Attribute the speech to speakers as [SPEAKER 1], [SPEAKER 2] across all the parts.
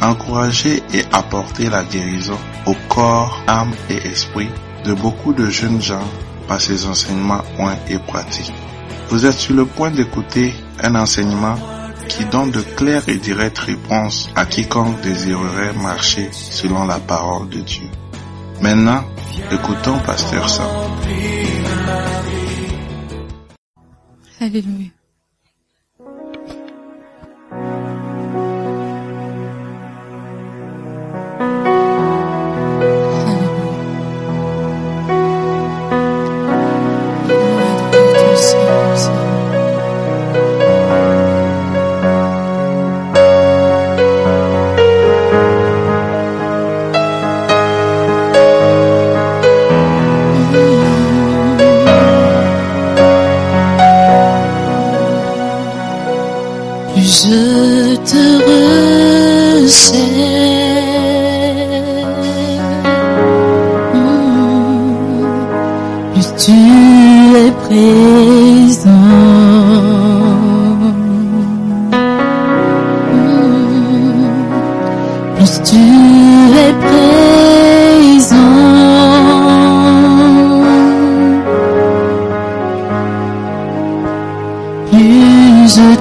[SPEAKER 1] encourager et apporter la guérison au corps, âme et esprit de beaucoup de jeunes gens par ses enseignements points et pratiques. Vous êtes sur le point d'écouter un enseignement qui donne de claires et directes réponses à quiconque désirerait marcher selon la parole de Dieu. Maintenant, écoutons Pasteur Sam.
[SPEAKER 2] Alléluia.
[SPEAKER 3] Je te recherche. Mm. Plus tu es présent. Mm. Mmh. Plus tu es présent. plus je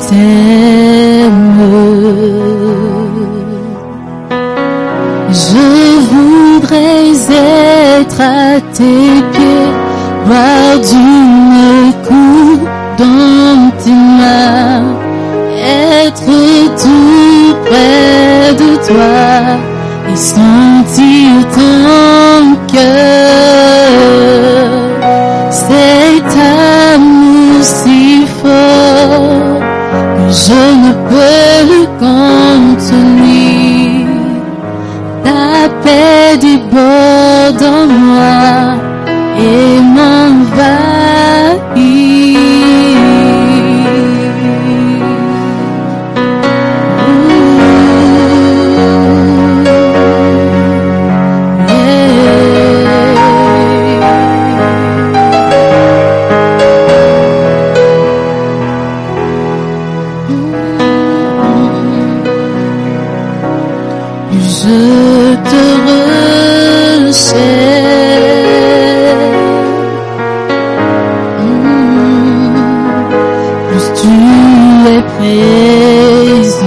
[SPEAKER 3] t'aime. Je voudrais être à tes pieds, boire d'une coupe dans tes mains, être tout près de toi et sentir ton cœur cet amour si fort que je ne peux le contenir. Ta paix déborde en moi et m'envahit. Ooh. Yeah. Je te recherche. Mm. Plus tu es présent.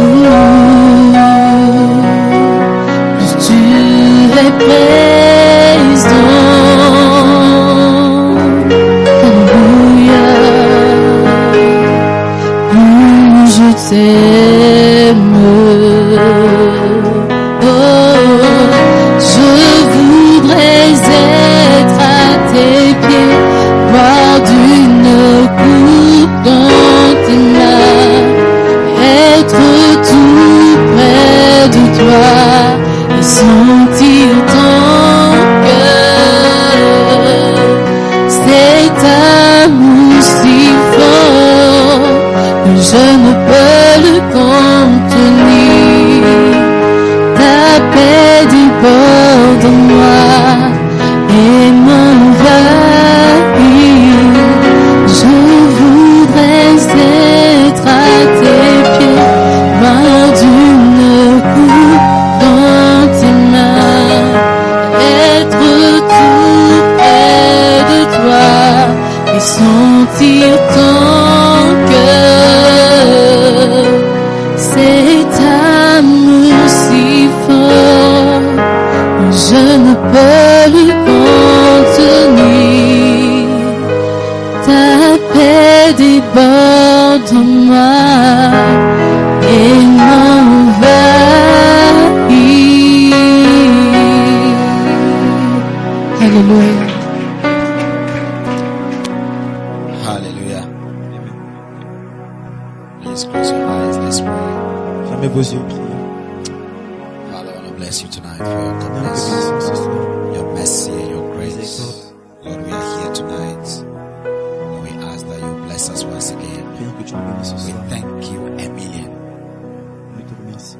[SPEAKER 3] Mm. Plus tu es présent. Alléluia plus je t'aime. Oh, je voudrais être à tes pieds, boire d'une coupe dans tes mains, être tout près de toi et sentir ton cœur. Cet amour si fort que je ne peux le contenir. Ta paix déborde en moi et m'envahit. Je voudrais être à tes pieds, loin d'une coupe dans tes mains, être tout près de toi et sentir ton cœur. Cet amour si fort, je ne peux le contenir. Ta paix déborde en moi et m'envahit.
[SPEAKER 2] Alléluia.
[SPEAKER 4] Hallelujah. Please close your eyes this morning.
[SPEAKER 2] fermez vos yeux et priez.
[SPEAKER 4] Father, I want to bless you tonight for your
[SPEAKER 2] Seigneur, que
[SPEAKER 4] goodness,
[SPEAKER 2] bénissons ce soir.
[SPEAKER 4] your mercy, and your grace. Lord, we are here tonight. And we ask that you bless us once again.
[SPEAKER 2] Prions que tu nous bénisses ce
[SPEAKER 4] We
[SPEAKER 2] soir.
[SPEAKER 4] thank you a million.
[SPEAKER 2] Nous te remercions.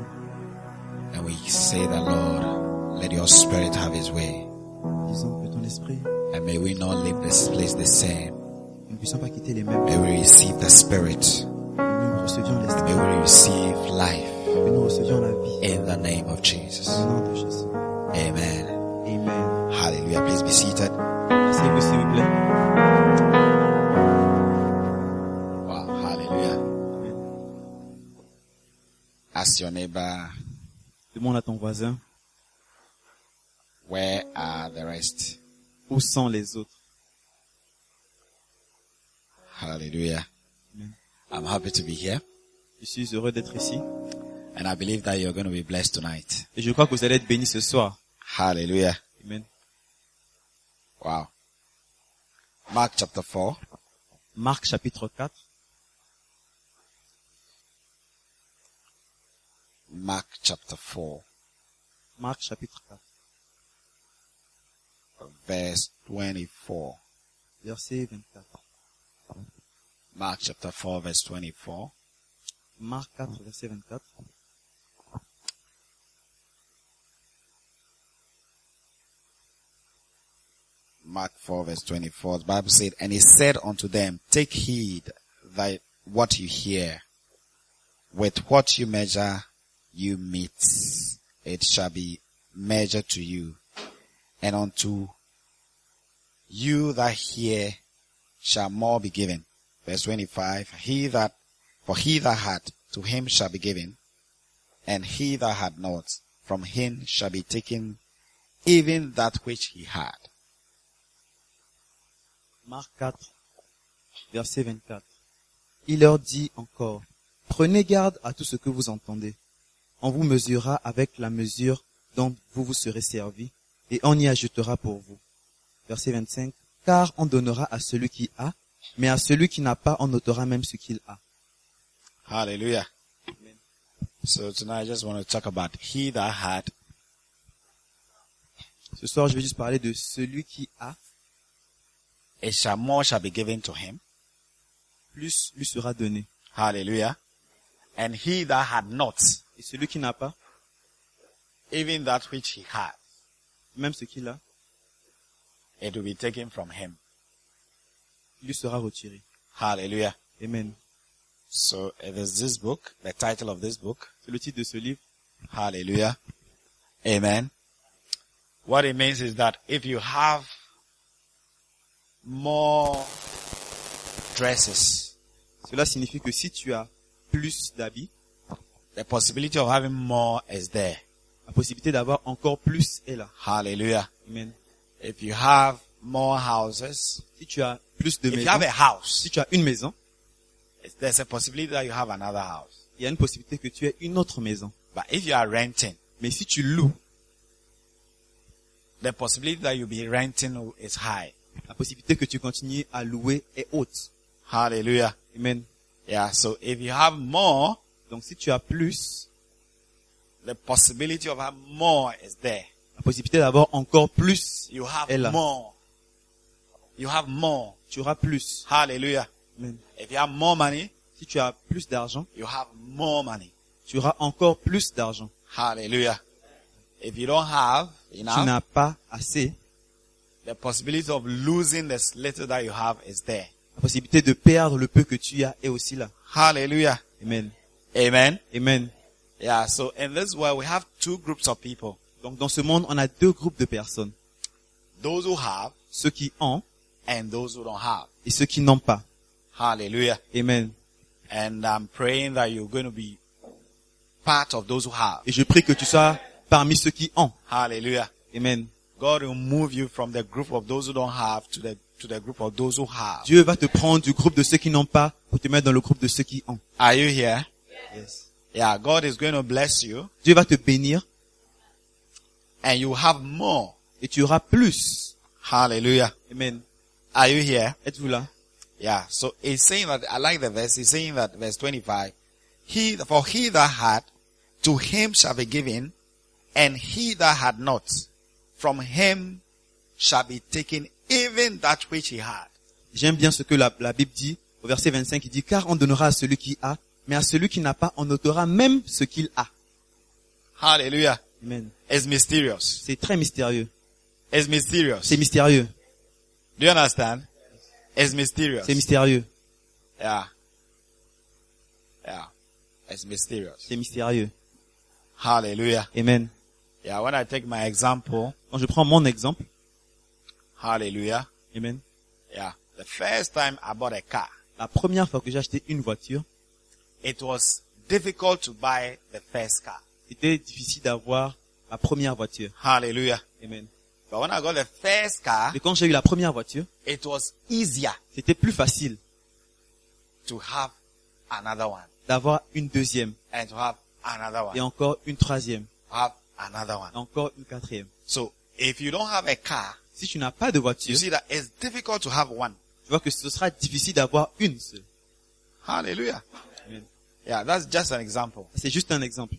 [SPEAKER 4] And we say that, Lord, let your spirit have its way.
[SPEAKER 2] Disons que ton esprit,
[SPEAKER 4] And may we not leave this place the same.
[SPEAKER 2] nous ne puissions pas quitter les mêmes.
[SPEAKER 4] May we receive the spirit.
[SPEAKER 2] Nous recevions l'esprit,
[SPEAKER 4] May we receive life
[SPEAKER 2] que nous recevions la vie.
[SPEAKER 4] in the name of
[SPEAKER 2] Au
[SPEAKER 4] Jesus.
[SPEAKER 2] nom de Jésus.
[SPEAKER 4] Amen.
[SPEAKER 2] Amen.
[SPEAKER 4] Hallelujah. Please be seated.
[SPEAKER 2] Asseyez-vous s'il vous plaît.
[SPEAKER 4] Wow, hallelujah. Ask your neighbor,
[SPEAKER 2] Demande à ton voisin,
[SPEAKER 4] where are the rest?
[SPEAKER 2] où sont les autres?
[SPEAKER 4] Hallelujah.
[SPEAKER 2] Amen.
[SPEAKER 4] I'm happy to be here.
[SPEAKER 2] Je suis heureux d'être ici.
[SPEAKER 4] And I believe that you're going to be blessed tonight.
[SPEAKER 2] Et je crois que vous allez être bénis ce soir.
[SPEAKER 4] Hallelujah.
[SPEAKER 2] Amen.
[SPEAKER 4] Wow. Mark chapter 4.
[SPEAKER 2] Marc chapitre 4.
[SPEAKER 4] Mark chapter 4.
[SPEAKER 2] Marc chapitre 4.
[SPEAKER 4] Verse 24.
[SPEAKER 2] Verset 24.
[SPEAKER 4] Mark chapter 4 verse 24.
[SPEAKER 2] Marc 4, verset 24.
[SPEAKER 4] Mark 4 verse 24. The Bible said, And he said unto them, Take heed that what you hear. With what you measure, you meet. It shall be measured to you. And unto you that hear shall more be given. Verse 25. He that, for he that had, to him shall be given. And he that had not, from him shall be taken even that which he had.
[SPEAKER 2] Marc 4, verset 24. Il leur dit encore, prenez garde à tout ce que vous entendez. On vous mesurera avec la mesure dont vous vous serez servi, et on y ajoutera pour vous. Verset 25. Car on donnera à celui qui a, mais à celui qui n'a pas, on ôtera même ce qu'il a.
[SPEAKER 4] Hallelujah. So tonight I just want to talk about he that had
[SPEAKER 2] Ce soir, je vais juste parler de celui qui a,
[SPEAKER 4] it shall more shall be given to him.
[SPEAKER 2] plus lui sera donné.
[SPEAKER 4] Hallelujah. And he that had not,
[SPEAKER 2] Et celui qui n'a pas,
[SPEAKER 4] even that which he had,
[SPEAKER 2] même ce qu'il a,
[SPEAKER 4] it will be taken from him.
[SPEAKER 2] lui sera retiré.
[SPEAKER 4] Hallelujah.
[SPEAKER 2] Amen.
[SPEAKER 4] So it is this book, the title of this book.
[SPEAKER 2] C'est le titre de ce livre.
[SPEAKER 4] Hallelujah. Amen. What it means is that if you have more dresses,
[SPEAKER 2] Cela signifie que si tu as plus d'habits,
[SPEAKER 4] the possibility of having more is there.
[SPEAKER 2] la possibilité d'avoir encore plus est là.
[SPEAKER 4] Hallelujah.
[SPEAKER 2] Amen.
[SPEAKER 4] If you have more houses,
[SPEAKER 2] Si tu as plus de
[SPEAKER 4] if you have a
[SPEAKER 2] maisons,
[SPEAKER 4] house,
[SPEAKER 2] si tu as une maison,
[SPEAKER 4] there's a possibility that you have another house.
[SPEAKER 2] il y a une possibilité que tu aies une autre maison.
[SPEAKER 4] But if you are renting,
[SPEAKER 2] Mais si tu loues,
[SPEAKER 4] the possibility that you'll be renting is high.
[SPEAKER 2] la possibilité que tu continues à louer est haute.
[SPEAKER 4] Hallelujah.
[SPEAKER 2] Amen.
[SPEAKER 4] Yeah, so if you have more,
[SPEAKER 2] Donc si tu as plus,
[SPEAKER 4] the possibility of having more is there.
[SPEAKER 2] la possibilité d'avoir encore plus,
[SPEAKER 4] You have
[SPEAKER 2] Ella.
[SPEAKER 4] more. You have more.
[SPEAKER 2] tu auras plus.
[SPEAKER 4] Hallelujah.
[SPEAKER 2] Amen.
[SPEAKER 4] If you have more money,
[SPEAKER 2] Si tu as plus d'argent,
[SPEAKER 4] you have more money.
[SPEAKER 2] tu auras encore plus d'argent.
[SPEAKER 4] Hallelujah. If you don't have
[SPEAKER 2] Tu
[SPEAKER 4] enough,
[SPEAKER 2] n'as pas assez.
[SPEAKER 4] the possibility of losing this little that you have is there.
[SPEAKER 2] La possibilité de perdre le peu que tu as est aussi là.
[SPEAKER 4] Hallelujah.
[SPEAKER 2] Amen.
[SPEAKER 4] Amen.
[SPEAKER 2] Amen.
[SPEAKER 4] Yeah, so in this world we have two groups of people.
[SPEAKER 2] Donc dans ce monde, on a deux groupes de personnes.
[SPEAKER 4] Those who have
[SPEAKER 2] Ceux qui ont
[SPEAKER 4] and those who don't have.
[SPEAKER 2] et ceux qui n'ont pas.
[SPEAKER 4] Hallelujah.
[SPEAKER 2] Amen.
[SPEAKER 4] And I'm praying that you're going to be part of those who have.
[SPEAKER 2] Et je prie que tu sois parmi ceux qui ont.
[SPEAKER 4] Hallelujah.
[SPEAKER 2] Amen.
[SPEAKER 4] God will move you from the group of those who don't have to the to the group of those who have.
[SPEAKER 2] Dieu va te prendre du groupe de ceux qui n'ont pas pour te mettre dans le groupe de ceux qui ont.
[SPEAKER 4] Are you here?
[SPEAKER 2] Yes.
[SPEAKER 4] Yeah, God is going to bless you
[SPEAKER 2] Dieu va te bénir
[SPEAKER 4] and you have more.
[SPEAKER 2] et tu auras plus.
[SPEAKER 4] Hallelujah.
[SPEAKER 2] Amen.
[SPEAKER 4] Are you here?
[SPEAKER 2] Êtes-vous là
[SPEAKER 4] Yeah. So it's saying that I like the verse. He's saying that verse twenty-five. He for he that had, To him shall be given, and he that had not, from him shall be taken even that which he had.
[SPEAKER 2] J'aime bien ce que la, la Bible dit au verset 25, il dit, car on donnera à celui qui a, mais à celui qui n'a pas, on ôtera même ce qu'il a.
[SPEAKER 4] Hallelujah.
[SPEAKER 2] Amen.
[SPEAKER 4] It's mysterious.
[SPEAKER 2] C'est très mystérieux.
[SPEAKER 4] It's mysterious.
[SPEAKER 2] C'est mystérieux.
[SPEAKER 4] Do you understand? It's mysterious.
[SPEAKER 2] C'est mystérieux.
[SPEAKER 4] Yeah. Yeah. It's mysterious.
[SPEAKER 2] C'est mystérieux.
[SPEAKER 4] Hallelujah.
[SPEAKER 2] Amen.
[SPEAKER 4] Yeah. When I take my example,
[SPEAKER 2] Quand je prends mon exemple,
[SPEAKER 4] hallelujah.
[SPEAKER 2] Amen.
[SPEAKER 4] Yeah. The first time I bought a car,
[SPEAKER 2] La première fois que j'ai acheté une voiture,
[SPEAKER 4] it was difficult to buy the first car.
[SPEAKER 2] c'était difficile d'avoir la première voiture.
[SPEAKER 4] Hallelujah.
[SPEAKER 2] Amen.
[SPEAKER 4] But when I got the first car,
[SPEAKER 2] Ah. Mais quand j'ai eu la première voiture,
[SPEAKER 4] it was easier
[SPEAKER 2] c'était plus facile
[SPEAKER 4] to have another one
[SPEAKER 2] d'avoir une deuxième,
[SPEAKER 4] and to have another one,
[SPEAKER 2] et encore une troisième,
[SPEAKER 4] have another one.
[SPEAKER 2] et encore une quatrième.
[SPEAKER 4] So if you don't have a car,
[SPEAKER 2] Si tu n'as pas de
[SPEAKER 4] you
[SPEAKER 2] voiture,
[SPEAKER 4] see that it's difficult to have one.
[SPEAKER 2] tu vois que ce sera difficile d'avoir une seule.
[SPEAKER 4] Hallelujah.
[SPEAKER 2] Amen.
[SPEAKER 4] Yeah, that's just an example.
[SPEAKER 2] C'est juste un exemple.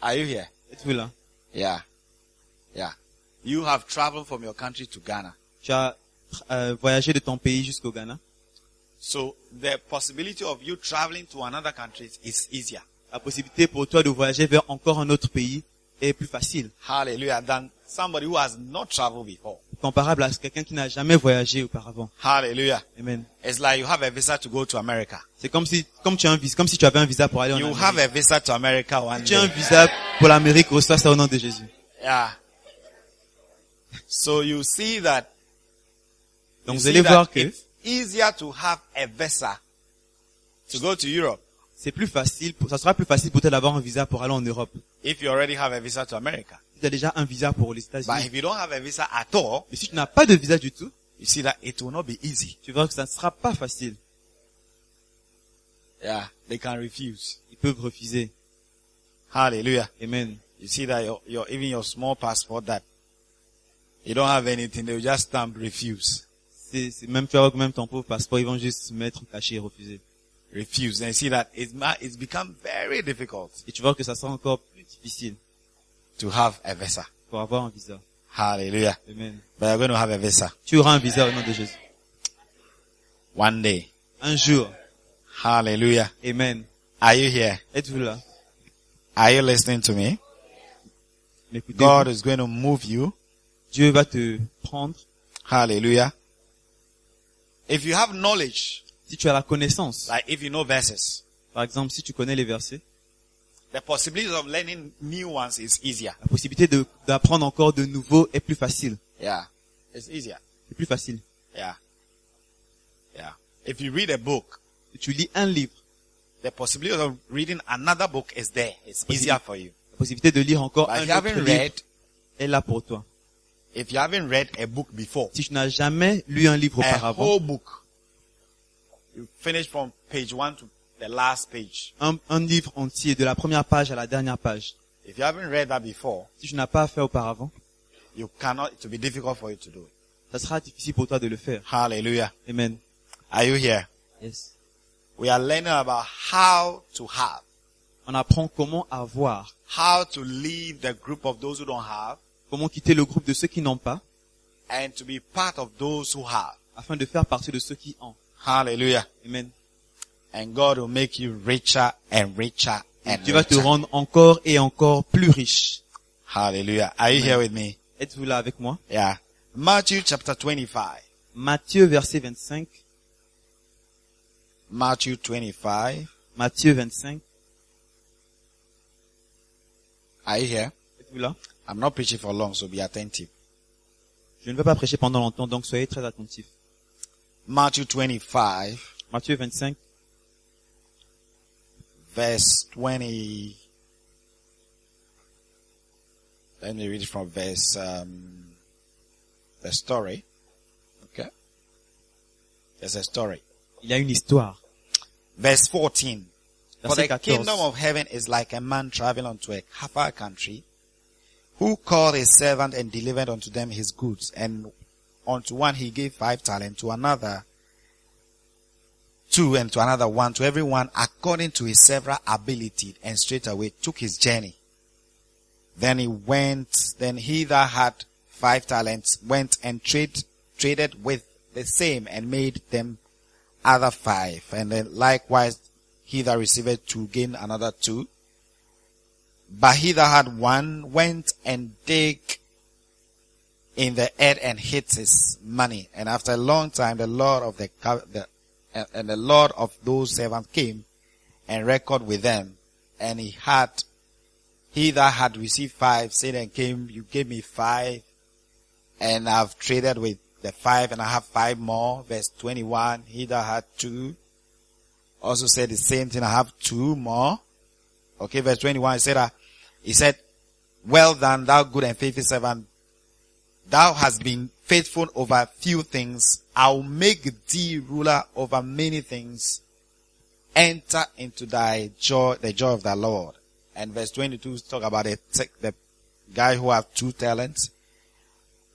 [SPEAKER 4] Are you here?
[SPEAKER 2] Êtes-vous là?
[SPEAKER 4] Yeah. Yeah. You have traveled from your country to Ghana.
[SPEAKER 2] Tu as euh, voyagé de ton pays jusqu'au Ghana.
[SPEAKER 4] So the possibility of you traveling to another country is easier.
[SPEAKER 2] La possibilité pour toi de voyager vers encore un autre pays est plus facile,
[SPEAKER 4] Hallelujah. Than somebody who has not traveled before.
[SPEAKER 2] comparable à quelqu'un qui n'a jamais voyagé auparavant.
[SPEAKER 4] Hallelujah.
[SPEAKER 2] Amen.
[SPEAKER 4] It's like you have a visa to go to America.
[SPEAKER 2] C'est comme si, comme tu as un visa, comme si tu avais un visa pour aller en
[SPEAKER 4] You
[SPEAKER 2] Amérique.
[SPEAKER 4] have a visa to America one
[SPEAKER 2] Tu as un
[SPEAKER 4] day.
[SPEAKER 2] visa pour l'Amérique, reçois ça au nom de Jésus.
[SPEAKER 4] Yeah. So you see that, you
[SPEAKER 2] Donc vous
[SPEAKER 4] see
[SPEAKER 2] allez
[SPEAKER 4] that
[SPEAKER 2] voir que
[SPEAKER 4] it's easier to have a visa to go to Europe
[SPEAKER 2] c'est plus facile, pour- ça sera plus facile pour toi d'avoir un visa pour aller en Europe.
[SPEAKER 4] if you already have a visa to America.
[SPEAKER 2] Si tu as déjà un visa pour les
[SPEAKER 4] But
[SPEAKER 2] États-Unis.
[SPEAKER 4] if you don't have a visa at all,
[SPEAKER 2] Mais si tu n'as pas de visa du tout,
[SPEAKER 4] you see that it will not be easy.
[SPEAKER 2] tu verras que ça ne sera pas facile.
[SPEAKER 4] Yeah. They can refuse.
[SPEAKER 2] Ils peuvent refuser.
[SPEAKER 4] Hallelujah.
[SPEAKER 2] Amen.
[SPEAKER 4] You see that your, your, even your small passport that you don't have anything, they'll just stamp refuse.
[SPEAKER 2] C'est, c'est- même tu vas voir que même ton pauvre passeport, ils vont juste mettre caché et refuser.
[SPEAKER 4] Refuse. And you see that it's, ma- it's become very difficult
[SPEAKER 2] Et tu vois que ça sera encore plus difficile
[SPEAKER 4] to have a visa.
[SPEAKER 2] pour avoir un visa.
[SPEAKER 4] Hallelujah.
[SPEAKER 2] Amen.
[SPEAKER 4] But you're going to have a visa
[SPEAKER 2] Tu auras un visa au nom de Jésus.
[SPEAKER 4] one day.
[SPEAKER 2] Un jour.
[SPEAKER 4] Hallelujah.
[SPEAKER 2] Amen.
[SPEAKER 4] Are you here?
[SPEAKER 2] Êtes-vous là?
[SPEAKER 4] Are you listening to me?
[SPEAKER 2] M'écoutez.
[SPEAKER 4] God is going to move you.
[SPEAKER 2] Dieu va te prendre
[SPEAKER 4] Hallelujah. If you have knowledge,
[SPEAKER 2] si tu as la connaissance.
[SPEAKER 4] like if you know verses,
[SPEAKER 2] Par exemple, si tu connais les versets,
[SPEAKER 4] the possibility of learning new ones is easier.
[SPEAKER 2] la possibilité de- d'apprendre encore de nouveau est plus facile.
[SPEAKER 4] Yeah. It's easier.
[SPEAKER 2] C'est plus facile.
[SPEAKER 4] Yeah. Yeah. If you read a book,
[SPEAKER 2] Si tu lis un livre,
[SPEAKER 4] the possibility of reading another book is there. It's easier for you.
[SPEAKER 2] la possibilité de lire encore
[SPEAKER 4] But
[SPEAKER 2] un
[SPEAKER 4] if you
[SPEAKER 2] autre
[SPEAKER 4] haven't
[SPEAKER 2] livre
[SPEAKER 4] Bah, read,
[SPEAKER 2] est là pour toi.
[SPEAKER 4] if you haven't read a book before,
[SPEAKER 2] Si tu n'as jamais lu un livre
[SPEAKER 4] a
[SPEAKER 2] auparavant,
[SPEAKER 4] whole book, you finish from page one to the last page.
[SPEAKER 2] un, un livre entier de la première page à la dernière page,
[SPEAKER 4] If you haven't read that before,
[SPEAKER 2] si tu n'as pas fait auparavant,
[SPEAKER 4] you cannot, it will be difficult for you to do it.
[SPEAKER 2] ça sera difficile pour toi de le faire.
[SPEAKER 4] Hallelujah.
[SPEAKER 2] Amen.
[SPEAKER 4] Are you here?
[SPEAKER 2] Yes.
[SPEAKER 4] We are learning about how to have,
[SPEAKER 2] On apprend comment avoir,
[SPEAKER 4] how to leave the group of those who don't have
[SPEAKER 2] comment quitter le groupe de ceux qui n'ont pas
[SPEAKER 4] and to be part of those who have.
[SPEAKER 2] afin de faire partie de ceux qui ont.
[SPEAKER 4] Hallelujah.
[SPEAKER 2] Amen.
[SPEAKER 4] And God will make you richer and richer and
[SPEAKER 2] Dieu va te
[SPEAKER 4] richer.
[SPEAKER 2] rendre encore et encore plus riche.
[SPEAKER 4] Hallelujah. Are you here with me?
[SPEAKER 2] Êtes-vous là avec moi?
[SPEAKER 4] Yeah. Matthew chapter 25.
[SPEAKER 2] Matthieu verset 25.
[SPEAKER 4] Matthew 25.
[SPEAKER 2] Matthieu 25.
[SPEAKER 4] Are you here?
[SPEAKER 2] Êtes-vous là?
[SPEAKER 4] I'm not preaching for long, so be attentive.
[SPEAKER 2] Je ne vais pas prêcher pendant longtemps, donc soyez très attentifs.
[SPEAKER 4] Matthew 25,
[SPEAKER 2] Matthieu 25,
[SPEAKER 4] verse 20. Let me read it from verse, um, the story. Okay. There's a story.
[SPEAKER 2] il y a une histoire.
[SPEAKER 4] Verse 14. For
[SPEAKER 2] Verset
[SPEAKER 4] the
[SPEAKER 2] 14.
[SPEAKER 4] kingdom of heaven is like a man traveling unto a far country, who called his servant and delivered unto them his goods. And unto one he gave five talents, to another two and to another one, to everyone according to his several ability, and straightway took his journey. Then he went, then he that had five talents went and trade, traded with the same and made them other five. And then likewise he that received two gained another two. But he that had one went and dig in the head and hid his money. And after a long time, the Lord of the, co- the and- and the Lord of those servants came and record with them. And he had, he that had received five said and came, you gave me five and I've traded with the five and I have five more. Verse 21, he that had two also said the same thing. I have two more. Okay, verse 21, he said, uh, he said, well done, thou good and faithful servant. Thou hast been faithful over few things. I'll make thee ruler over many things. Enter into thy joy, the joy of the Lord. And verse 22 talk about the, t- the guy who have two talents.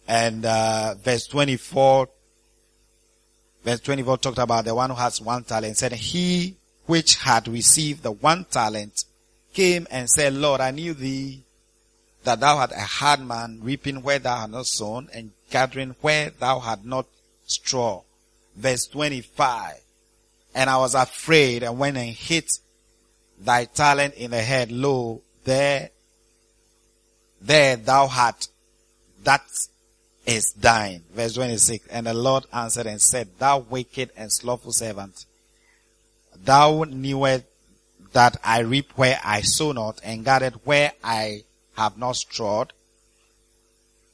[SPEAKER 4] And, uh, verse 24, verse 24 talked about the one who has one talent. Said he which had received the one talent came and said, Lord, I knew thee that thou art a hard man, reaping where thou hast not sown, and gathering where thou had not straw. Verse 25. And I was afraid and went and hit thy talent in the head. Lo, there, there thou had that is thine. Verse 26. And the Lord answered and said, Thou wicked and slothful servant, thou knewest that I reap where I sow not, and gathered where I have not strawed.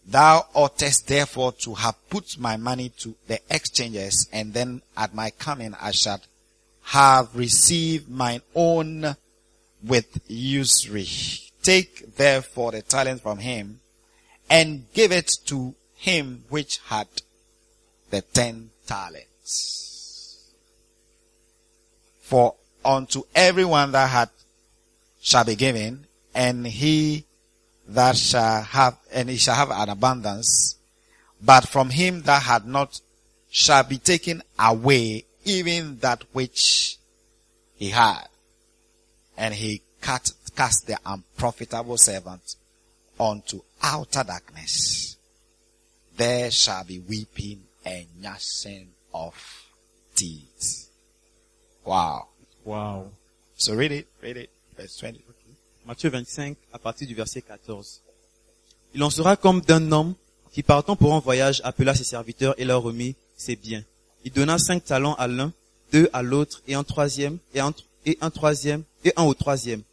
[SPEAKER 4] Thou oughtest therefore to have put my money to the exchanges, and then at my coming I shall have received mine own with usury. Take therefore the talent from him, and give it to him which had the ten talents. For unto everyone that had shall be given, and he that shall have, and he shall have an abundance, but from him that had not shall be taken away even that which he had. And he cut, cast the unprofitable servant unto outer darkness. There shall be weeping and gnashing of teeth. Wow.
[SPEAKER 2] Wow.
[SPEAKER 4] So read it, read it, verse 20.
[SPEAKER 2] Matthieu 25, à partir du verset 14. Il en sera comme d'un homme qui partant pour un voyage appela ses serviteurs et leur remit ses biens. Il donna cinq talents à l'un, deux à l'autre et un troisième et un, et un troisième et un au troisième,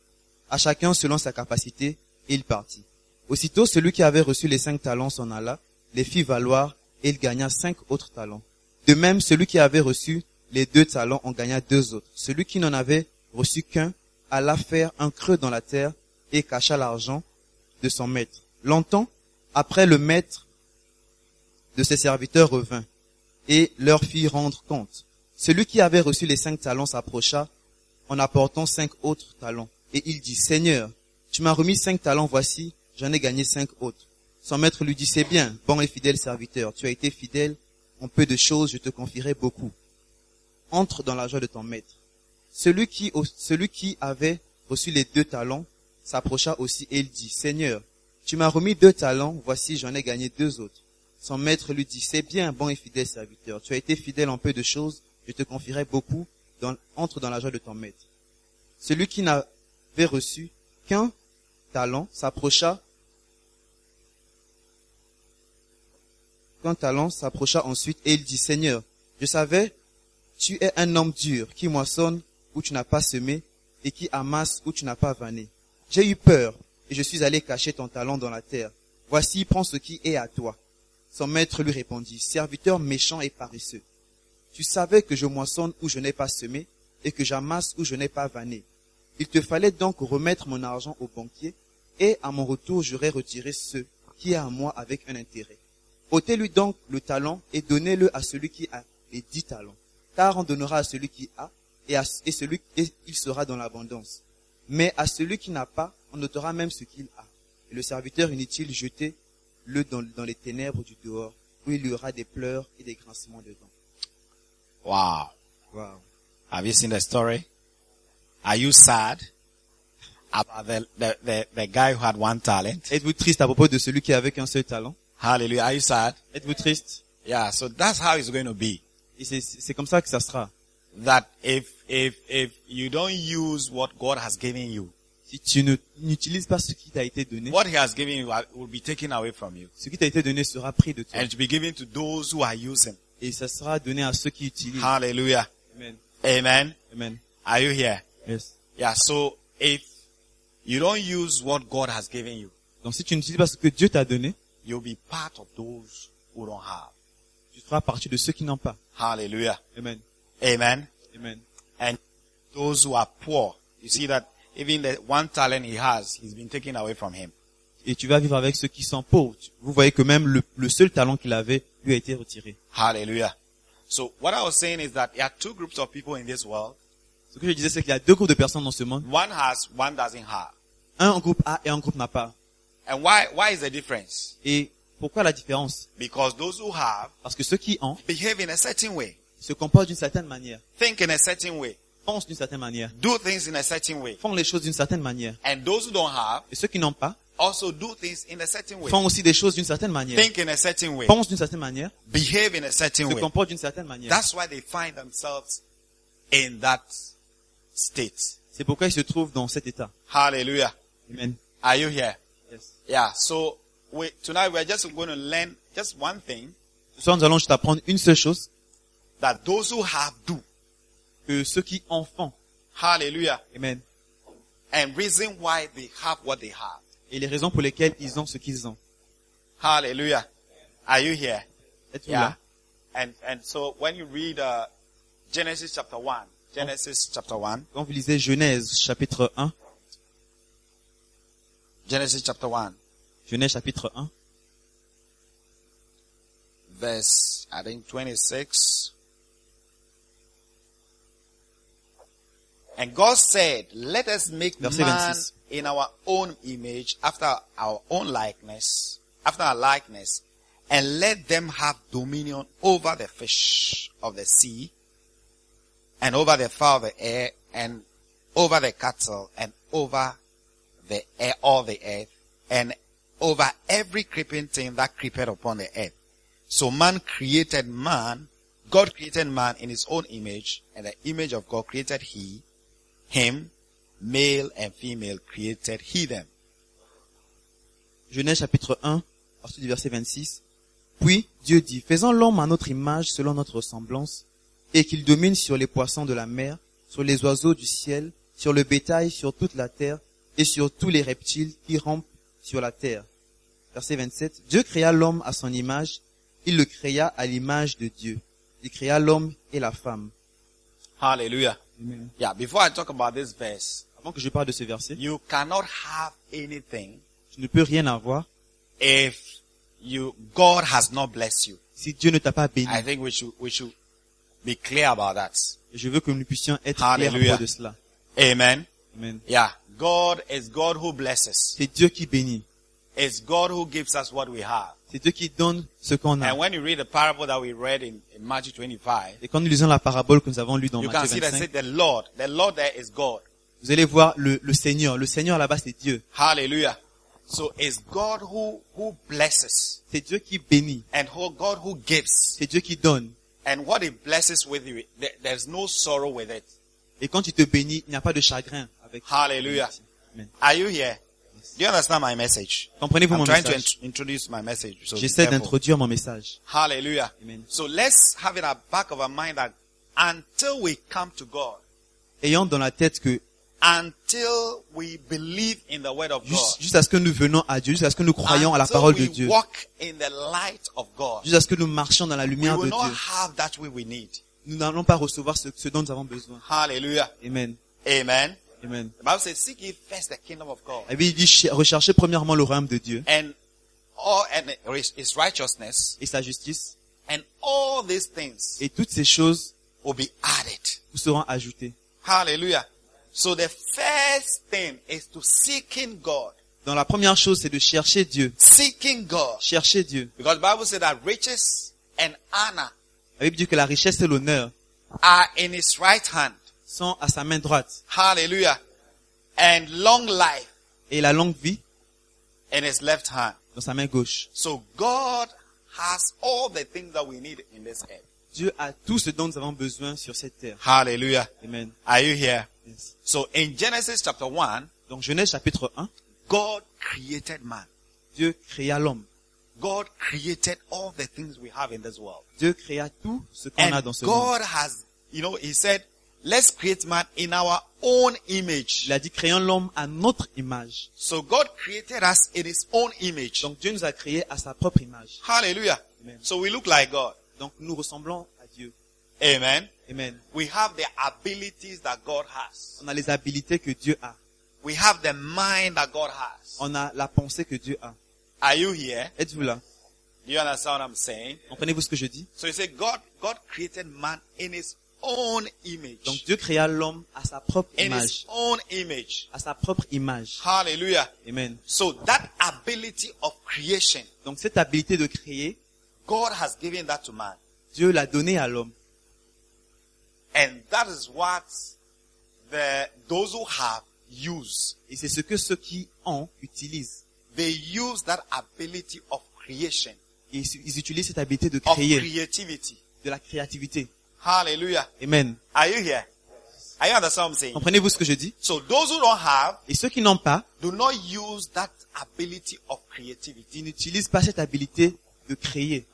[SPEAKER 2] à chacun selon sa capacité, et il partit. Aussitôt celui qui avait reçu les cinq talents s'en alla, les fit valoir et il gagna cinq autres talents. De même celui qui avait reçu les deux talents en gagna deux autres. Celui qui n'en avait reçu qu'un alla faire un creux dans la terre et cacha l'argent de son maître. Longtemps après, le maître de ses serviteurs revint et leur fit rendre compte. Celui qui avait reçu les cinq talents s'approcha en apportant cinq autres talents. Et il dit, Seigneur, tu m'as remis cinq talents, voici, j'en ai gagné cinq autres. Son maître lui dit, c'est bien, bon et fidèle serviteur, tu as été fidèle en peu de choses, je te confierai beaucoup. Entre dans la joie de ton maître. Celui qui, celui qui avait reçu les deux talents s'approcha aussi et il dit, Seigneur, tu m'as remis deux talents, voici j'en ai gagné deux autres. Son maître lui dit, c'est bien, bon et fidèle serviteur, tu as été fidèle en peu de choses, je te confierai beaucoup, dans- entre dans la joie de ton maître. Celui qui n'avait reçu qu'un talent s'approcha qu'un talent s'approcha ensuite et il dit, Seigneur, je savais tu es un homme dur qui moissonne où tu n'as pas semé et qui amasse où tu n'as pas vanné. J'ai eu peur et je suis allé cacher ton talent dans la terre. Voici, prends ce qui est à toi. Son maître lui répondit, serviteur méchant et paresseux. Tu savais que je moissonne où je n'ai pas semé et que j'amasse où je n'ai pas vanné. Il te fallait donc remettre mon argent au banquier et à mon retour j'aurais retiré ce qui est à moi avec un intérêt. Ôtez-lui donc le talent et donnez-le à celui qui a les dix talents. Car on donnera à celui qui a et, à, et celui et il sera dans l'abondance. Mais à celui qui n'a pas, on ôtera même ce qu'il a. Et le serviteur inutile, jetez-le dans, dans les ténèbres du dehors, où il y aura des pleurs et des grincements de dents.
[SPEAKER 4] Wow.
[SPEAKER 2] Wow.
[SPEAKER 4] Have you seen the story? Are you sad about the, the, the, the guy who had one talent?
[SPEAKER 2] Êtes-vous triste à propos de celui qui avait qu'un seul talent
[SPEAKER 4] Hallelujah. Are you sad?
[SPEAKER 2] Êtes-vous triste
[SPEAKER 4] Yeah. So that's how it's going to be.
[SPEAKER 2] Et c'est- c'est comme ça que ça sera.
[SPEAKER 4] That if, if, if you don't use what God has given you,
[SPEAKER 2] Si tu ne- n'utilises pas ce qui t'a été donné,
[SPEAKER 4] what he has given you uh, will be taken away from you
[SPEAKER 2] ce qui t'a été donné sera pris de toi.
[SPEAKER 4] and to be given to those who are using.
[SPEAKER 2] Et ça sera donné à ceux qui utilisent.
[SPEAKER 4] Hallelujah.
[SPEAKER 2] Amen.
[SPEAKER 4] Amen.
[SPEAKER 2] Amen.
[SPEAKER 4] Are you here?
[SPEAKER 2] Yes.
[SPEAKER 4] Yeah. So if you don't use what God has given you,
[SPEAKER 2] Donc si tu n'utilises pas ce que Dieu t'a donné,
[SPEAKER 4] you'll be part of those who don't have.
[SPEAKER 2] tu feras partie de ceux qui n'ont pas.
[SPEAKER 4] Hallelujah.
[SPEAKER 2] Amen.
[SPEAKER 4] Amen.
[SPEAKER 2] Amen.
[SPEAKER 4] And those who are poor, you see that even the one talent he has, he's been taken away from him.
[SPEAKER 2] Et tu vas vivre avec ceux qui sont pauvres. Tu- Vous voyez que même le, le seul talent qu'il avait lui a été retiré.
[SPEAKER 4] Hallelujah. So what I was saying is that there are two groups of people in this world.
[SPEAKER 2] Ce que je disais, c'est qu'il y a deux groupes de personnes dans ce monde.
[SPEAKER 4] One has, one doesn't have.
[SPEAKER 2] Un en groupe A et un groupe n'a pas.
[SPEAKER 4] And why, why is the difference?
[SPEAKER 2] Et pourquoi la différence
[SPEAKER 4] Because those who have
[SPEAKER 2] Parce que ceux qui ont
[SPEAKER 4] behave in a certain way,
[SPEAKER 2] se comportent d'une certaine manière,
[SPEAKER 4] think in a certain way,
[SPEAKER 2] pensent d'une certaine manière,
[SPEAKER 4] do things in a certain way.
[SPEAKER 2] font les choses d'une certaine manière.
[SPEAKER 4] And those who don't have
[SPEAKER 2] Et ceux qui n'ont pas
[SPEAKER 4] also do things in a certain way,
[SPEAKER 2] font aussi des choses d'une certaine manière,
[SPEAKER 4] think in a certain way,
[SPEAKER 2] pensent d'une certaine manière,
[SPEAKER 4] behave in a certain
[SPEAKER 2] se
[SPEAKER 4] way.
[SPEAKER 2] comportent d'une certaine manière.
[SPEAKER 4] That's why they find themselves in that state.
[SPEAKER 2] C'est pourquoi ils se trouvent dans cet état.
[SPEAKER 4] Hallelujah.
[SPEAKER 2] Amen.
[SPEAKER 4] Are you here?
[SPEAKER 2] Yes.
[SPEAKER 4] Yeah. So we, tonight we're just going to learn just one thing
[SPEAKER 2] Ce soir, nous allons juste apprendre une seule chose,
[SPEAKER 4] that those who have do.
[SPEAKER 2] que ceux qui en font,
[SPEAKER 4] Hallelujah.
[SPEAKER 2] Amen,
[SPEAKER 4] And reason why they have what they have.
[SPEAKER 2] et les raisons pour lesquelles ils ont ce qu'ils ont.
[SPEAKER 4] Hallelujah. Are you here?
[SPEAKER 2] Êtes-vous
[SPEAKER 4] Yeah.
[SPEAKER 2] là
[SPEAKER 4] And, and so when you read, uh, Genesis chapter one, Genesis chapter one,
[SPEAKER 2] Quand vous lisez Genèse chapitre 1,
[SPEAKER 4] Genesis chapter one,
[SPEAKER 2] Genèse chapitre 1,
[SPEAKER 4] verse, I think 26. And God said, let us make
[SPEAKER 2] Verset
[SPEAKER 4] man
[SPEAKER 2] 26.
[SPEAKER 4] in our own image, after our own likeness, after our likeness, and let them have dominion over the fish of the sea, and over the fowl of the air, and over the cattle, and over the air, all the earth, and over every creeping thing that creepeth upon the earth. So man created man, God created man in his own image, and the image of God created he, him, male and female created he them.
[SPEAKER 2] Genèse chapitre 1, à partir du verset 26. Puis Dieu dit, faisons l'homme à notre image selon notre ressemblance, et qu'il domine sur les poissons de la mer, sur les oiseaux du ciel, sur le bétail, sur toute la terre, et sur tous les reptiles qui rampent sur la terre. Verset 27. Dieu créa l'homme à son image, il le créa à l'image de Dieu. Il créa l'homme et la femme.
[SPEAKER 4] Hallelujah. Yeah, before I talk about this verse,
[SPEAKER 2] Avant que je parle de ce verset,
[SPEAKER 4] you cannot have anything
[SPEAKER 2] tu ne peux rien avoir
[SPEAKER 4] if you, God has not blessed you.
[SPEAKER 2] si Dieu ne t'a pas béni.
[SPEAKER 4] I think we should, we should be clear about that.
[SPEAKER 2] Je veux que nous puissions être clairs à
[SPEAKER 4] Hallelujah.
[SPEAKER 2] propos de cela.
[SPEAKER 4] Amen.
[SPEAKER 2] Amen.
[SPEAKER 4] Yeah. God is God who blesses.
[SPEAKER 2] C'est Dieu qui bénit.
[SPEAKER 4] It's God who gives us what we have.
[SPEAKER 2] C'est Dieu qui donne ce qu'on a.
[SPEAKER 4] And when you read the parable that we read in, in Matthew 25,
[SPEAKER 2] Et quand nous lisons la parabole que nous avons lue dans
[SPEAKER 4] you can see
[SPEAKER 2] Matthieu
[SPEAKER 4] that said
[SPEAKER 2] 25,
[SPEAKER 4] the Lord, the Lord there is God.
[SPEAKER 2] vous allez voir le, le Seigneur. Le Seigneur là-bas, c'est Dieu.
[SPEAKER 4] Hallelujah. So it's God who, who blesses
[SPEAKER 2] C'est Dieu qui bénit.
[SPEAKER 4] and who, God who gives.
[SPEAKER 2] C'est Dieu qui donne.
[SPEAKER 4] And what he blesses with you, there, there's no sorrow with it.
[SPEAKER 2] Et quand il te bénit, il n'y a pas de chagrin avec
[SPEAKER 4] Hallelujah.
[SPEAKER 2] Amen.
[SPEAKER 4] Are you here? Do you understand my message?
[SPEAKER 2] Comprenez-vous
[SPEAKER 4] I'm
[SPEAKER 2] mon
[SPEAKER 4] trying to
[SPEAKER 2] message?
[SPEAKER 4] int- introduce my message. So be
[SPEAKER 2] J'essaie
[SPEAKER 4] careful.
[SPEAKER 2] d'introduire mon message.
[SPEAKER 4] Hallelujah.
[SPEAKER 2] Amen.
[SPEAKER 4] So let's have in our back of our mind that until we come to God,
[SPEAKER 2] Ayant dans la tête que
[SPEAKER 4] until we believe in the word of God,
[SPEAKER 2] juste, juste à ce que nous venons à Dieu, jusqu'à ce que nous croyons à la
[SPEAKER 4] Until
[SPEAKER 2] parole de
[SPEAKER 4] we
[SPEAKER 2] Dieu,
[SPEAKER 4] walk in the light of God,
[SPEAKER 2] jusqu'à ce que nous marchions dans la
[SPEAKER 4] we
[SPEAKER 2] lumière
[SPEAKER 4] will
[SPEAKER 2] de
[SPEAKER 4] not
[SPEAKER 2] Dieu,
[SPEAKER 4] have that way we need.
[SPEAKER 2] nous n'allons pas recevoir ce, ce dont nous avons besoin.
[SPEAKER 4] Hallelujah.
[SPEAKER 2] Amen.
[SPEAKER 4] Amen.
[SPEAKER 2] Amen.
[SPEAKER 4] The Bible says, seek ye first the kingdom of God
[SPEAKER 2] La Bible dit, ch- recherchez premièrement le royaume de Dieu
[SPEAKER 4] and all and his righteousness
[SPEAKER 2] et sa justice,
[SPEAKER 4] and all these things
[SPEAKER 2] et toutes ces choses
[SPEAKER 4] will be added.
[SPEAKER 2] vous seront ajoutées.
[SPEAKER 4] Hallelujah. So the first thing is to seeking God.
[SPEAKER 2] Donc la première chose, c'est de chercher Dieu.
[SPEAKER 4] Seeking God.
[SPEAKER 2] Chercher Dieu.
[SPEAKER 4] Because the Bible says that riches and honor
[SPEAKER 2] La Bible dit que la richesse et l'honneur
[SPEAKER 4] are in his right hand.
[SPEAKER 2] sont à sa main droite.
[SPEAKER 4] Hallelujah. And long life
[SPEAKER 2] Et la longue vie
[SPEAKER 4] in his left hand.
[SPEAKER 2] dans sa main gauche.
[SPEAKER 4] So God has all the things that we need in this earth.
[SPEAKER 2] Dieu a tout ce dont nous avons besoin sur cette terre.
[SPEAKER 4] Hallelujah.
[SPEAKER 2] Amen.
[SPEAKER 4] Are you here?
[SPEAKER 2] Yes.
[SPEAKER 4] So in Genesis chapter 1,
[SPEAKER 2] Donc Genèse chapitre 1,
[SPEAKER 4] God created man.
[SPEAKER 2] Dieu créa l'homme.
[SPEAKER 4] God created all the things we have in this world.
[SPEAKER 2] Dieu créa tout ce qu'on a
[SPEAKER 4] And
[SPEAKER 2] dans ce monde.
[SPEAKER 4] God has, you know, he said, let's create man in our own image.
[SPEAKER 2] Il a dit créons l'homme à notre image.
[SPEAKER 4] So God created us in his own image.
[SPEAKER 2] Donc Dieu nous a créés à sa propre image.
[SPEAKER 4] Hallelujah.
[SPEAKER 2] Amen.
[SPEAKER 4] So we look like God.
[SPEAKER 2] Donc nous ressemblons à Dieu.
[SPEAKER 4] Amen.
[SPEAKER 2] Amen.
[SPEAKER 4] We have the abilities that God has.
[SPEAKER 2] On a les habilités que Dieu a.
[SPEAKER 4] We have the mind that God has.
[SPEAKER 2] On a la pensée que Dieu a.
[SPEAKER 4] Are you here?
[SPEAKER 2] Êtes-vous là
[SPEAKER 4] Do you understand what I'm saying?
[SPEAKER 2] Comprenez-vous ce que je dis
[SPEAKER 4] So you say God, God created man in his own
[SPEAKER 2] Donc
[SPEAKER 4] image.
[SPEAKER 2] Dieu créa l'homme à sa propre
[SPEAKER 4] In his
[SPEAKER 2] image.
[SPEAKER 4] own image.
[SPEAKER 2] À sa propre image.
[SPEAKER 4] Hallelujah.
[SPEAKER 2] Amen.
[SPEAKER 4] So that ability of creation,
[SPEAKER 2] Donc cette habilité de créer,
[SPEAKER 4] God has given that to man.
[SPEAKER 2] Dieu l'a donnée à l'homme.
[SPEAKER 4] And that is what the, those who have use.
[SPEAKER 2] Et c'est ce que ceux qui en utilisent.
[SPEAKER 4] They use that ability of creation,
[SPEAKER 2] Ils, ils utilisent cette habilité de
[SPEAKER 4] of
[SPEAKER 2] créer,
[SPEAKER 4] creativity.
[SPEAKER 2] de la créativité.
[SPEAKER 4] Hallelujah.
[SPEAKER 2] Amen.
[SPEAKER 4] Are you here? Are you understand what I'm saying?
[SPEAKER 2] Comprenez-vous ce que je dis
[SPEAKER 4] So those who don't have
[SPEAKER 2] Et ceux qui n'ont pas,
[SPEAKER 4] do not use that ability of creativity.
[SPEAKER 2] ils n'utilisent pas cette habilité de créer.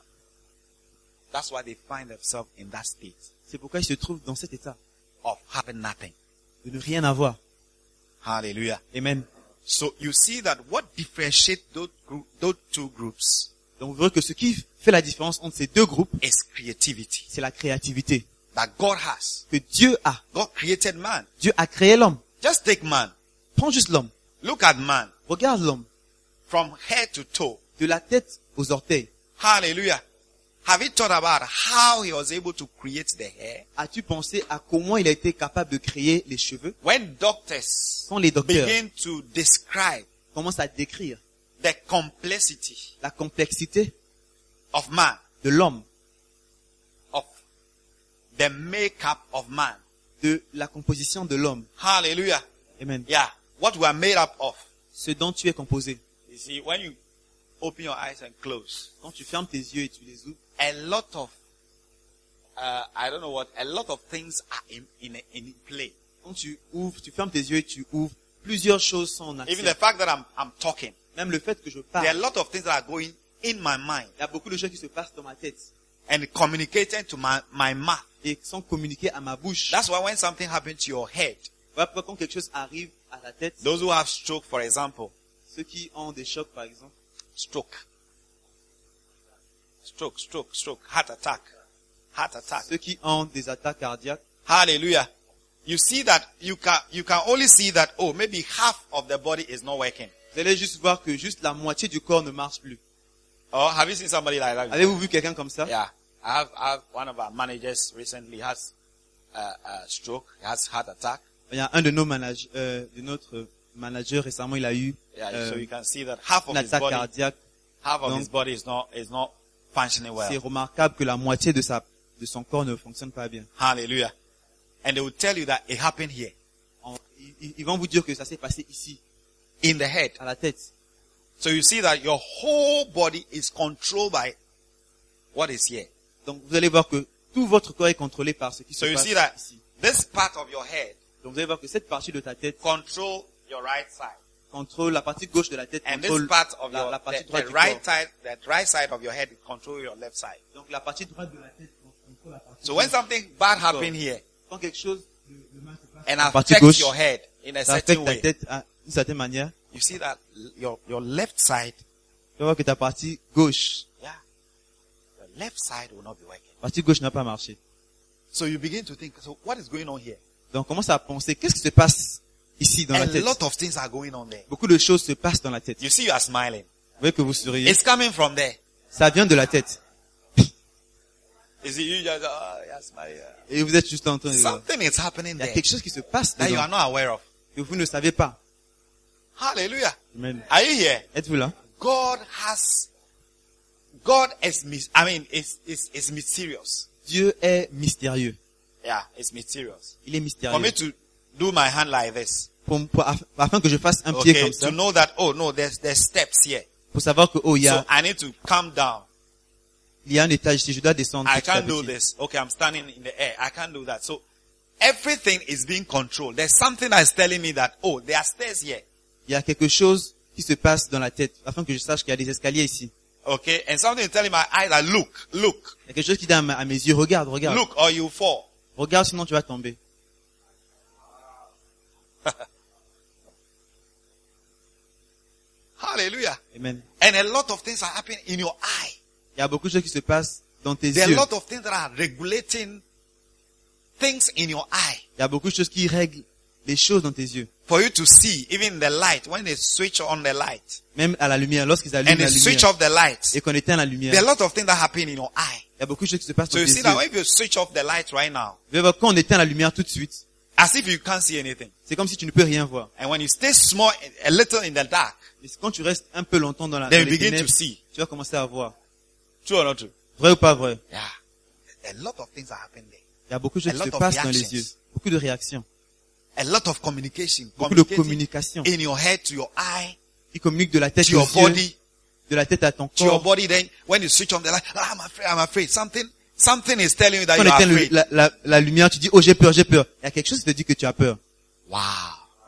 [SPEAKER 4] That's why they find themselves in that state
[SPEAKER 2] C'est pourquoi ils se trouvent dans cet état
[SPEAKER 4] of having nothing.
[SPEAKER 2] de ne rien avoir.
[SPEAKER 4] Hallelujah.
[SPEAKER 2] Amen.
[SPEAKER 4] So you see that what differentiates those, group, those two groups
[SPEAKER 2] Donc vous verrez que ce qui fait la différence entre ces deux groupes,
[SPEAKER 4] is creativity
[SPEAKER 2] c'est la créativité
[SPEAKER 4] that God has.
[SPEAKER 2] que Dieu a.
[SPEAKER 4] God created man.
[SPEAKER 2] Dieu a créé l'homme.
[SPEAKER 4] Just take man.
[SPEAKER 2] Prends juste l'homme.
[SPEAKER 4] Look at man
[SPEAKER 2] Regarde l'homme.
[SPEAKER 4] from head to toe.
[SPEAKER 2] De la tête aux orteils.
[SPEAKER 4] Hallelujah. Have you thought about how he was able to create the hair?
[SPEAKER 2] As-tu pensé à comment il a été capable de créer les cheveux
[SPEAKER 4] When doctors
[SPEAKER 2] Quand les docteurs
[SPEAKER 4] begin to describe
[SPEAKER 2] commencent à décrire
[SPEAKER 4] the complexity
[SPEAKER 2] la complexité
[SPEAKER 4] of man,
[SPEAKER 2] de l'homme,
[SPEAKER 4] of the makeup of man.
[SPEAKER 2] de la composition de l'homme,
[SPEAKER 4] Hallelujah.
[SPEAKER 2] Amen.
[SPEAKER 4] Yeah. What we are made up of.
[SPEAKER 2] ce dont tu es composé,
[SPEAKER 4] You see, when you open your eyes and close,
[SPEAKER 2] quand tu fermes tes yeux et tu les ouvres,
[SPEAKER 4] a lot of, uh, I don't know what, a lot of things are in, in, in play.
[SPEAKER 2] quand tu ouvres, tu fermes tes yeux et tu ouvres, plusieurs choses sont en action.
[SPEAKER 4] Even the fact that I'm, I'm talking,
[SPEAKER 2] Même le fait que je
[SPEAKER 4] there are a
[SPEAKER 2] parle,
[SPEAKER 4] lot of things that are going in my mind
[SPEAKER 2] il y a beaucoup de choses qui se passent dans ma tête
[SPEAKER 4] and communicating to my, my mouth.
[SPEAKER 2] et qui sont communiquées à ma bouche.
[SPEAKER 4] That's why when something happens to your head,
[SPEAKER 2] Voilà pourquoi quand quelque chose arrive à la tête,
[SPEAKER 4] those who have stroke, for example,
[SPEAKER 2] ceux qui ont des chocs par exemple,
[SPEAKER 4] stroke, stroke, stroke, stroke, heart attack, heart attack.
[SPEAKER 2] ceux qui ont des attaques cardiaques,
[SPEAKER 4] Hallelujah. You see that you can you can only see that oh maybe half of the body is not working.
[SPEAKER 2] vous allez juste voir que juste la moitié du corps ne marche plus.
[SPEAKER 4] Oh, have you seen somebody like that? before?
[SPEAKER 2] Avez-vous vu quelqu'un comme ça
[SPEAKER 4] Yeah, I have, I have one of our managers recently has uh, a stroke, has heart attack.
[SPEAKER 2] Il y a un de nos managers, de notre manager récemment, il a eu
[SPEAKER 4] Yeah,
[SPEAKER 2] euh,
[SPEAKER 4] so you can see that half of
[SPEAKER 2] une
[SPEAKER 4] his
[SPEAKER 2] attaque
[SPEAKER 4] body,
[SPEAKER 2] cardiaque.
[SPEAKER 4] half of
[SPEAKER 2] Donc-
[SPEAKER 4] his body is not is not functioning
[SPEAKER 2] C'est
[SPEAKER 4] well.
[SPEAKER 2] remarquable que la moitié de sa de son corps ne fonctionne pas bien.
[SPEAKER 4] Hallelujah. And they will tell you that it happened here
[SPEAKER 2] En- ils, ils vont vous dire que ça s'est passé ici,
[SPEAKER 4] in the head.
[SPEAKER 2] à la tête.
[SPEAKER 4] So you see that your whole body is controlled by what is here.
[SPEAKER 2] Donc vous allez voir que tout votre corps est contrôlé par ce qui
[SPEAKER 4] So
[SPEAKER 2] se
[SPEAKER 4] you
[SPEAKER 2] passe
[SPEAKER 4] see that
[SPEAKER 2] ici.
[SPEAKER 4] this part of your head
[SPEAKER 2] Donc vous allez voir que cette partie de ta tête
[SPEAKER 4] control your right side,
[SPEAKER 2] contrôle la partie gauche de la tête,
[SPEAKER 4] and
[SPEAKER 2] contrôle
[SPEAKER 4] this part of
[SPEAKER 2] la,
[SPEAKER 4] your
[SPEAKER 2] la partie
[SPEAKER 4] the,
[SPEAKER 2] droite
[SPEAKER 4] the
[SPEAKER 2] du
[SPEAKER 4] right
[SPEAKER 2] corps.
[SPEAKER 4] side, that right side of your head control your left side.
[SPEAKER 2] Donc la partie droite de la tête contrôle la partie
[SPEAKER 4] So when
[SPEAKER 2] gauche.
[SPEAKER 4] something bad happened here,
[SPEAKER 2] Quand quelque chose de, de mal se passe,
[SPEAKER 4] and
[SPEAKER 2] la partie
[SPEAKER 4] affects
[SPEAKER 2] gauche,
[SPEAKER 4] your head in a
[SPEAKER 2] ça
[SPEAKER 4] certain
[SPEAKER 2] affecte ta
[SPEAKER 4] way,
[SPEAKER 2] tête à- d'une certaine manière.
[SPEAKER 4] you see that your your left side,
[SPEAKER 2] Tu vas voir que ta partie gauche,
[SPEAKER 4] yeah, your left side will not be working.
[SPEAKER 2] la partie gauche n'a pas marché.
[SPEAKER 4] So you begin to think, so what is going on here?
[SPEAKER 2] Donc commence à penser, qu'est-ce qui se passe ici dans
[SPEAKER 4] And
[SPEAKER 2] la
[SPEAKER 4] a
[SPEAKER 2] tête
[SPEAKER 4] lot of things are going on there.
[SPEAKER 2] Beaucoup de choses se passent dans la tête.
[SPEAKER 4] You see, you are smiling.
[SPEAKER 2] Vous voyez que vous souriez.
[SPEAKER 4] It's coming from there.
[SPEAKER 2] Ça vient de la tête.
[SPEAKER 4] You see, you just oh, you are smiling.
[SPEAKER 2] Et vous êtes juste en train de... Il
[SPEAKER 4] Something is happening
[SPEAKER 2] y a
[SPEAKER 4] there
[SPEAKER 2] quelque chose qui se passe
[SPEAKER 4] that you
[SPEAKER 2] dedans
[SPEAKER 4] are not aware of.
[SPEAKER 2] que vous ne savez pas.
[SPEAKER 4] Hallelujah.
[SPEAKER 2] Amen.
[SPEAKER 4] Are you here?
[SPEAKER 2] Êtes-vous là
[SPEAKER 4] God has. God is. mys- I mean, is is is mysterious.
[SPEAKER 2] Dieu est mystérieux.
[SPEAKER 4] Yeah, it's mysterious.
[SPEAKER 2] Il est
[SPEAKER 4] For me
[SPEAKER 2] mystérieux.
[SPEAKER 4] to do my hand like this,
[SPEAKER 2] Pour- pour- af- afin que je fasse un pied
[SPEAKER 4] okay,
[SPEAKER 2] comme ça,
[SPEAKER 4] to know that, oh no, there's, there's steps here.
[SPEAKER 2] pour savoir que, oh, il y
[SPEAKER 4] So
[SPEAKER 2] a,
[SPEAKER 4] I need to come down.
[SPEAKER 2] il y a un étage ici, je dois descendre.
[SPEAKER 4] I
[SPEAKER 2] petit à
[SPEAKER 4] can't do
[SPEAKER 2] petit.
[SPEAKER 4] this. Okay, I'm standing in the air. I can't do that. So everything is being controlled. There's something that is telling me that, oh, there are stairs here.
[SPEAKER 2] Il y a quelque chose qui se passe dans la tête, afin que je sache qu'il y a des escaliers ici.
[SPEAKER 4] Okay, and something is telling my eye that, look, look,
[SPEAKER 2] Il y a quelque chose qui dit à, ma- à mes yeux, regarde, regarde,
[SPEAKER 4] look, or you fall.
[SPEAKER 2] regarde, sinon tu vas tomber.
[SPEAKER 4] Hallelujah.
[SPEAKER 2] Amen.
[SPEAKER 4] And a lot of things are happening in your eye.
[SPEAKER 2] Il y a beaucoup de choses qui se passent dans tes
[SPEAKER 4] There are
[SPEAKER 2] yeux.
[SPEAKER 4] a lot of things that are regulating things in your eye
[SPEAKER 2] Il y a beaucoup de choses qui règlent les choses dans tes yeux.
[SPEAKER 4] for you to see, even the light, when they switch on the light
[SPEAKER 2] Même à la lumière, lorsqu'ils allument
[SPEAKER 4] and they
[SPEAKER 2] la
[SPEAKER 4] switch
[SPEAKER 2] lumière
[SPEAKER 4] off the light.
[SPEAKER 2] et qu'on éteint la
[SPEAKER 4] There
[SPEAKER 2] lumière,
[SPEAKER 4] are a lot of things that happen in your eye.
[SPEAKER 2] il y a beaucoup de choses qui se passent
[SPEAKER 4] So
[SPEAKER 2] dans
[SPEAKER 4] you
[SPEAKER 2] tes
[SPEAKER 4] see
[SPEAKER 2] yeux.
[SPEAKER 4] that when you switch off the light right now,
[SPEAKER 2] Vous allez voir, Quand on éteint la lumière tout de suite,
[SPEAKER 4] as if you can't see anything.
[SPEAKER 2] c'est comme si tu ne peux rien voir.
[SPEAKER 4] And when you stay small, a little in the dark,
[SPEAKER 2] Mais quand tu restes un peu longtemps dans la
[SPEAKER 4] Then you
[SPEAKER 2] dans les
[SPEAKER 4] begin
[SPEAKER 2] ténèbres,
[SPEAKER 4] to see.
[SPEAKER 2] tu vas commencer à voir.
[SPEAKER 4] true or not true?
[SPEAKER 2] Vrai ou pas vrai
[SPEAKER 4] Yeah. A lot of things are happening there.
[SPEAKER 2] Il y a beaucoup de
[SPEAKER 4] A
[SPEAKER 2] choses qui
[SPEAKER 4] lot
[SPEAKER 2] se
[SPEAKER 4] of
[SPEAKER 2] passent dans les
[SPEAKER 4] reactions.
[SPEAKER 2] yeux. Beaucoup de réactions.
[SPEAKER 4] A lot of communication.
[SPEAKER 2] Beaucoup de
[SPEAKER 4] communicating
[SPEAKER 2] communication.
[SPEAKER 4] In your head, to your eye,
[SPEAKER 2] Ils communiquent de la tête
[SPEAKER 4] to your
[SPEAKER 2] aux yeux,
[SPEAKER 4] body,
[SPEAKER 2] de la tête à ton
[SPEAKER 4] to your
[SPEAKER 2] corps.
[SPEAKER 4] body. Then when you switch on the light, "Ah, I'm afraid, I'm afraid. Something, something is telling you that
[SPEAKER 2] Quand on
[SPEAKER 4] you are
[SPEAKER 2] éteint le-
[SPEAKER 4] afraid.
[SPEAKER 2] la, la- la lumière, tu dis, oh j'ai peur, j'ai peur. Il y a quelque chose qui te dit que tu as peur.
[SPEAKER 4] Wow.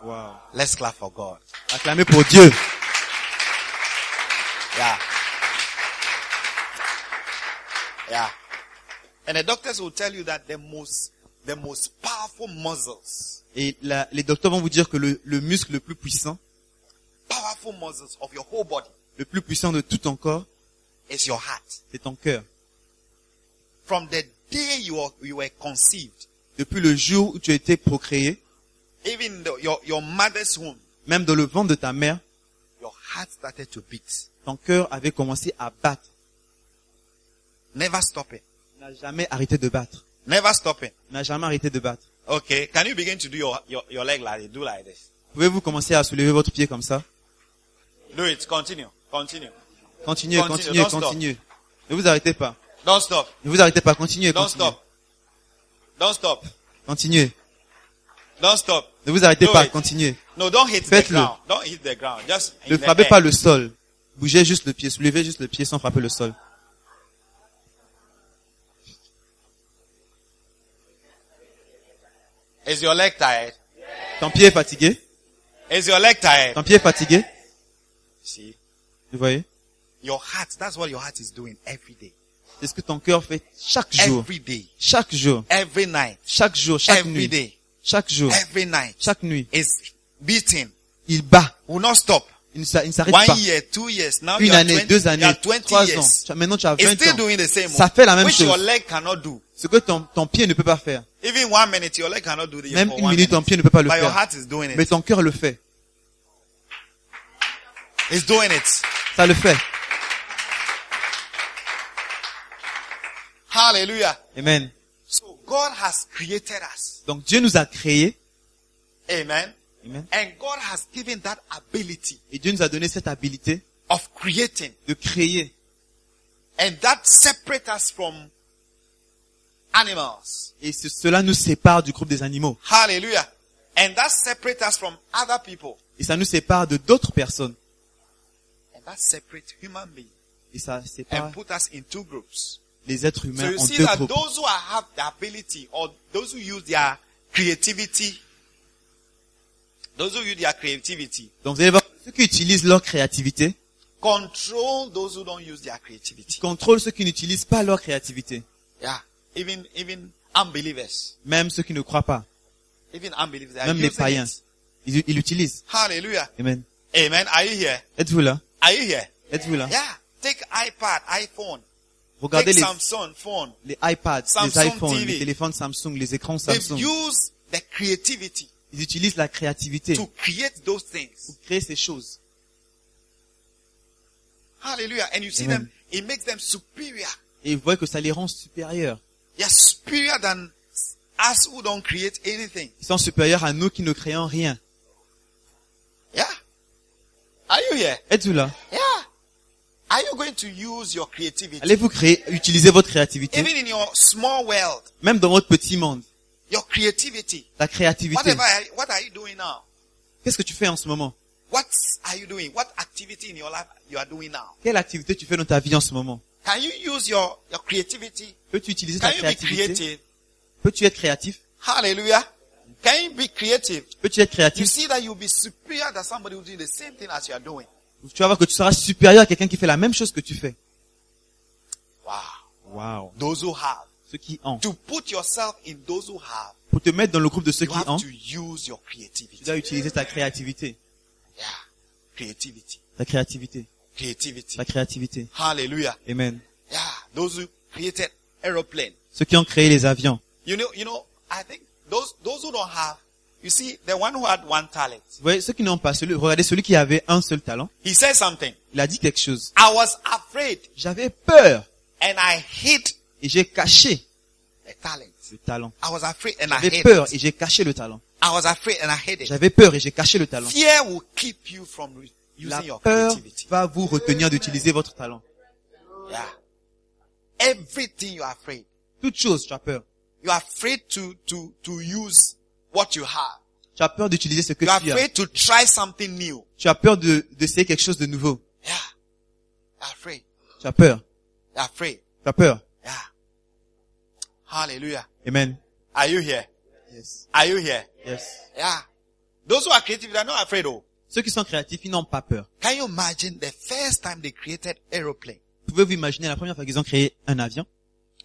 [SPEAKER 2] Wow.
[SPEAKER 4] Let's clap for God.
[SPEAKER 2] Acclamez pour Dieu.
[SPEAKER 4] Yeah. Yeah. And the doctors will tell you that the most, the most powerful muscles,
[SPEAKER 2] Et la- les docteurs vont vous dire que le, le muscle le plus puissant,
[SPEAKER 4] powerful muscles of your whole body
[SPEAKER 2] le plus puissant de tout ton corps,
[SPEAKER 4] is your heart.
[SPEAKER 2] c'est ton cœur.
[SPEAKER 4] From the day you were, you were conceived,
[SPEAKER 2] Depuis le jour où tu as été procréé,
[SPEAKER 4] even though your, your mother's womb,
[SPEAKER 2] même dans le ventre de ta mère,
[SPEAKER 4] your heart started to beat.
[SPEAKER 2] ton cœur avait commencé à battre.
[SPEAKER 4] Never stopping.
[SPEAKER 2] Il n'a jamais arrêté de battre.
[SPEAKER 4] Never stopping.
[SPEAKER 2] Il n'a jamais arrêté de battre.
[SPEAKER 4] Okay. Can you begin to do your, your, your leg like this? Do like this.
[SPEAKER 2] Pouvez-vous commencer à soulever votre pied comme ça
[SPEAKER 4] Do it. Continue. Continue. Continue,
[SPEAKER 2] Continuez, continuez,
[SPEAKER 4] don't stop.
[SPEAKER 2] continuez. Ne vous arrêtez pas.
[SPEAKER 4] Don't stop.
[SPEAKER 2] Ne vous arrêtez pas. Continuez,
[SPEAKER 4] Don't
[SPEAKER 2] continuez.
[SPEAKER 4] stop. Don't stop.
[SPEAKER 2] Continuez.
[SPEAKER 4] Don't stop.
[SPEAKER 2] Ne vous arrêtez
[SPEAKER 4] Do
[SPEAKER 2] pas.
[SPEAKER 4] it.
[SPEAKER 2] Continuez.
[SPEAKER 4] No, don't hit the
[SPEAKER 2] Faites-le.
[SPEAKER 4] ground. Don't hit the ground. Just in
[SPEAKER 2] Ne
[SPEAKER 4] the
[SPEAKER 2] frappez
[SPEAKER 4] air.
[SPEAKER 2] pas le sol. Bougez juste le pied. Soulevez juste le pied sans frapper le sol.
[SPEAKER 4] Is your leg tired?
[SPEAKER 2] Ton pied est fatigué.
[SPEAKER 4] Is your leg tired?
[SPEAKER 2] Ton pied est fatigué.
[SPEAKER 4] See,
[SPEAKER 2] Vous voyez
[SPEAKER 4] your heart. That's what your heart is doing every day,
[SPEAKER 2] C'est ce que ton cœur fait chaque jour.
[SPEAKER 4] every day,
[SPEAKER 2] Chaque jour.
[SPEAKER 4] every night,
[SPEAKER 2] Chaque jour. Chaque
[SPEAKER 4] every
[SPEAKER 2] nuit.
[SPEAKER 4] day,
[SPEAKER 2] Chaque jour.
[SPEAKER 4] every night.
[SPEAKER 2] Chaque nuit.
[SPEAKER 4] It's beating.
[SPEAKER 2] Il bat.
[SPEAKER 4] Will not stop.
[SPEAKER 2] Il ne s'a- il ne s'arrête
[SPEAKER 4] One
[SPEAKER 2] pas.
[SPEAKER 4] year, two years. Now
[SPEAKER 2] Une
[SPEAKER 4] you are
[SPEAKER 2] année,
[SPEAKER 4] 20,
[SPEAKER 2] deux
[SPEAKER 4] you
[SPEAKER 2] années,
[SPEAKER 4] are 20
[SPEAKER 2] trois ans.
[SPEAKER 4] years.
[SPEAKER 2] Tu as- Maintenant, tu as
[SPEAKER 4] It's
[SPEAKER 2] 20
[SPEAKER 4] still
[SPEAKER 2] ans.
[SPEAKER 4] doing the same. oh.
[SPEAKER 2] Ça fait la même
[SPEAKER 4] which your
[SPEAKER 2] chose.
[SPEAKER 4] leg cannot do.
[SPEAKER 2] Ce que ton, ton pied ne peut pas faire.
[SPEAKER 4] Even one minute, your leg cannot do the
[SPEAKER 2] Même
[SPEAKER 4] for
[SPEAKER 2] une
[SPEAKER 4] one
[SPEAKER 2] minute, ton
[SPEAKER 4] minute.
[SPEAKER 2] pied ne peut pas le
[SPEAKER 4] But your
[SPEAKER 2] faire.
[SPEAKER 4] heart is doing
[SPEAKER 2] Mais
[SPEAKER 4] it.
[SPEAKER 2] ton cœur le fait.
[SPEAKER 4] It's doing it.
[SPEAKER 2] Ça le fait.
[SPEAKER 4] Hallelujah.
[SPEAKER 2] Amen.
[SPEAKER 4] So God has created us.
[SPEAKER 2] Donc Dieu nous a créés.
[SPEAKER 4] Amen.
[SPEAKER 2] Amen.
[SPEAKER 4] And God has given that ability
[SPEAKER 2] Et Dieu nous a donné cette habilité
[SPEAKER 4] of creating.
[SPEAKER 2] de créer.
[SPEAKER 4] And that separates us from animals.
[SPEAKER 2] Et ce- cela nous sépare du groupe des animaux.
[SPEAKER 4] Hallelujah. And that separates us from other people.
[SPEAKER 2] Et ça nous sépare de d'autres personnes.
[SPEAKER 4] And that separates human beings.
[SPEAKER 2] Et ça
[SPEAKER 4] And
[SPEAKER 2] sépare
[SPEAKER 4] put us in two groups.
[SPEAKER 2] les êtres
[SPEAKER 4] So
[SPEAKER 2] humains
[SPEAKER 4] you
[SPEAKER 2] en
[SPEAKER 4] see
[SPEAKER 2] deux
[SPEAKER 4] that
[SPEAKER 2] groupes.
[SPEAKER 4] those who are- have the ability or those who use their creativity, those who use their creativity,
[SPEAKER 2] Donc vous allez voir, ceux qui utilisent leur créativité
[SPEAKER 4] control those who don't use their creativity.
[SPEAKER 2] contrôlent ceux qui n'utilisent pas leur créativité.
[SPEAKER 4] Yeah. Even, even unbelievers.
[SPEAKER 2] Même ceux qui ne croient pas.
[SPEAKER 4] Even unbelievers. They are
[SPEAKER 2] Même les
[SPEAKER 4] using
[SPEAKER 2] païens.
[SPEAKER 4] it.
[SPEAKER 2] Ils, ils l'utilisent.
[SPEAKER 4] Hallelujah.
[SPEAKER 2] Amen.
[SPEAKER 4] Amen. Are you here?
[SPEAKER 2] Êtes-vous là?
[SPEAKER 4] Are you here?
[SPEAKER 2] Êtes-vous là?
[SPEAKER 4] Yeah. Take iPad, iPhone.
[SPEAKER 2] Regardez
[SPEAKER 4] Take
[SPEAKER 2] les,
[SPEAKER 4] Samsung phone.
[SPEAKER 2] les iPads,
[SPEAKER 4] Samsung
[SPEAKER 2] les iPhones,
[SPEAKER 4] TV.
[SPEAKER 2] les téléphones Samsung, les écrans
[SPEAKER 4] They've
[SPEAKER 2] Samsung.
[SPEAKER 4] used the creativity
[SPEAKER 2] Ils utilisent la créativité
[SPEAKER 4] to create those things.
[SPEAKER 2] pour créer ces choses.
[SPEAKER 4] Hallelujah. And you see
[SPEAKER 2] Amen.
[SPEAKER 4] them, it makes them superior.
[SPEAKER 2] Et vous voyez que ça les rend supérieurs.
[SPEAKER 4] They are superior than us who don't create anything.
[SPEAKER 2] Ils sont supérieurs à nous qui ne créons rien.
[SPEAKER 4] Yeah. Are you here?
[SPEAKER 2] Êtes-vous là?
[SPEAKER 4] Yeah. Are you going to use your creativity?
[SPEAKER 2] Eh Allez-vous créer, utiliser votre créativité,
[SPEAKER 4] Even in your small world,
[SPEAKER 2] même dans votre petit monde.
[SPEAKER 4] Your creativity.
[SPEAKER 2] ta créativité.
[SPEAKER 4] Whatever, I- what are you doing now?
[SPEAKER 2] Qu'est-ce que tu fais en ce moment
[SPEAKER 4] What are you doing? What activity in your life you are doing now?
[SPEAKER 2] Quelle activité tu fais dans ta vie en ce moment
[SPEAKER 4] Can you use your, your creativity?
[SPEAKER 2] Peux-tu utiliser ta
[SPEAKER 4] Can you be
[SPEAKER 2] créativité
[SPEAKER 4] creative?
[SPEAKER 2] Peux-tu être créatif
[SPEAKER 4] Hallelujah. Can you be creative?
[SPEAKER 2] Peux-tu être
[SPEAKER 4] You
[SPEAKER 2] créatif
[SPEAKER 4] see that you'll be superior than somebody who's doing the same thing as you are doing.
[SPEAKER 2] Tu vas voir que tu seras supérieur à quelqu'un qui fait la même chose que tu fais.
[SPEAKER 4] Wow.
[SPEAKER 2] Wow.
[SPEAKER 4] Those who have.
[SPEAKER 2] Ceux qui ont.
[SPEAKER 4] To put yourself in those who have,
[SPEAKER 2] Pour te mettre dans le groupe de ceux
[SPEAKER 4] you
[SPEAKER 2] qui
[SPEAKER 4] have
[SPEAKER 2] ont,
[SPEAKER 4] to use your
[SPEAKER 2] tu
[SPEAKER 4] creativity.
[SPEAKER 2] dois utiliser ta créativité.
[SPEAKER 4] Yeah. Creativity.
[SPEAKER 2] Ta créativité.
[SPEAKER 4] Creativity.
[SPEAKER 2] Ta créativité.
[SPEAKER 4] Hallelujah.
[SPEAKER 2] Amen.
[SPEAKER 4] Yeah. Those who created aeroplane.
[SPEAKER 2] Ceux qui ont créé les avions.
[SPEAKER 4] You know, you know, I think those, those who don't have, you see, the one who had one talent,
[SPEAKER 2] Vous voyez, ceux qui n'ont pas celui, regardez celui qui avait un seul talent.
[SPEAKER 4] he said something.
[SPEAKER 2] Il a dit quelque chose.
[SPEAKER 4] I was afraid
[SPEAKER 2] J'avais peur
[SPEAKER 4] and I hid
[SPEAKER 2] et j'ai caché
[SPEAKER 4] the talent.
[SPEAKER 2] le talent.
[SPEAKER 4] I was afraid and I
[SPEAKER 2] J'avais
[SPEAKER 4] hid
[SPEAKER 2] peur
[SPEAKER 4] it.
[SPEAKER 2] et j'ai caché le talent.
[SPEAKER 4] I was afraid and I hid it.
[SPEAKER 2] J'avais peur et j'ai caché le talent.
[SPEAKER 4] Fear will keep you from re-
[SPEAKER 2] La
[SPEAKER 4] using your
[SPEAKER 2] peur
[SPEAKER 4] creativity.
[SPEAKER 2] va vous retenir d'utiliser votre talent.
[SPEAKER 4] Yeah. Everything you are afraid.
[SPEAKER 2] Toute chose, tu as peur.
[SPEAKER 4] You are afraid to, to, to use what you have.
[SPEAKER 2] Tu as peur d'utiliser ce que
[SPEAKER 4] You are
[SPEAKER 2] tu as.
[SPEAKER 4] afraid to try something new.
[SPEAKER 2] Tu as peur de d'essayer quelque chose de nouveau.
[SPEAKER 4] Yeah. You are afraid.
[SPEAKER 2] Tu as peur.
[SPEAKER 4] You are afraid.
[SPEAKER 2] Tu as peur.
[SPEAKER 4] Yeah. Hallelujah.
[SPEAKER 2] Amen.
[SPEAKER 4] Are you here?
[SPEAKER 2] Yes.
[SPEAKER 4] Are you here?
[SPEAKER 2] Yes.
[SPEAKER 4] Yeah. Those who are creative, they are not afraid oh.
[SPEAKER 2] Ceux qui sont créatifs, ils n'ont pas peur.
[SPEAKER 4] Can you imagine the first time they created aeroplane?
[SPEAKER 2] Pouvez-vous imaginer la première fois qu'ils ont créé un avion?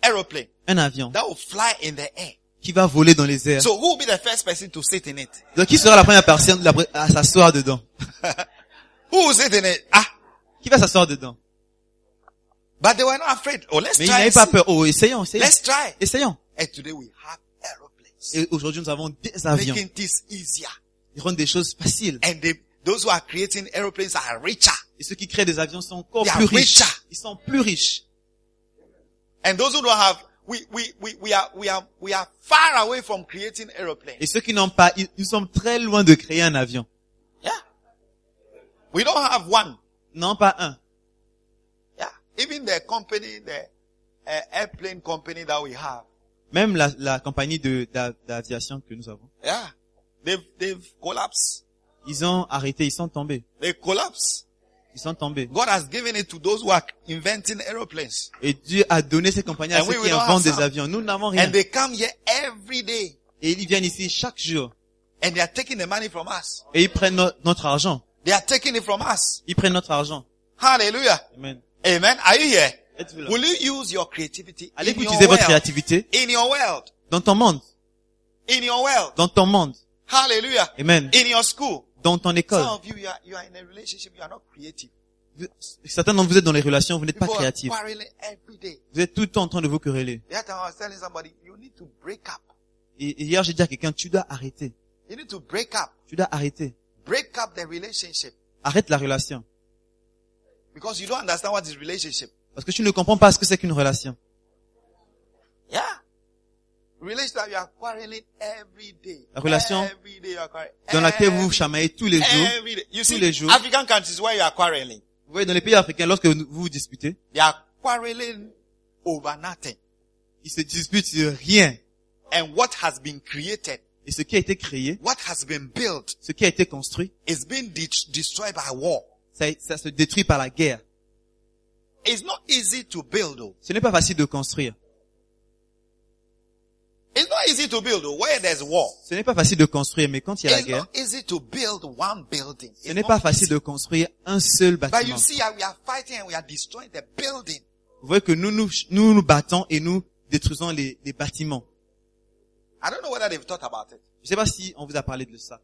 [SPEAKER 4] Aeroplane
[SPEAKER 2] Un avion
[SPEAKER 4] that will fly in the air.
[SPEAKER 2] qui va voler dans les airs.
[SPEAKER 4] So who will be the first person to sit in it?
[SPEAKER 2] Donc, qui sera la première personne la pre- à s'asseoir dedans?
[SPEAKER 4] Who will sit in it? Ah,
[SPEAKER 2] Qui va s'asseoir dedans?
[SPEAKER 4] but they were not afraid. Oh, let's
[SPEAKER 2] Mais ils
[SPEAKER 4] try.
[SPEAKER 2] n'avaient
[SPEAKER 4] and
[SPEAKER 2] pas
[SPEAKER 4] see.
[SPEAKER 2] peur. Oh, essayons, essayons.
[SPEAKER 4] Let's try.
[SPEAKER 2] Essayons.
[SPEAKER 4] And today we have aeroplanes,
[SPEAKER 2] Et aujourd'hui, nous avons des avions.
[SPEAKER 4] making things easier.
[SPEAKER 2] Ils rendent des choses faciles.
[SPEAKER 4] And they, those who are creating aeroplanes are richer.
[SPEAKER 2] Et ceux qui créent des avions sont encore
[SPEAKER 4] They are
[SPEAKER 2] plus riches.
[SPEAKER 4] richer.
[SPEAKER 2] Ils sont plus riches.
[SPEAKER 4] And those who don't have, we, we, we, we are, we are, we are far away from creating aeroplanes.
[SPEAKER 2] Et ceux qui n'ont pas, ils, nous sommes très loin de créer un avion.
[SPEAKER 4] Yeah. We don't have one.
[SPEAKER 2] Non, pas un.
[SPEAKER 4] Yeah. Even the company, the uh, airplane company that we have.
[SPEAKER 2] Même la, la compagnie de d'a- d'aviation que nous avons.
[SPEAKER 4] Yeah. They've, they've collapsed.
[SPEAKER 2] Ils ont arrêté, ils sont tombés.
[SPEAKER 4] They collapsed.
[SPEAKER 2] Ils sont tombés.
[SPEAKER 4] God has given it to those who are inventing aeroplanes.
[SPEAKER 2] Et Dieu a donné ces compagnies à
[SPEAKER 4] And we
[SPEAKER 2] ceux
[SPEAKER 4] will
[SPEAKER 2] qui
[SPEAKER 4] not
[SPEAKER 2] inventent
[SPEAKER 4] have
[SPEAKER 2] des
[SPEAKER 4] some.
[SPEAKER 2] avions. Nous n'avons rien.
[SPEAKER 4] And they come here every day
[SPEAKER 2] Et ils viennent ici chaque jour.
[SPEAKER 4] and they are taking the money from us.
[SPEAKER 2] Et ils prennent no- notre argent.
[SPEAKER 4] They are taking it from us.
[SPEAKER 2] Ils prennent notre argent.
[SPEAKER 4] Hallelujah.
[SPEAKER 2] Amen.
[SPEAKER 4] Amen. Are you here?
[SPEAKER 2] Êtes-vous là?
[SPEAKER 4] Will you use your creativity
[SPEAKER 2] Allez
[SPEAKER 4] in your,
[SPEAKER 2] utiliser votre
[SPEAKER 4] world?
[SPEAKER 2] créativité
[SPEAKER 4] in your world?
[SPEAKER 2] dans ton monde.
[SPEAKER 4] In your world?
[SPEAKER 2] Dans ton monde.
[SPEAKER 4] Hallelujah.
[SPEAKER 2] Amen.
[SPEAKER 4] In your school?
[SPEAKER 2] Dans ton école.
[SPEAKER 4] Some of you, you are, you are in a relationship, you are not creative.
[SPEAKER 2] Vous- Certains d'entre vous êtes dans les relations, vous n'êtes pas
[SPEAKER 4] People are
[SPEAKER 2] créatif.
[SPEAKER 4] quarreling every day.
[SPEAKER 2] Vous êtes tout le temps en train de vous quereller.
[SPEAKER 4] That time I was telling somebody, you need to break up.
[SPEAKER 2] Et et hier, j'ai dit à quelqu'un, tu dois arrêter.
[SPEAKER 4] You need to break up.
[SPEAKER 2] Tu dois arrêter.
[SPEAKER 4] Break up the relationship.
[SPEAKER 2] Arrête la relation.
[SPEAKER 4] Because you don't understand what is relationship.
[SPEAKER 2] Parce que tu ne comprends pas ce que c'est qu'une relation.
[SPEAKER 4] Yeah. Relationship, you are quarreling every day.
[SPEAKER 2] La relation
[SPEAKER 4] every day you are quarreling.
[SPEAKER 2] Dans laquelle vous vous
[SPEAKER 4] Every-
[SPEAKER 2] chamaillez tous les jours.
[SPEAKER 4] every day. You
[SPEAKER 2] tous
[SPEAKER 4] see,
[SPEAKER 2] les jours.
[SPEAKER 4] African countries where you are quarreling,
[SPEAKER 2] Vous voyez, dans les pays africains, lorsque vous vous disputez,
[SPEAKER 4] they are quarreling over nothing.
[SPEAKER 2] ils se disputent sur rien.
[SPEAKER 4] And what has been created,
[SPEAKER 2] Et ce qui a été créé,
[SPEAKER 4] what has been built,
[SPEAKER 2] ce qui a été construit,
[SPEAKER 4] is being de- destroyed by war.
[SPEAKER 2] ça, ça se détruit par la guerre.
[SPEAKER 4] It's not easy to build though.
[SPEAKER 2] Ce n'est pas facile de construire.
[SPEAKER 4] It's not easy to build though, where there's war.
[SPEAKER 2] Ce n'est pas facile de construire, mais quand il y a la
[SPEAKER 4] It's
[SPEAKER 2] guerre,
[SPEAKER 4] not easy to build one building.
[SPEAKER 2] ce
[SPEAKER 4] It's
[SPEAKER 2] n'est
[SPEAKER 4] not
[SPEAKER 2] pas facile
[SPEAKER 4] easy.
[SPEAKER 2] de construire un seul
[SPEAKER 4] But you
[SPEAKER 2] bâtiment.
[SPEAKER 4] see, uh, we are fighting and we are destroying the building.
[SPEAKER 2] Vous voyez que nous nous, nous, nous battons et nous détruisons les, les bâtiments.
[SPEAKER 4] I don't know whether they've thought about it.
[SPEAKER 2] Je ne sais pas si on vous a parlé de ça.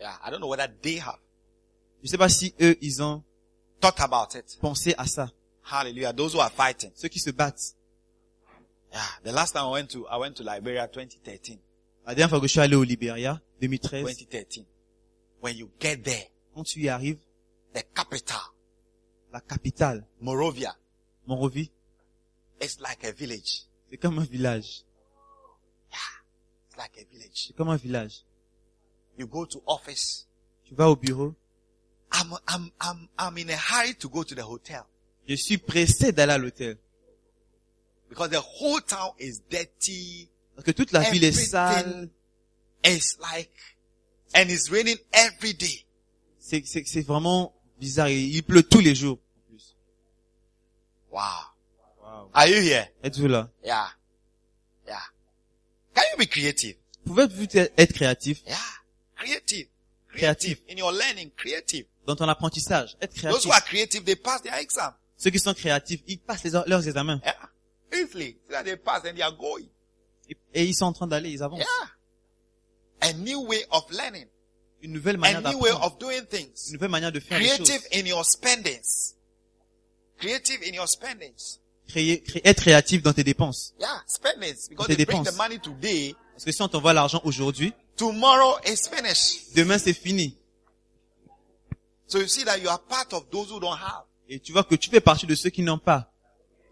[SPEAKER 4] Yeah, I don't know whether they have
[SPEAKER 2] Je ne sais pas si eux, ils ont
[SPEAKER 4] thought about it.
[SPEAKER 2] pensé à ça.
[SPEAKER 4] Hallelujah. Those who are fighting.
[SPEAKER 2] Ceux qui se battent.
[SPEAKER 4] Yeah. The last time I went to, I went to Liberia 2013.
[SPEAKER 2] La dernière fois que je suis allé au Libéria, 2013,
[SPEAKER 4] 2013. When you get there,
[SPEAKER 2] quand tu y arrives,
[SPEAKER 4] the capital,
[SPEAKER 2] la capitale,
[SPEAKER 4] Morovia,
[SPEAKER 2] Monrovie,
[SPEAKER 4] it's like a village.
[SPEAKER 2] c'est comme un village.
[SPEAKER 4] It's like a village.
[SPEAKER 2] C'est comme un village.
[SPEAKER 4] You go to office.
[SPEAKER 2] Tu vas au bureau.
[SPEAKER 4] I'm, I'm, I'm, I'm in a hurry to go to the hotel
[SPEAKER 2] Je suis pressé d'aller à l'hôtel.
[SPEAKER 4] because the whole town is dirty,
[SPEAKER 2] Parce que toute la ville est sale.
[SPEAKER 4] Everything is like, and it's raining every day.
[SPEAKER 2] C'est, c'est, c'est vraiment bizarre. Il, il pleut tous les jours. en plus.
[SPEAKER 4] Wow. Are you here?
[SPEAKER 2] Êtes-vous là?
[SPEAKER 4] Yeah. Yeah. Can you be creative?
[SPEAKER 2] Pouvez-vous être créatif
[SPEAKER 4] Yeah. Creative.
[SPEAKER 2] Creative.
[SPEAKER 4] In your learning, creative.
[SPEAKER 2] dans ton apprentissage? Être
[SPEAKER 4] Those
[SPEAKER 2] créatif.
[SPEAKER 4] who are creative, they pass their exam.
[SPEAKER 2] Ceux qui sont créatifs, ils passent les- leurs examens.
[SPEAKER 4] Yeah. Easily. So that they pass and they are going.
[SPEAKER 2] Et- Et ils sont en train d'aller, ils avancent.
[SPEAKER 4] Yeah. A new way of learning.
[SPEAKER 2] Une nouvelle manière
[SPEAKER 4] A new way
[SPEAKER 2] d'apprendre.
[SPEAKER 4] of doing
[SPEAKER 2] Une
[SPEAKER 4] things.
[SPEAKER 2] nouvelle manière de faire les
[SPEAKER 4] Creative
[SPEAKER 2] choses.
[SPEAKER 4] in your spendings. Creative in your spendings.
[SPEAKER 2] Créer, cré- être créatif dans tes dépenses.
[SPEAKER 4] Yeah, spendings. Because
[SPEAKER 2] Tes
[SPEAKER 4] they bring the
[SPEAKER 2] dépenses.
[SPEAKER 4] money today.
[SPEAKER 2] Parce que si on t'envoie l'argent aujourd'hui,
[SPEAKER 4] Tomorrow is finished.
[SPEAKER 2] demain c'est fini.
[SPEAKER 4] So you see that you are part of those who don't have.
[SPEAKER 2] Et tu vois que tu fais partie de ceux qui n'ont pas.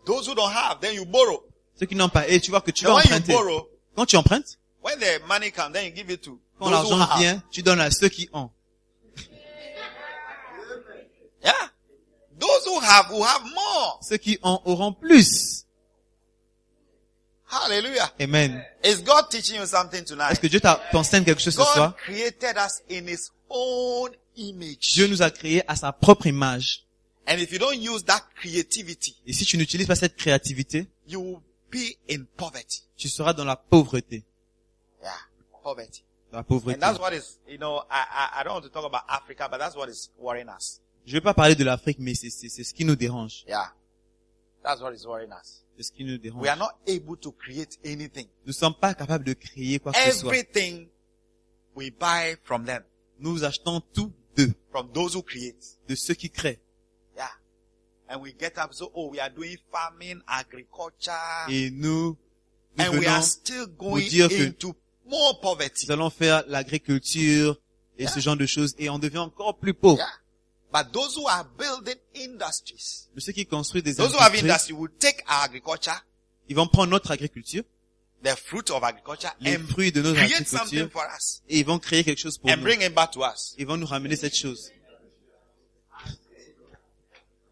[SPEAKER 4] Those who don't have, then you borrow.
[SPEAKER 2] Ceux qui n'ont pas. Et tu vois que tu
[SPEAKER 4] The
[SPEAKER 2] vas
[SPEAKER 4] one you
[SPEAKER 2] emprunter.
[SPEAKER 4] borrow,
[SPEAKER 2] Quand tu empruntes,
[SPEAKER 4] when the money comes, then you give it to
[SPEAKER 2] quand
[SPEAKER 4] those who
[SPEAKER 2] l'argent
[SPEAKER 4] have.
[SPEAKER 2] vient, tu donnes à ceux qui ont.
[SPEAKER 4] Yeah. Those who have will have more.
[SPEAKER 2] Ceux qui ont auront plus.
[SPEAKER 4] Hallelujah.
[SPEAKER 2] Amen.
[SPEAKER 4] Is God teaching you something
[SPEAKER 2] Est-ce
[SPEAKER 4] tonight?
[SPEAKER 2] que Dieu t'a- t'enseigne quelque chose ce
[SPEAKER 4] God
[SPEAKER 2] soir?
[SPEAKER 4] created us in His own image.
[SPEAKER 2] Dieu nous a créés à sa propre image.
[SPEAKER 4] And if you don't use that creativity,
[SPEAKER 2] Et si tu n'utilises pas cette créativité,
[SPEAKER 4] you will be in poverty.
[SPEAKER 2] tu seras dans la pauvreté.
[SPEAKER 4] Yeah. Poverty.
[SPEAKER 2] Dans la pauvreté.
[SPEAKER 4] And that's what is, you know, I, I, I don't want to talk about Africa, but that's what is worrying us.
[SPEAKER 2] Je ne vais pas parler de l'Afrique, mais c'est c'est- c'est ce qui nous dérange.
[SPEAKER 4] Yeah. That's what is worrying us.
[SPEAKER 2] C'est ce qui nous
[SPEAKER 4] We
[SPEAKER 2] dérange.
[SPEAKER 4] are not able to create anything.
[SPEAKER 2] Nous ne sommes pas capables de créer quoi que ce soit.
[SPEAKER 4] Everything we buy from them,
[SPEAKER 2] Nous achetons tout d'eux,
[SPEAKER 4] from those who create.
[SPEAKER 2] de ceux qui créent.
[SPEAKER 4] Yeah. And we get up, so, oh, we are doing farming, agriculture,
[SPEAKER 2] Et nous, nous
[SPEAKER 4] and we
[SPEAKER 2] venons,
[SPEAKER 4] are still going
[SPEAKER 2] dire que-
[SPEAKER 4] into more poverty.
[SPEAKER 2] nous allons faire l'agriculture et ce genre de choses et on devient encore plus pauvre.
[SPEAKER 4] Yeah. But those who are building industries,
[SPEAKER 2] Mais Ceux qui construisent des
[SPEAKER 4] those who have
[SPEAKER 2] industries,
[SPEAKER 4] industry will take our agriculture,
[SPEAKER 2] ils vont prendre notre agriculture,
[SPEAKER 4] the fruit of agriculture,
[SPEAKER 2] les
[SPEAKER 4] and
[SPEAKER 2] fruits de notre
[SPEAKER 4] create something
[SPEAKER 2] agriculture
[SPEAKER 4] for us,
[SPEAKER 2] et ils vont créer quelque chose pour
[SPEAKER 4] and
[SPEAKER 2] nous.
[SPEAKER 4] bring it back to us.
[SPEAKER 2] Ils vont nous ramener cette chose.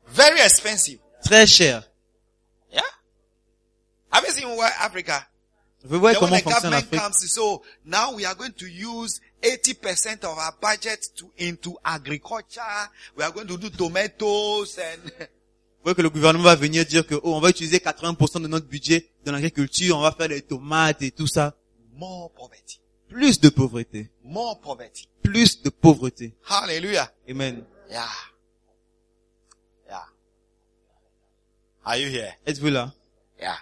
[SPEAKER 4] Very expensive.
[SPEAKER 2] Très cher.
[SPEAKER 4] Yeah. Have you seen where Africa?
[SPEAKER 2] Vous voyez
[SPEAKER 4] Then
[SPEAKER 2] comment
[SPEAKER 4] when the
[SPEAKER 2] fonctionne
[SPEAKER 4] government
[SPEAKER 2] l'Afrique.
[SPEAKER 4] comes, so now we are going to use 80% of our budget to into agriculture. We are going to do tomatoes and
[SPEAKER 2] Vous voyez que le gouvernement va venir dire que, oh, on va utiliser 80% de notre budget dans l'agriculture, on va faire les tomates et tout ça.
[SPEAKER 4] more poverty,
[SPEAKER 2] Plus de pauvreté.
[SPEAKER 4] more poverty.
[SPEAKER 2] Plus de pauvreté.
[SPEAKER 4] Hallelujah.
[SPEAKER 2] Amen.
[SPEAKER 4] Yeah. Yeah. Are you here?
[SPEAKER 2] Êtes-vous là?
[SPEAKER 4] Yeah.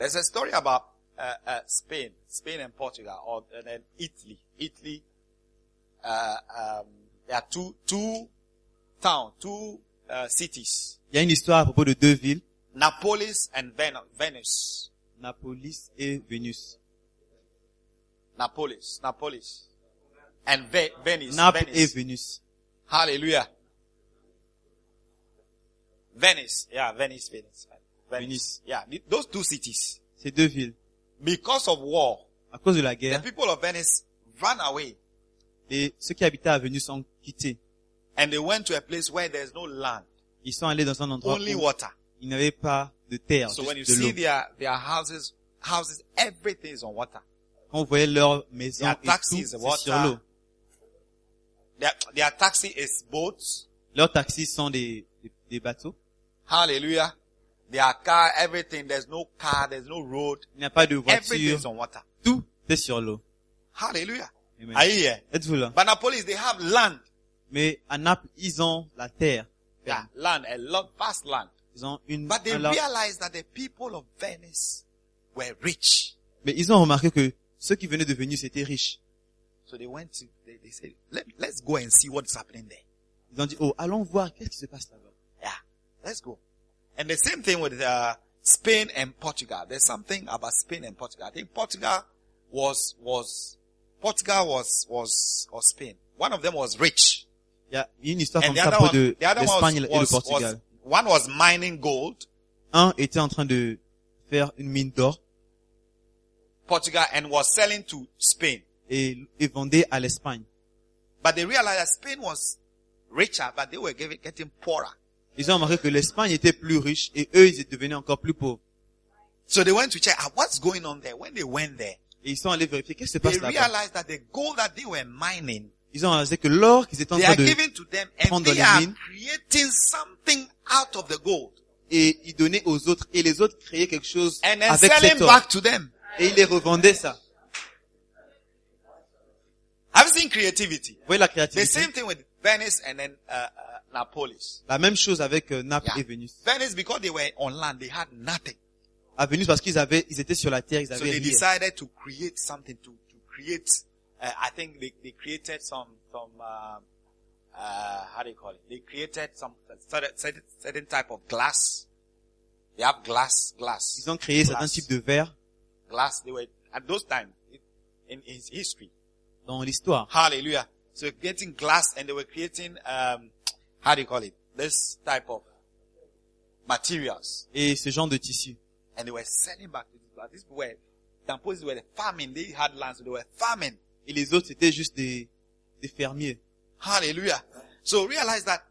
[SPEAKER 4] There's a story about uh, uh, Spain, Spain and Portugal, or and then Italy. Italy. Uh, um, there are two two town, two uh, cities,
[SPEAKER 2] Il y a une histoire à propos de deux villes,
[SPEAKER 4] Napolis and Ven- Venice.
[SPEAKER 2] Napolis et Vénus.
[SPEAKER 4] Napolis, Napolis, and Ve- Venice.
[SPEAKER 2] Naples et
[SPEAKER 4] Venice.
[SPEAKER 2] Vénus.
[SPEAKER 4] Hallelujah. Venice, yeah, Venice, Venice,
[SPEAKER 2] Venice.
[SPEAKER 4] Yeah, th- those two cities.
[SPEAKER 2] Ces deux villes.
[SPEAKER 4] Because of war,
[SPEAKER 2] À cause de la
[SPEAKER 4] the
[SPEAKER 2] guerre,
[SPEAKER 4] people of Venice ran away
[SPEAKER 2] les, ceux qui habitaient à Vénus ont quitté.
[SPEAKER 4] and they went to a place where there's no land,
[SPEAKER 2] Ils sont allés dans un endroit
[SPEAKER 4] only
[SPEAKER 2] où
[SPEAKER 4] water.
[SPEAKER 2] ils n'avaient pas de terre,
[SPEAKER 4] So when you
[SPEAKER 2] juste de
[SPEAKER 4] see
[SPEAKER 2] l'eau.
[SPEAKER 4] their their houses, houses, everything is on water.
[SPEAKER 2] Quand vous voyez leur maison
[SPEAKER 4] Their
[SPEAKER 2] et tout,
[SPEAKER 4] taxis,
[SPEAKER 2] c'est
[SPEAKER 4] the water.
[SPEAKER 2] sur l'eau.
[SPEAKER 4] Their, their taxi is boats.
[SPEAKER 2] Leurs taxis sont des, des, des bateaux.
[SPEAKER 4] Hallelujah. Their car, everything. There's no car. There's no road.
[SPEAKER 2] Il n'y a pas de
[SPEAKER 4] Everything is
[SPEAKER 2] voiture.
[SPEAKER 4] on water.
[SPEAKER 2] Tout est sur l'eau.
[SPEAKER 4] Hallelujah.
[SPEAKER 2] Amen.
[SPEAKER 4] Are you here?
[SPEAKER 2] Êtes-vous là?
[SPEAKER 4] But Napolis, they have land.
[SPEAKER 2] Mais à Naples, ils ont la terre.
[SPEAKER 4] Yeah, land, a lot, vast land.
[SPEAKER 2] Ils ont une,
[SPEAKER 4] But they
[SPEAKER 2] un large-
[SPEAKER 4] realized that the people of Venice were rich.
[SPEAKER 2] mais ils ont remarqué que ceux qui venaient de Vénus étaient riches.
[SPEAKER 4] So they went to, they, they said, Let, let's go and see what's happening there.
[SPEAKER 2] Ils ont dit, oh, allons voir qu'est-ce qui se passe là-bas.
[SPEAKER 4] Yeah, let's go. And the same thing with uh, Spain and Portugal. There's something about Spain and Portugal. I think Portugal was, was, Portugal was, was, or Spain. One of them was rich.
[SPEAKER 2] Il y a une histoire
[SPEAKER 4] And
[SPEAKER 2] comme
[SPEAKER 4] the
[SPEAKER 2] ça à
[SPEAKER 4] other
[SPEAKER 2] propos
[SPEAKER 4] one, the other one
[SPEAKER 2] de l'Espagne et le
[SPEAKER 4] was, was, was,
[SPEAKER 2] Portugal.
[SPEAKER 4] one was mining gold,
[SPEAKER 2] Un était en train de faire une mine d'or
[SPEAKER 4] Portugal, and was selling to Spain.
[SPEAKER 2] et, et vendait à l'Espagne.
[SPEAKER 4] But they realized that Spain was richer, but they were giving, getting poorer.
[SPEAKER 2] Ils ont remarqué que l'Espagne était plus riche et eux, ils devenaient encore plus pauvres.
[SPEAKER 4] So they went to check ah, what's going on there. When they went there,
[SPEAKER 2] Et ils sont allés vérifier qu'est-ce qui se
[SPEAKER 4] they
[SPEAKER 2] passe là-bas.
[SPEAKER 4] realized that the gold that they were mining,
[SPEAKER 2] Ils ont réalisé que l'or qu'ils étaient en
[SPEAKER 4] they
[SPEAKER 2] train
[SPEAKER 4] are
[SPEAKER 2] de,
[SPEAKER 4] giving to them and
[SPEAKER 2] prendre
[SPEAKER 4] they
[SPEAKER 2] les
[SPEAKER 4] are
[SPEAKER 2] mines.
[SPEAKER 4] creating something out of the gold
[SPEAKER 2] et ils donnaient aux autres, et les autres créaient quelque chose
[SPEAKER 4] and then
[SPEAKER 2] avec
[SPEAKER 4] selling
[SPEAKER 2] cet or.
[SPEAKER 4] back to them.
[SPEAKER 2] Et ils les revendaient ça.
[SPEAKER 4] Have you seen creativity?
[SPEAKER 2] Vous voyez la
[SPEAKER 4] The
[SPEAKER 2] créativité?
[SPEAKER 4] same thing with Venice and then uh, uh, Napolis.
[SPEAKER 2] La même chose avec euh, Naples
[SPEAKER 4] Yeah.
[SPEAKER 2] et Venise.
[SPEAKER 4] Venice, because they were on land, they had nothing.
[SPEAKER 2] À Venise, parce qu'ils avaient, ils étaient sur la terre, ils
[SPEAKER 4] So
[SPEAKER 2] avaient
[SPEAKER 4] they
[SPEAKER 2] rien.
[SPEAKER 4] decided to create something to, to create, uh, I think they, they created some, some, um uh, how do you call it? They created some uh, certain, certain, certain type of glass. They have glass, glass,
[SPEAKER 2] Ils ont créé certains
[SPEAKER 4] Glass.
[SPEAKER 2] types de verre
[SPEAKER 4] glass. They were, at those times, in, in history.
[SPEAKER 2] dans l'histoire.
[SPEAKER 4] Hallelujah. So creating glass and they were creating, um, how do you call it? This type of materials.
[SPEAKER 2] Et ce genre de tissu.
[SPEAKER 4] And they were selling back to these people. These people were, Dampos were farming. They had lands. They were farming.
[SPEAKER 2] Et les autres, c'était juste des, des fermiers.
[SPEAKER 4] Hallelujah. So realize that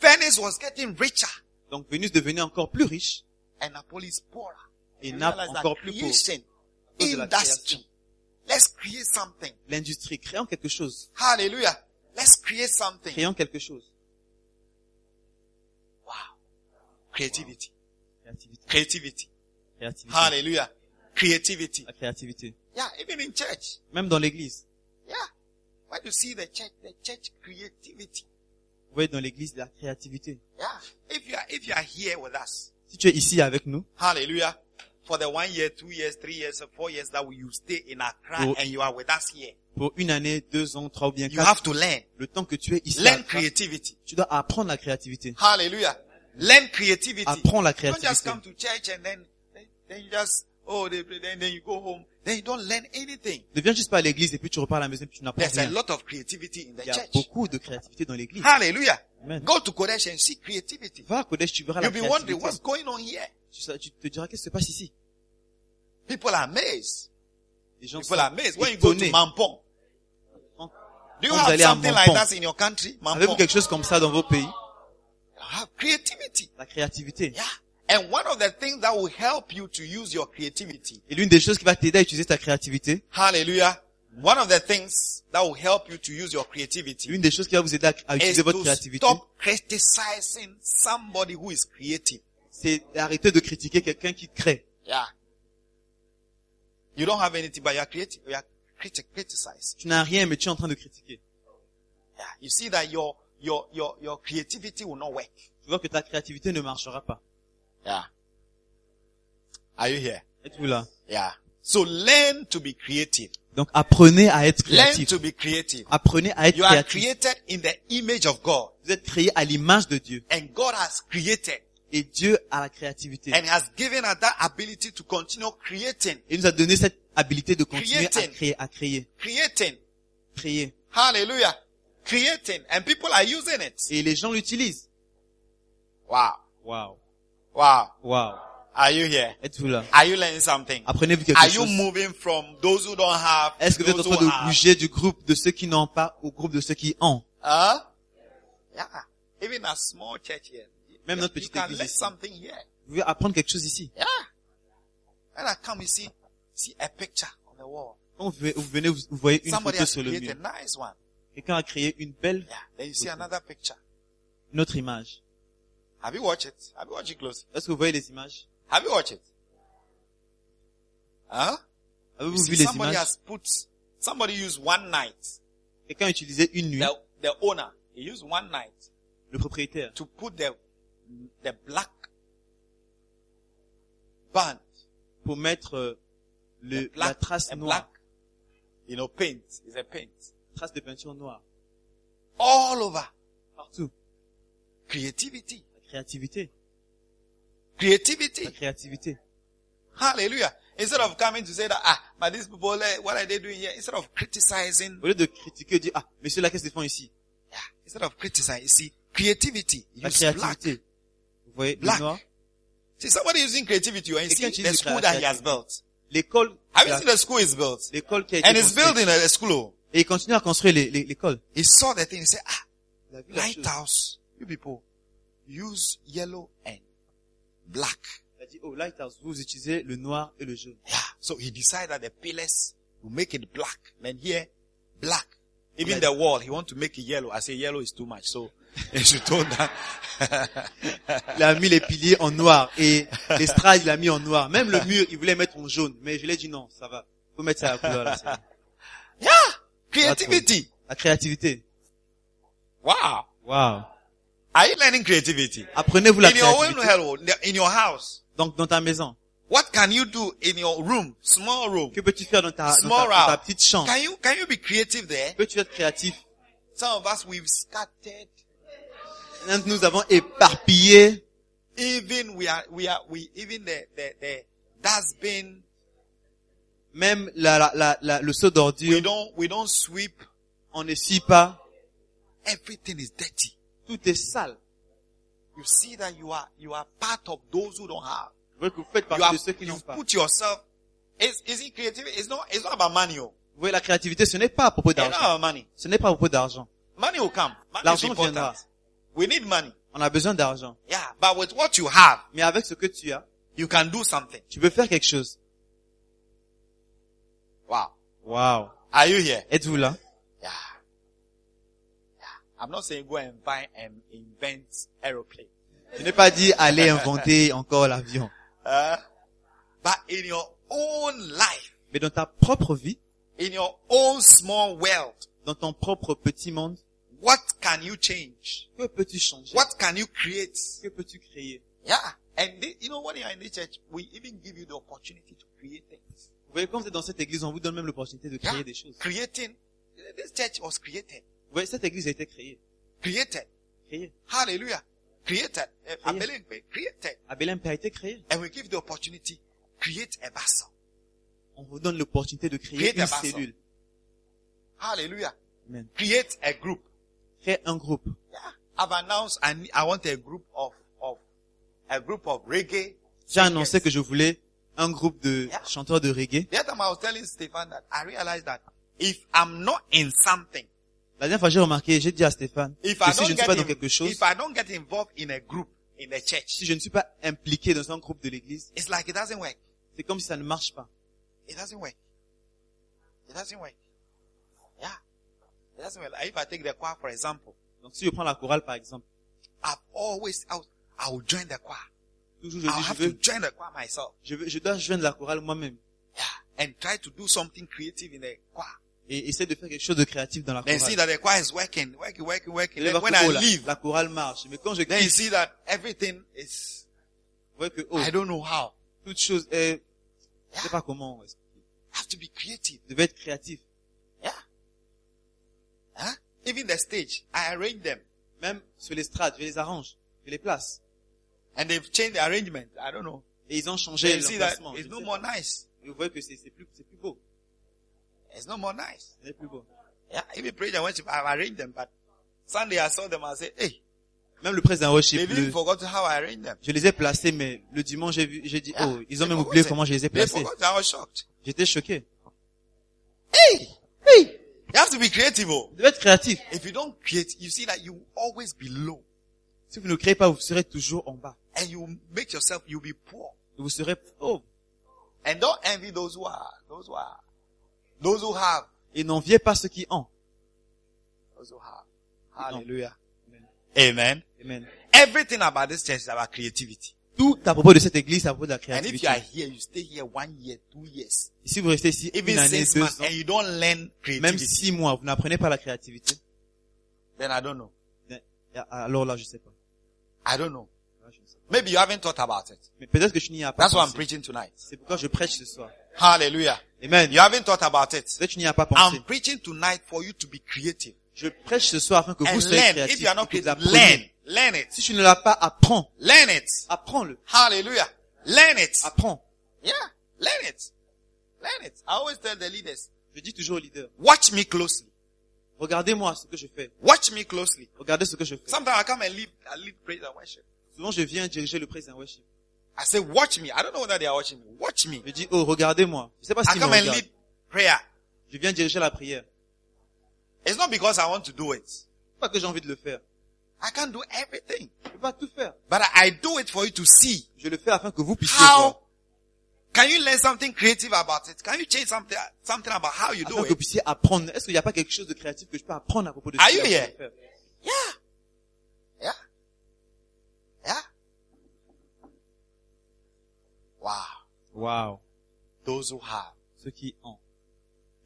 [SPEAKER 4] Venice was getting richer
[SPEAKER 2] Donc Venise devenait encore plus riche,
[SPEAKER 4] and Napoli is poorer.
[SPEAKER 2] et
[SPEAKER 4] And
[SPEAKER 2] Naples
[SPEAKER 4] realize that
[SPEAKER 2] encore plus pauvre.
[SPEAKER 4] creation,
[SPEAKER 2] cause de la
[SPEAKER 4] industry.
[SPEAKER 2] création.
[SPEAKER 4] Let's create something.
[SPEAKER 2] L'industrie, créant quelque chose.
[SPEAKER 4] Hallelujah. Let's create something.
[SPEAKER 2] Créant quelque chose.
[SPEAKER 4] Wow. Creativity.
[SPEAKER 2] Créativité.
[SPEAKER 4] Creativity.
[SPEAKER 2] Créativité.
[SPEAKER 4] Hallelujah. Creativity.
[SPEAKER 2] La créativité.
[SPEAKER 4] Yeah, even in church.
[SPEAKER 2] Même dans l'église.
[SPEAKER 4] Yeah. When you see the church, the church creativity.
[SPEAKER 2] Vous voyez dans l'église la créativité.
[SPEAKER 4] Yeah. If you are, if you are here with us,
[SPEAKER 2] Si tu es ici avec nous,
[SPEAKER 4] Hallelujah. For the one year, two years, three years, or four years that we- you stay in Accra
[SPEAKER 2] Oh.
[SPEAKER 4] and you are with us here,
[SPEAKER 2] pour une année, deux ans, trois ou bien
[SPEAKER 4] you
[SPEAKER 2] quatre,
[SPEAKER 4] have to learn.
[SPEAKER 2] le temps que tu es ici,
[SPEAKER 4] Learn
[SPEAKER 2] à Accra,
[SPEAKER 4] creativity.
[SPEAKER 2] tu dois apprendre la créativité.
[SPEAKER 4] Hallelujah. Learn creativity.
[SPEAKER 2] Apprends la
[SPEAKER 4] Don't just
[SPEAKER 2] créativité.
[SPEAKER 4] come to church and then, then, then you just, oh, they, then, then you go home. Then you don't learn anything.
[SPEAKER 2] Ne viens juste pas à l'église et puis tu repars à la maison et puis tu n'apprends
[SPEAKER 4] There's a
[SPEAKER 2] rien.
[SPEAKER 4] lot of creativity in the
[SPEAKER 2] Il y a
[SPEAKER 4] church.
[SPEAKER 2] beaucoup de créativité dans l'église.
[SPEAKER 4] Hallelujah.
[SPEAKER 2] Amen.
[SPEAKER 4] Go to Kodesh and see creativity.
[SPEAKER 2] Va à Kodesh, tu verras la
[SPEAKER 4] You'll be wondering
[SPEAKER 2] créativité.
[SPEAKER 4] what's going on here.
[SPEAKER 2] Tu, sais- tu te diras qu'est-ce qui se passe ici.
[SPEAKER 4] People are amazed.
[SPEAKER 2] Les gens sont
[SPEAKER 4] People are amazed. When you go to
[SPEAKER 2] étonnés.
[SPEAKER 4] Mampong,
[SPEAKER 2] Quand-
[SPEAKER 4] do you
[SPEAKER 2] Quand vous
[SPEAKER 4] have
[SPEAKER 2] allez à
[SPEAKER 4] something like
[SPEAKER 2] Mampong,
[SPEAKER 4] that in your country?
[SPEAKER 2] Avez-vous
[SPEAKER 4] Mampong.
[SPEAKER 2] quelque chose comme ça dans vos pays
[SPEAKER 4] Have creativity.
[SPEAKER 2] La créativité.
[SPEAKER 4] Yeah. And one of the things that will help you to use your creativity.
[SPEAKER 2] Et l'une des choses qui va t'aider à utiliser ta créativité,
[SPEAKER 4] Hallelujah. One of the things that will help you to use your creativity
[SPEAKER 2] l'une des choses qui va vous aider à, à
[SPEAKER 4] is
[SPEAKER 2] utiliser votre
[SPEAKER 4] to
[SPEAKER 2] créativité,
[SPEAKER 4] stop criticizing somebody who is creative.
[SPEAKER 2] c'est d'arrêter de critiquer quelqu'un qui crée.
[SPEAKER 4] Yeah. You don't have anything, but you're creative. You're criti- criticized.
[SPEAKER 2] Tu n'as rien, mais tu es en train de critiquer.
[SPEAKER 4] Yeah. You see that your, your, your, your creativity will not work.
[SPEAKER 2] Tu vois que ta créativité ne marchera pas.
[SPEAKER 4] Yeah. Are you here?
[SPEAKER 2] Êtes-vous là
[SPEAKER 4] Yeah. So learn to be creative.
[SPEAKER 2] Donc apprenez à être
[SPEAKER 4] Learn
[SPEAKER 2] créatif.
[SPEAKER 4] to be creative.
[SPEAKER 2] Apprenez à être
[SPEAKER 4] You are
[SPEAKER 2] créatif.
[SPEAKER 4] created in the image of God.
[SPEAKER 2] Vous êtes créé à l'image de Dieu.
[SPEAKER 4] And God has created
[SPEAKER 2] Et Dieu a la créativité.
[SPEAKER 4] and has given us that ability to continue creating,
[SPEAKER 2] Il nous a donné cette habilité de continuer à
[SPEAKER 4] Creating.
[SPEAKER 2] créer, à créer,
[SPEAKER 4] creating.
[SPEAKER 2] créer.
[SPEAKER 4] Hallelujah. Creating. And people are using it.
[SPEAKER 2] Et les gens l'utilisent.
[SPEAKER 4] Wow.
[SPEAKER 2] Wow.
[SPEAKER 4] Wow.
[SPEAKER 2] Wow.
[SPEAKER 4] Are you here?
[SPEAKER 2] Êtes-vous là?
[SPEAKER 4] Are you learning something?
[SPEAKER 2] Apprenez-vous
[SPEAKER 4] Are
[SPEAKER 2] quelque
[SPEAKER 4] you
[SPEAKER 2] chose.
[SPEAKER 4] moving from those who don't have
[SPEAKER 2] Est-ce que vous êtes en
[SPEAKER 4] those who
[SPEAKER 2] train de
[SPEAKER 4] have?
[SPEAKER 2] bouger du groupe de ceux qui n'ont pas au groupe de ceux qui ont?
[SPEAKER 4] Huh? Yeah. Even a small church here.
[SPEAKER 2] Même notre
[SPEAKER 4] you
[SPEAKER 2] petite
[SPEAKER 4] can
[SPEAKER 2] église
[SPEAKER 4] learn
[SPEAKER 2] ici.
[SPEAKER 4] something here.
[SPEAKER 2] Vous voulez apprendre quelque chose ici?
[SPEAKER 4] Yeah. When I come, you see, see a picture on the wall.
[SPEAKER 2] Quand vous, vous venez, vous, vous voyez une
[SPEAKER 4] Somebody
[SPEAKER 2] photo
[SPEAKER 4] has
[SPEAKER 2] sur le
[SPEAKER 4] created
[SPEAKER 2] mur.
[SPEAKER 4] a nice one.
[SPEAKER 2] Quelqu'un a créé une belle,
[SPEAKER 4] Yeah. Then you see
[SPEAKER 2] Okay.
[SPEAKER 4] another picture.
[SPEAKER 2] une autre image.
[SPEAKER 4] Have you watched it? Have you watched it closely?
[SPEAKER 2] Est-ce que vous voyez les images?
[SPEAKER 4] Have you watched it? Huh? You
[SPEAKER 2] Avez-vous
[SPEAKER 4] see,
[SPEAKER 2] vu les
[SPEAKER 4] somebody
[SPEAKER 2] images?
[SPEAKER 4] has put, somebody used one night,
[SPEAKER 2] Quelqu'un a utilisé une nuit,
[SPEAKER 4] the, the owner, he used one night
[SPEAKER 2] le propriétaire,
[SPEAKER 4] to put the, the black band,
[SPEAKER 2] pour mettre euh,
[SPEAKER 4] the
[SPEAKER 2] le, la
[SPEAKER 4] black,
[SPEAKER 2] trace
[SPEAKER 4] a black,
[SPEAKER 2] noire,
[SPEAKER 4] you know, paint, is a paint,
[SPEAKER 2] trace de peinture noire,
[SPEAKER 4] all over.
[SPEAKER 2] partout.
[SPEAKER 4] Creativity.
[SPEAKER 2] La créativité.
[SPEAKER 4] Creativity.
[SPEAKER 2] La créativité.
[SPEAKER 4] Hallelujah. Instead of coming to say that, ah, but these people, eh, what are they doing here? Instead of criticizing,
[SPEAKER 2] Au lieu de critiquer, dire, ah, monsieur là, qu'est-ce qu'ils font ici?
[SPEAKER 4] yeah, instead of criticizing, you see, creativity.
[SPEAKER 2] La
[SPEAKER 4] Use black.
[SPEAKER 2] créativité. Vous voyez,
[SPEAKER 4] Black.
[SPEAKER 2] le noir.
[SPEAKER 4] See, somebody using creativity, and you
[SPEAKER 2] Quelqu'un
[SPEAKER 4] see
[SPEAKER 2] utilise
[SPEAKER 4] the school
[SPEAKER 2] la
[SPEAKER 4] that he has
[SPEAKER 2] créativité.
[SPEAKER 4] built.
[SPEAKER 2] L'école,
[SPEAKER 4] Have you
[SPEAKER 2] la-
[SPEAKER 4] seen the school is built?
[SPEAKER 2] l'école qui a été
[SPEAKER 4] And it's
[SPEAKER 2] construite.
[SPEAKER 4] building a school.
[SPEAKER 2] Et il continue à construire les- les- l'école.
[SPEAKER 4] He saw the thing, he said, ah,
[SPEAKER 2] La ville a
[SPEAKER 4] lighthouse, you people, use yellow and black.
[SPEAKER 2] La a dit, oh, Lighthouse, vous utilisez le noir et le jaune.
[SPEAKER 4] Yeah. So he decided that the pillars will make it black. And here, black. Even
[SPEAKER 2] Right.
[SPEAKER 4] the wall, he want to make it yellow. I say yellow is too much. So they should tone that.
[SPEAKER 2] Il a mis les piliers en noir et l'estrade, il a mis en noir. Même le mur, il voulait mettre en jaune. Mais je lui ai dit non, ça va. Faut mettre ça à la couleur, là. c'est-
[SPEAKER 4] creativity.
[SPEAKER 2] La créativité.
[SPEAKER 4] Wow.
[SPEAKER 2] Wow.
[SPEAKER 4] Are you learning creativity?
[SPEAKER 2] Apprenez-vous la
[SPEAKER 4] In your own
[SPEAKER 2] créativité.
[SPEAKER 4] hello, in your house.
[SPEAKER 2] Donc, dans ta maison.
[SPEAKER 4] What can you do in your room? Small room.
[SPEAKER 2] Que peux-tu faire dans ta, dans ta,
[SPEAKER 4] Small
[SPEAKER 2] dans ta
[SPEAKER 4] route.
[SPEAKER 2] petite chambre?
[SPEAKER 4] Can you, can you be creative there?
[SPEAKER 2] Peux-tu être créatif?
[SPEAKER 4] Some of us, we've scattered.
[SPEAKER 2] Nous avons éparpillé
[SPEAKER 4] Even we are, we are, we, even the, the, the dustbin,
[SPEAKER 2] même la, la, la, la- le seau
[SPEAKER 4] we
[SPEAKER 2] d'ordure.
[SPEAKER 4] don't, we don't sweep.
[SPEAKER 2] On ne suit pas.
[SPEAKER 4] Everything is dirty.
[SPEAKER 2] Tout est sale.
[SPEAKER 4] You see that you are, you are part of those who don't have.
[SPEAKER 2] Je veux que vous faites
[SPEAKER 4] You
[SPEAKER 2] partie de
[SPEAKER 4] have,
[SPEAKER 2] ceux qui n'ont
[SPEAKER 4] you've
[SPEAKER 2] pas.
[SPEAKER 4] put yourself, is, is it creative? It's not, it's not about money. oh.
[SPEAKER 2] Vous voyez, la créativité, ce n'est pas à propos
[SPEAKER 4] It's not
[SPEAKER 2] d'argent.
[SPEAKER 4] about money.
[SPEAKER 2] Ce n'est pas à propos d'argent.
[SPEAKER 4] Money will come. Money is
[SPEAKER 2] L'argent viendra.
[SPEAKER 4] important. We need money.
[SPEAKER 2] On a besoin d'argent.
[SPEAKER 4] Yeah. But with what you have,
[SPEAKER 2] Mais avec ce que tu as,
[SPEAKER 4] you can do something.
[SPEAKER 2] tu peux faire quelque chose.
[SPEAKER 4] Wow.
[SPEAKER 2] Wow.
[SPEAKER 4] Are you here?
[SPEAKER 2] Êtes-vous là?
[SPEAKER 4] Yeah. Yeah. I'm not saying go and buy and invent aeroplane.
[SPEAKER 2] Je n'ai pas dit aller inventer encore l'avion.
[SPEAKER 4] Uh, but in your own life,
[SPEAKER 2] Mais dans ta propre vie,
[SPEAKER 4] in your own small world,
[SPEAKER 2] dans ton propre petit monde,
[SPEAKER 4] what can you change?
[SPEAKER 2] que peux-tu changer?
[SPEAKER 4] What can you create?
[SPEAKER 2] Que peux-tu créer?
[SPEAKER 4] Yeah. And thi- you know, when you are in the church, we even give you the opportunity to create things.
[SPEAKER 2] Vous voyez, quand vous êtes dans cette église, on vous donne même l'opportunité de
[SPEAKER 4] Yeah.
[SPEAKER 2] créer des choses.
[SPEAKER 4] Creating. This church was created.
[SPEAKER 2] Vous voyez, cette église a été créée.
[SPEAKER 4] Created.
[SPEAKER 2] Créée.
[SPEAKER 4] Hallelujah. Created. Eh, Abilene, Created.
[SPEAKER 2] À Belém, a été créée.
[SPEAKER 4] And we give the opportunity. Create a vessel.
[SPEAKER 2] On vous donne l'opportunité de créer
[SPEAKER 4] Créer des
[SPEAKER 2] une
[SPEAKER 4] basses.
[SPEAKER 2] cellule.
[SPEAKER 4] Hallelujah.
[SPEAKER 2] Amen.
[SPEAKER 4] Create a group.
[SPEAKER 2] Créer un groupe.
[SPEAKER 4] Yeah. I've announced I, need- I want a group of, of, a group of reggae.
[SPEAKER 2] J'ai annoncé que je voulais un groupe de
[SPEAKER 4] Yeah.
[SPEAKER 2] chanteurs de reggae.
[SPEAKER 4] The other time I was telling Stefan that I realized that if I'm not in something,
[SPEAKER 2] La dernière fois, j'ai remarqué, j'ai dit à Stéphane,
[SPEAKER 4] if
[SPEAKER 2] que
[SPEAKER 4] I
[SPEAKER 2] si je
[SPEAKER 4] don't
[SPEAKER 2] ne suis
[SPEAKER 4] get
[SPEAKER 2] pas dans
[SPEAKER 4] in-
[SPEAKER 2] quelque chose,
[SPEAKER 4] if I don't get involved in a group, in a church,
[SPEAKER 2] si je ne suis pas impliqué dans un groupe de l'église,
[SPEAKER 4] It's like it doesn't work.
[SPEAKER 2] c'est comme si ça ne marche pas.
[SPEAKER 4] It doesn't work. It doesn't work. Yeah. It doesn't work. Like, If I take the choir, for example,
[SPEAKER 2] Donc, si je prends la chorale, par exemple,
[SPEAKER 4] I've always, I will, I will join the choir.
[SPEAKER 2] toujours je
[SPEAKER 4] I'll
[SPEAKER 2] dis, je
[SPEAKER 4] have to
[SPEAKER 2] veux,
[SPEAKER 4] join the choir myself.
[SPEAKER 2] je veux, je dois joindre la chorale moi-même
[SPEAKER 4] Yeah. And try to do something creative in the choir.
[SPEAKER 2] et essayer de faire quelque chose de créatif dans la
[SPEAKER 4] Then see
[SPEAKER 2] chorale.
[SPEAKER 4] that the choir is working, working, working,
[SPEAKER 2] Et
[SPEAKER 4] working.
[SPEAKER 2] là,
[SPEAKER 4] Then
[SPEAKER 2] voir
[SPEAKER 4] when
[SPEAKER 2] que,
[SPEAKER 4] I
[SPEAKER 2] oh, la,
[SPEAKER 4] leave,
[SPEAKER 2] la chorale marche. Mais quand je
[SPEAKER 4] then you
[SPEAKER 2] quitte,
[SPEAKER 4] see that everything is,
[SPEAKER 2] vous voyez que, oh,
[SPEAKER 4] I don't know how.
[SPEAKER 2] toute chose est, je sais
[SPEAKER 4] Yeah.
[SPEAKER 2] pas comment, expliquer.
[SPEAKER 4] I have to be creative.
[SPEAKER 2] je devais être créatif.
[SPEAKER 4] Yeah. Huh? Even the stage, I arrange them.
[SPEAKER 2] Même sur l'estrade, je les arrange, je les place.
[SPEAKER 4] And they've changed the arrangement. I don't know.
[SPEAKER 2] Et ils ont changé
[SPEAKER 4] Then you see that
[SPEAKER 2] l'emplacement.
[SPEAKER 4] it's
[SPEAKER 2] je
[SPEAKER 4] no
[SPEAKER 2] sais
[SPEAKER 4] more
[SPEAKER 2] pas.
[SPEAKER 4] nice.
[SPEAKER 2] Et vous voyez que c'est c'est plus, c'est plus beau.
[SPEAKER 4] It's no more nice.
[SPEAKER 2] C'est plus beau.
[SPEAKER 4] Yeah, even praise and worship, I've arranged them, but Sunday I saw them, I said, hey,
[SPEAKER 2] Même le président worship,
[SPEAKER 4] they've
[SPEAKER 2] le,
[SPEAKER 4] even forgot how I arranged them.
[SPEAKER 2] je les ai placés, mais le dimanche, j'ai vu, j'ai dit,
[SPEAKER 4] Yeah,
[SPEAKER 2] oh, ils ont
[SPEAKER 4] they
[SPEAKER 2] même
[SPEAKER 4] forgot
[SPEAKER 2] oublié
[SPEAKER 4] it.
[SPEAKER 2] comment je les ai
[SPEAKER 4] They
[SPEAKER 2] placés.
[SPEAKER 4] forgot, I was shocked.
[SPEAKER 2] J'étais choqué.
[SPEAKER 4] Hey, hey, you have to be creative. oh.
[SPEAKER 2] Vous devez être créatif.
[SPEAKER 4] If you don't create, you see that you always be low
[SPEAKER 2] Si vous ne créez pas, vous serez toujours en bas.
[SPEAKER 4] and you make yourself, you'll be poor.
[SPEAKER 2] Vous serez, oh,
[SPEAKER 4] And don't envy those who are, those who are, those who have,
[SPEAKER 2] et n'enviez pas ceux qui ont.
[SPEAKER 4] those who have. Hallelujah.
[SPEAKER 2] Alléluia.
[SPEAKER 4] Amen.
[SPEAKER 2] Amen.
[SPEAKER 4] Everything about this church is about creativity.
[SPEAKER 2] Tout à propos de cette église, à propos de la
[SPEAKER 4] And if you
[SPEAKER 2] créativité.
[SPEAKER 4] are here, you stay here one year, two years,
[SPEAKER 2] Et si vous restez ici
[SPEAKER 4] even
[SPEAKER 2] une année,
[SPEAKER 4] six
[SPEAKER 2] deux
[SPEAKER 4] months,
[SPEAKER 2] ans,
[SPEAKER 4] and you don't learn
[SPEAKER 2] même
[SPEAKER 4] creativity.
[SPEAKER 2] six mois, vous n'apprenez pas la créativité,
[SPEAKER 4] then I don't know.
[SPEAKER 2] alors là, je sais pas.
[SPEAKER 4] I don't know.
[SPEAKER 2] Là, je ne sais pas.
[SPEAKER 4] Maybe you haven't thought about it.
[SPEAKER 2] Mais peut-être que je n'y ai pas
[SPEAKER 4] That's why I'm
[SPEAKER 2] pensé.
[SPEAKER 4] preaching tonight.
[SPEAKER 2] C'est pourquoi je prêche ce soir.
[SPEAKER 4] Hallelujah.
[SPEAKER 2] Amen.
[SPEAKER 4] You haven't thought about it.
[SPEAKER 2] Peut-être que tu n'y as pas pensé.
[SPEAKER 4] I'm preaching tonight for you to be creative
[SPEAKER 2] Je prêche ce soir afin que vous
[SPEAKER 4] and
[SPEAKER 2] soyez
[SPEAKER 4] learn. If
[SPEAKER 2] créatifs.
[SPEAKER 4] you are
[SPEAKER 2] et
[SPEAKER 4] not
[SPEAKER 2] que vous
[SPEAKER 4] creative,
[SPEAKER 2] appreniez.
[SPEAKER 4] learn. Learn it.
[SPEAKER 2] Si tu ne l'as pas, apprends.
[SPEAKER 4] Learn it.
[SPEAKER 2] Apprends-le.
[SPEAKER 4] Hallelujah. Learn it.
[SPEAKER 2] Apprends.
[SPEAKER 4] Yeah. Learn it. Learn it. I always tell the leaders,
[SPEAKER 2] Je dis toujours au leader,
[SPEAKER 4] watch me closely.
[SPEAKER 2] regardez-moi ce que je fais.
[SPEAKER 4] Watch me closely.
[SPEAKER 2] Regardez ce que je fais.
[SPEAKER 4] Sometimes I come and lead, I lead praise and worship.
[SPEAKER 2] Souvent, je viens diriger le président worship.
[SPEAKER 4] I say, watch me. I don't know whether they are watching me. Watch me.
[SPEAKER 2] Je dis, oh, regardez-moi. Je sais pas
[SPEAKER 4] I
[SPEAKER 2] si
[SPEAKER 4] come and lead prayer.
[SPEAKER 2] Je viens diriger la prière.
[SPEAKER 4] It's not because I want to do it.
[SPEAKER 2] Pas que j'ai envie de le faire.
[SPEAKER 4] I can't do everything.
[SPEAKER 2] Je ne peux pas tout faire.
[SPEAKER 4] But I- I do it for you to see.
[SPEAKER 2] Je le fais afin que vous puissiez
[SPEAKER 4] How
[SPEAKER 2] voir.
[SPEAKER 4] can you learn something creative about it? Can you change something something about how you
[SPEAKER 2] Afin
[SPEAKER 4] do
[SPEAKER 2] que vous
[SPEAKER 4] it?
[SPEAKER 2] puissiez apprendre. Est-ce qu'il n'y a pas quelque chose de créatif que je peux apprendre à propos de ce
[SPEAKER 4] Are
[SPEAKER 2] que
[SPEAKER 4] you
[SPEAKER 2] j'ai appris à
[SPEAKER 4] here?
[SPEAKER 2] faire
[SPEAKER 4] Yeah. Yeah. Yeah. Wow.
[SPEAKER 2] Wow.
[SPEAKER 4] Those who have,
[SPEAKER 2] Ceux qui ont,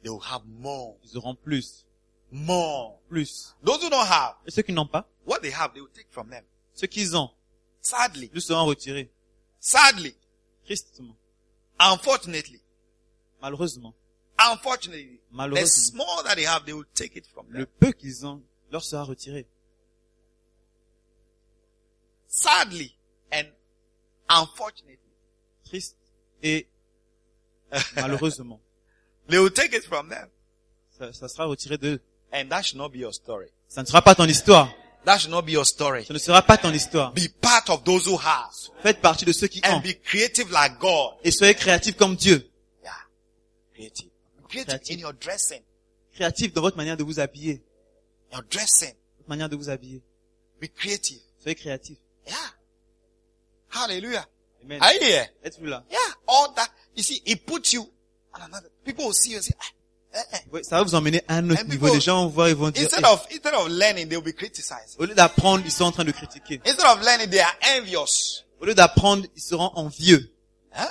[SPEAKER 4] they will have more.
[SPEAKER 2] ils auront plus,
[SPEAKER 4] More.
[SPEAKER 2] plus.
[SPEAKER 4] Those who don't have,
[SPEAKER 2] Et ceux qui n'ont pas,
[SPEAKER 4] what they have, they will take from them.
[SPEAKER 2] ceux qu'ils ont,
[SPEAKER 4] Sadly.
[SPEAKER 2] nous seront retirés.
[SPEAKER 4] Sadly.
[SPEAKER 2] Tristement,
[SPEAKER 4] Unfortunately.
[SPEAKER 2] malheureusement,
[SPEAKER 4] Unfortunately. The
[SPEAKER 2] malheureusement,
[SPEAKER 4] small that they have, they will take it from
[SPEAKER 2] le
[SPEAKER 4] them.
[SPEAKER 2] peu qu'ils ont leur sera retiré.
[SPEAKER 4] Sadly. And unfortunately.
[SPEAKER 2] Triste et malheureusement,
[SPEAKER 4] They will take it from them.
[SPEAKER 2] ça, ça sera retiré d'eux.
[SPEAKER 4] And that should not be your story.
[SPEAKER 2] Ça ne sera pas ton histoire.
[SPEAKER 4] That should not be your story.
[SPEAKER 2] Ce ne sera pas ton histoire.
[SPEAKER 4] Be part of those who have
[SPEAKER 2] Faites partie de ceux qui ont.
[SPEAKER 4] and be creative like God.
[SPEAKER 2] Et soyez créatifs comme Dieu.
[SPEAKER 4] Yeah. Creative. Creative in your dressing.
[SPEAKER 2] Créatifs dans votre manière de vous habiller.
[SPEAKER 4] Your dressing.
[SPEAKER 2] Votre manière de vous habiller.
[SPEAKER 4] Be creative.
[SPEAKER 2] Soyez créatifs.
[SPEAKER 4] Yeah. Hallelujah.
[SPEAKER 2] Amen.
[SPEAKER 4] Are you here?
[SPEAKER 2] Êtes-vous là?
[SPEAKER 4] Yeah. All that. You see, it puts you on another. People will see you and say, ah, eh, eh.
[SPEAKER 2] Oui, ça va vous emmener à un autre
[SPEAKER 4] And
[SPEAKER 2] niveau.
[SPEAKER 4] people-
[SPEAKER 2] Les gens vont voir, ils vont dire,
[SPEAKER 4] Instead
[SPEAKER 2] eh,
[SPEAKER 4] of, instead of learning, they'll be criticized.
[SPEAKER 2] au lieu d'apprendre, ils sont en train de critiquer.
[SPEAKER 4] Instead of learning, they are envious.
[SPEAKER 2] Au lieu d'apprendre, ils seront envieux.
[SPEAKER 4] Huh?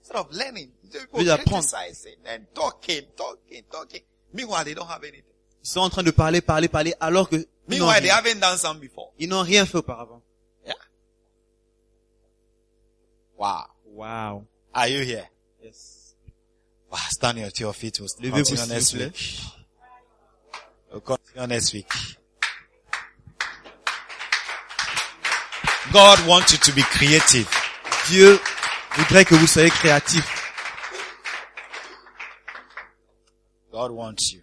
[SPEAKER 4] Instead of learning,
[SPEAKER 2] Ils
[SPEAKER 4] they'll be
[SPEAKER 2] apprennent.
[SPEAKER 4] criticizing and talking, talking, talking. Meanwhile, they don't have anything.
[SPEAKER 2] Ils sont en train de parler, parler, parler, alors que ils n'ont
[SPEAKER 4] Meanwhile, they
[SPEAKER 2] rien.
[SPEAKER 4] haven't done some before.
[SPEAKER 2] Ils n'ont rien fait auparavant.
[SPEAKER 4] Yeah. Wow.
[SPEAKER 2] Wow.
[SPEAKER 4] Are you here?
[SPEAKER 2] Yes.
[SPEAKER 4] Wow. Stand on your feet. We'll
[SPEAKER 2] Levez-vous,
[SPEAKER 4] continue
[SPEAKER 2] s'il
[SPEAKER 4] next
[SPEAKER 2] vous plaît.
[SPEAKER 4] week. We'll continue next week. God wants you to be creative.
[SPEAKER 2] Dieu voudrait que vous soyez créatifs.
[SPEAKER 4] God wants you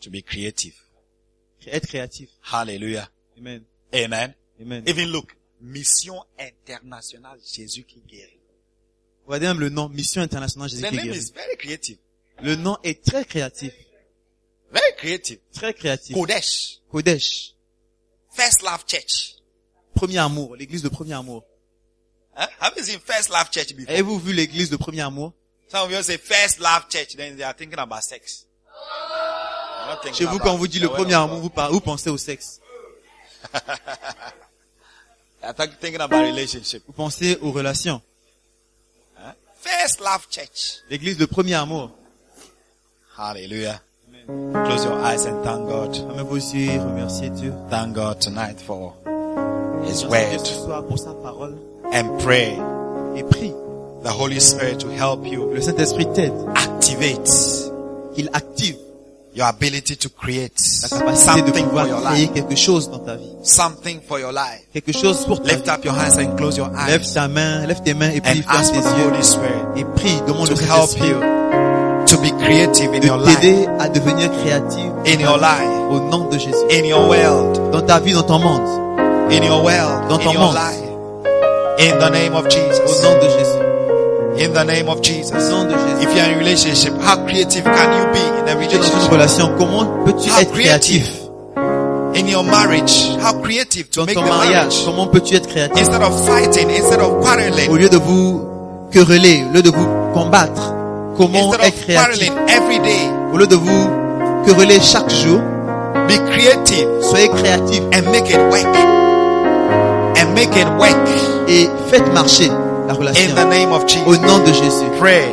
[SPEAKER 4] to be creative.
[SPEAKER 2] Être créatif.
[SPEAKER 4] Hallelujah.
[SPEAKER 2] Amen.
[SPEAKER 4] Amen.
[SPEAKER 2] Amen.
[SPEAKER 4] Even look. Mission internationale Jésus qui guérit.
[SPEAKER 2] Regardez même le nom, Mission Internationale Jésus
[SPEAKER 4] The
[SPEAKER 2] qui
[SPEAKER 4] name
[SPEAKER 2] guérit.
[SPEAKER 4] is very creative.
[SPEAKER 2] Le nom est très créatif.
[SPEAKER 4] Very creative.
[SPEAKER 2] Très créatif.
[SPEAKER 4] Kodesh.
[SPEAKER 2] Kodesh.
[SPEAKER 4] First Love Church.
[SPEAKER 2] Premier amour. L'église de premier amour.
[SPEAKER 4] Huh? Have you seen First Love Church before?
[SPEAKER 2] Avez-vous vu l'église de premier amour?
[SPEAKER 4] Some of you say first love church, then they are thinking about sex. They're not thinking
[SPEAKER 2] Chez vous,
[SPEAKER 4] about
[SPEAKER 2] quand on vous dit
[SPEAKER 4] the
[SPEAKER 2] le
[SPEAKER 4] word
[SPEAKER 2] premier
[SPEAKER 4] of
[SPEAKER 2] amour,
[SPEAKER 4] God.
[SPEAKER 2] vous, par- vous pensez au sexe.
[SPEAKER 4] They are think- thinking about relationship.
[SPEAKER 2] Vous pensez aux relations.
[SPEAKER 4] Huh? First love church.
[SPEAKER 2] L'église de premier amour.
[SPEAKER 4] Hallelujah. Close your eyes and thank God.
[SPEAKER 2] Fermez vos yeux et remerciez Dieu.
[SPEAKER 4] Thank God tonight for His
[SPEAKER 2] Merci Dieu
[SPEAKER 4] word
[SPEAKER 2] ce soir pour sa parole.
[SPEAKER 4] and pray
[SPEAKER 2] Et prie
[SPEAKER 4] the Holy Spirit to help you
[SPEAKER 2] que le Saint-Esprit t'aide.
[SPEAKER 4] activate
[SPEAKER 2] Qu'il active
[SPEAKER 4] your ability to create
[SPEAKER 2] la capacité de
[SPEAKER 4] something for your
[SPEAKER 2] pouvoir créer
[SPEAKER 4] life.
[SPEAKER 2] quelque chose dans ta vie.
[SPEAKER 4] Something for your life.
[SPEAKER 2] Quelque chose pour ta vie.
[SPEAKER 4] Lift up your hands and close your
[SPEAKER 2] Lève
[SPEAKER 4] eyes
[SPEAKER 2] ta main, lève tes mains et prie
[SPEAKER 4] and
[SPEAKER 2] ferme
[SPEAKER 4] ask
[SPEAKER 2] tes
[SPEAKER 4] for the
[SPEAKER 2] yeux.
[SPEAKER 4] Holy Spirit
[SPEAKER 2] Et prie, demande
[SPEAKER 4] to
[SPEAKER 2] au
[SPEAKER 4] help
[SPEAKER 2] Saint-Esprit
[SPEAKER 4] you to be creative in your
[SPEAKER 2] de
[SPEAKER 4] life.
[SPEAKER 2] t'aider à devenir créatif
[SPEAKER 4] in your life,
[SPEAKER 2] au nom de Jésus.
[SPEAKER 4] in your world,
[SPEAKER 2] Dans ta vie, dans ton monde,
[SPEAKER 4] in your world,
[SPEAKER 2] Dans
[SPEAKER 4] in
[SPEAKER 2] ton
[SPEAKER 4] your
[SPEAKER 2] monde.
[SPEAKER 4] life. In the name of
[SPEAKER 2] au
[SPEAKER 4] Jesus.
[SPEAKER 2] nom de Jésus.
[SPEAKER 4] In the name of
[SPEAKER 2] Au
[SPEAKER 4] Jesus.
[SPEAKER 2] nom de Jésus.
[SPEAKER 4] If you're in a relationship, how creative can you be in a
[SPEAKER 2] Tu es dans une
[SPEAKER 4] relationship?
[SPEAKER 2] relation, comment peux-tu
[SPEAKER 4] How
[SPEAKER 2] être créatif
[SPEAKER 4] In your marriage, how creative to
[SPEAKER 2] dans
[SPEAKER 4] make
[SPEAKER 2] ton
[SPEAKER 4] the
[SPEAKER 2] mariage?
[SPEAKER 4] marriage.
[SPEAKER 2] Comment peux-tu être créatif
[SPEAKER 4] Instead of fighting, instead of
[SPEAKER 2] au
[SPEAKER 4] quarreling,
[SPEAKER 2] lieu de vous quereller, au lieu de vous combattre? Comment
[SPEAKER 4] instead
[SPEAKER 2] être
[SPEAKER 4] of
[SPEAKER 2] créatif
[SPEAKER 4] quarreling every day,
[SPEAKER 2] au lieu de vous quereller chaque jour?
[SPEAKER 4] be creative
[SPEAKER 2] Soyez créatif
[SPEAKER 4] and make it work. And make it work
[SPEAKER 2] et faites marcher la
[SPEAKER 4] in
[SPEAKER 2] relation
[SPEAKER 4] the name of
[SPEAKER 2] au
[SPEAKER 4] Jesus.
[SPEAKER 2] nom de Jésus.
[SPEAKER 4] Pray.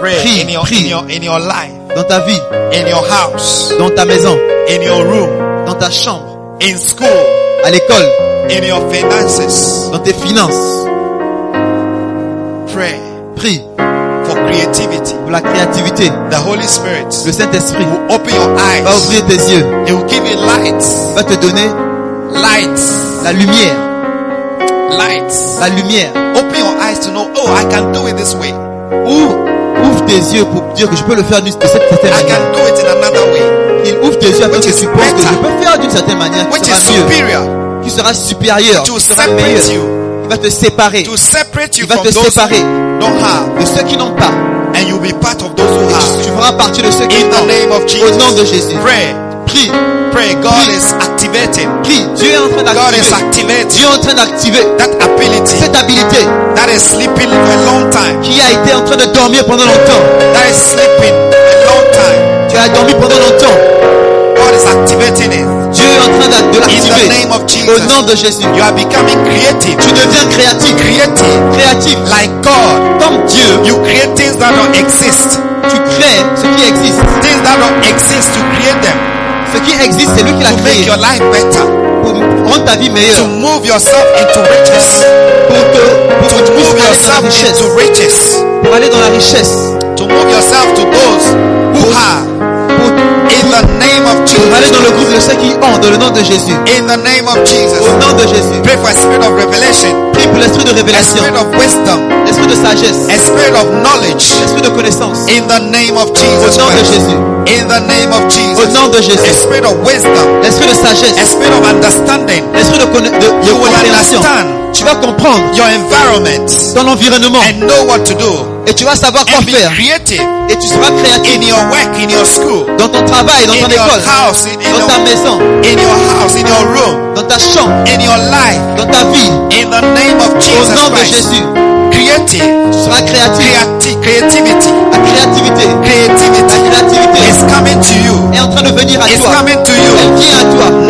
[SPEAKER 4] Pray
[SPEAKER 2] Prie,
[SPEAKER 4] in your, in
[SPEAKER 2] prie.
[SPEAKER 4] your, in your life,
[SPEAKER 2] Dans ta vie,
[SPEAKER 4] in your house,
[SPEAKER 2] dans ta maison,
[SPEAKER 4] in your room.
[SPEAKER 2] dans ta chambre,
[SPEAKER 4] in school,
[SPEAKER 2] à l'école,
[SPEAKER 4] in your finances.
[SPEAKER 2] dans tes finances.
[SPEAKER 4] Pray
[SPEAKER 2] Prie
[SPEAKER 4] for creativity.
[SPEAKER 2] pour la créativité.
[SPEAKER 4] The Holy Spirit
[SPEAKER 2] Le Saint-Esprit
[SPEAKER 4] will open your
[SPEAKER 2] va
[SPEAKER 4] eyes.
[SPEAKER 2] ouvrir tes yeux,
[SPEAKER 4] He will give you lights,
[SPEAKER 2] va te donner
[SPEAKER 4] lights,
[SPEAKER 2] la lumière,
[SPEAKER 4] lights.
[SPEAKER 2] la lumière.
[SPEAKER 4] Open your eyes to know, oh, I can do it this way.
[SPEAKER 2] Ouvre, ouvre tes yeux pour dire que je peux le faire d'une de cette certaine
[SPEAKER 4] I
[SPEAKER 2] manière.
[SPEAKER 4] can do it in another way,
[SPEAKER 2] Il ouvre tes yeux afin que
[SPEAKER 4] Which
[SPEAKER 2] tu
[SPEAKER 4] is
[SPEAKER 2] penses que
[SPEAKER 4] better.
[SPEAKER 2] je peux faire d'une certaine manière qui
[SPEAKER 4] which is
[SPEAKER 2] sera mieux,
[SPEAKER 4] superior.
[SPEAKER 2] qui sera supérieure,
[SPEAKER 4] To
[SPEAKER 2] qui sera
[SPEAKER 4] separate
[SPEAKER 2] meilleure.
[SPEAKER 4] you,
[SPEAKER 2] Il va te séparer
[SPEAKER 4] to separate you
[SPEAKER 2] Il va
[SPEAKER 4] from
[SPEAKER 2] te
[SPEAKER 4] those who
[SPEAKER 2] séparer.
[SPEAKER 4] don't have,
[SPEAKER 2] de ceux qui n'ont pas.
[SPEAKER 4] and you'll be part of those who have.
[SPEAKER 2] Tu feras partie de ceux qui
[SPEAKER 4] In the
[SPEAKER 2] n'ont.
[SPEAKER 4] name of
[SPEAKER 2] Au nom de
[SPEAKER 4] Jesus,
[SPEAKER 2] Jésus.
[SPEAKER 4] pray.
[SPEAKER 2] Prie Qui
[SPEAKER 4] Pray. God is activating.
[SPEAKER 2] Qui Dieu est en train
[SPEAKER 4] God is
[SPEAKER 2] d'activer.
[SPEAKER 4] activating
[SPEAKER 2] Dieu est en train d'activer
[SPEAKER 4] that ability
[SPEAKER 2] cette habilité
[SPEAKER 4] that is sleeping a long time.
[SPEAKER 2] qui a été en train de dormir pendant longtemps.
[SPEAKER 4] That is sleeping a long time.
[SPEAKER 2] Tu as dormi pendant longtemps.
[SPEAKER 4] God is activating it.
[SPEAKER 2] Dieu est en train de de
[SPEAKER 4] In the
[SPEAKER 2] l'activer.
[SPEAKER 4] name of
[SPEAKER 2] Au
[SPEAKER 4] Jesus.
[SPEAKER 2] nom de Jésus.
[SPEAKER 4] You are becoming creative.
[SPEAKER 2] Tu deviens créatif.
[SPEAKER 4] Creative.
[SPEAKER 2] Créatif.
[SPEAKER 4] Like God.
[SPEAKER 2] Comme Dieu,
[SPEAKER 4] You create things that don't exist.
[SPEAKER 2] tu crées ce qui existe.
[SPEAKER 4] Things that don't exist, you create them.
[SPEAKER 2] Ce qui existe, c'est lui qui l'a
[SPEAKER 4] To make
[SPEAKER 2] créé
[SPEAKER 4] your life better.
[SPEAKER 2] pour rendre ta vie
[SPEAKER 4] To
[SPEAKER 2] meilleure.
[SPEAKER 4] move yourself into riches.
[SPEAKER 2] Pour te,
[SPEAKER 4] To
[SPEAKER 2] pour te
[SPEAKER 4] move
[SPEAKER 2] pour aller dans
[SPEAKER 4] yourself
[SPEAKER 2] la richesse.
[SPEAKER 4] into riches.
[SPEAKER 2] Pour aller dans la richesse.
[SPEAKER 4] To move yourself to those who have.
[SPEAKER 2] Pour,
[SPEAKER 4] In the name of
[SPEAKER 2] pour aller dans le
[SPEAKER 4] Jesus.
[SPEAKER 2] groupe de ceux qui ont, dans le nom de Jésus.
[SPEAKER 4] In the name of
[SPEAKER 2] Au
[SPEAKER 4] Jesus.
[SPEAKER 2] nom de Jésus.
[SPEAKER 4] Pray for a spirit of revelation.
[SPEAKER 2] Prie pour l'esprit de
[SPEAKER 4] A
[SPEAKER 2] révélation,
[SPEAKER 4] spirit of wisdom.
[SPEAKER 2] l'esprit de sagesse,
[SPEAKER 4] A spirit of knowledge.
[SPEAKER 2] l'esprit de connaissance.
[SPEAKER 4] In the name of
[SPEAKER 2] Au
[SPEAKER 4] Jesus
[SPEAKER 2] nom de
[SPEAKER 4] Christ.
[SPEAKER 2] Jésus.
[SPEAKER 4] In the name of
[SPEAKER 2] Au
[SPEAKER 4] Jesus.
[SPEAKER 2] nom de
[SPEAKER 4] A
[SPEAKER 2] Jésus.
[SPEAKER 4] spirit of wisdom.
[SPEAKER 2] L'esprit de
[SPEAKER 4] A
[SPEAKER 2] sagesse,
[SPEAKER 4] spirit of understanding.
[SPEAKER 2] l'esprit de, conna- de, de
[SPEAKER 4] You will
[SPEAKER 2] compréhension.
[SPEAKER 4] understand.
[SPEAKER 2] Tu vas comprendre
[SPEAKER 4] your environment
[SPEAKER 2] ton environnement
[SPEAKER 4] and know what to do
[SPEAKER 2] et tu vas savoir quoi
[SPEAKER 4] and be
[SPEAKER 2] faire.
[SPEAKER 4] creative
[SPEAKER 2] Et tu seras créatif
[SPEAKER 4] in your work in your school
[SPEAKER 2] dans ton travail, dans
[SPEAKER 4] in
[SPEAKER 2] ton
[SPEAKER 4] your
[SPEAKER 2] école,
[SPEAKER 4] house in, in
[SPEAKER 2] dans ta
[SPEAKER 4] your,
[SPEAKER 2] maison,
[SPEAKER 4] in your house in your room
[SPEAKER 2] dans ta chambre,
[SPEAKER 4] in your life
[SPEAKER 2] dans ta vie.
[SPEAKER 4] in the name of
[SPEAKER 2] Au
[SPEAKER 4] Jesus
[SPEAKER 2] nom de
[SPEAKER 4] Christ
[SPEAKER 2] Jésus,
[SPEAKER 4] creative
[SPEAKER 2] tu seras créatif.
[SPEAKER 4] creati- creativity
[SPEAKER 2] La créativité, la
[SPEAKER 4] creativity
[SPEAKER 2] créativité
[SPEAKER 4] is coming to you
[SPEAKER 2] est en train de venir à
[SPEAKER 4] it's
[SPEAKER 2] toi.
[SPEAKER 4] coming to you
[SPEAKER 2] Elle vient à toi.
[SPEAKER 4] now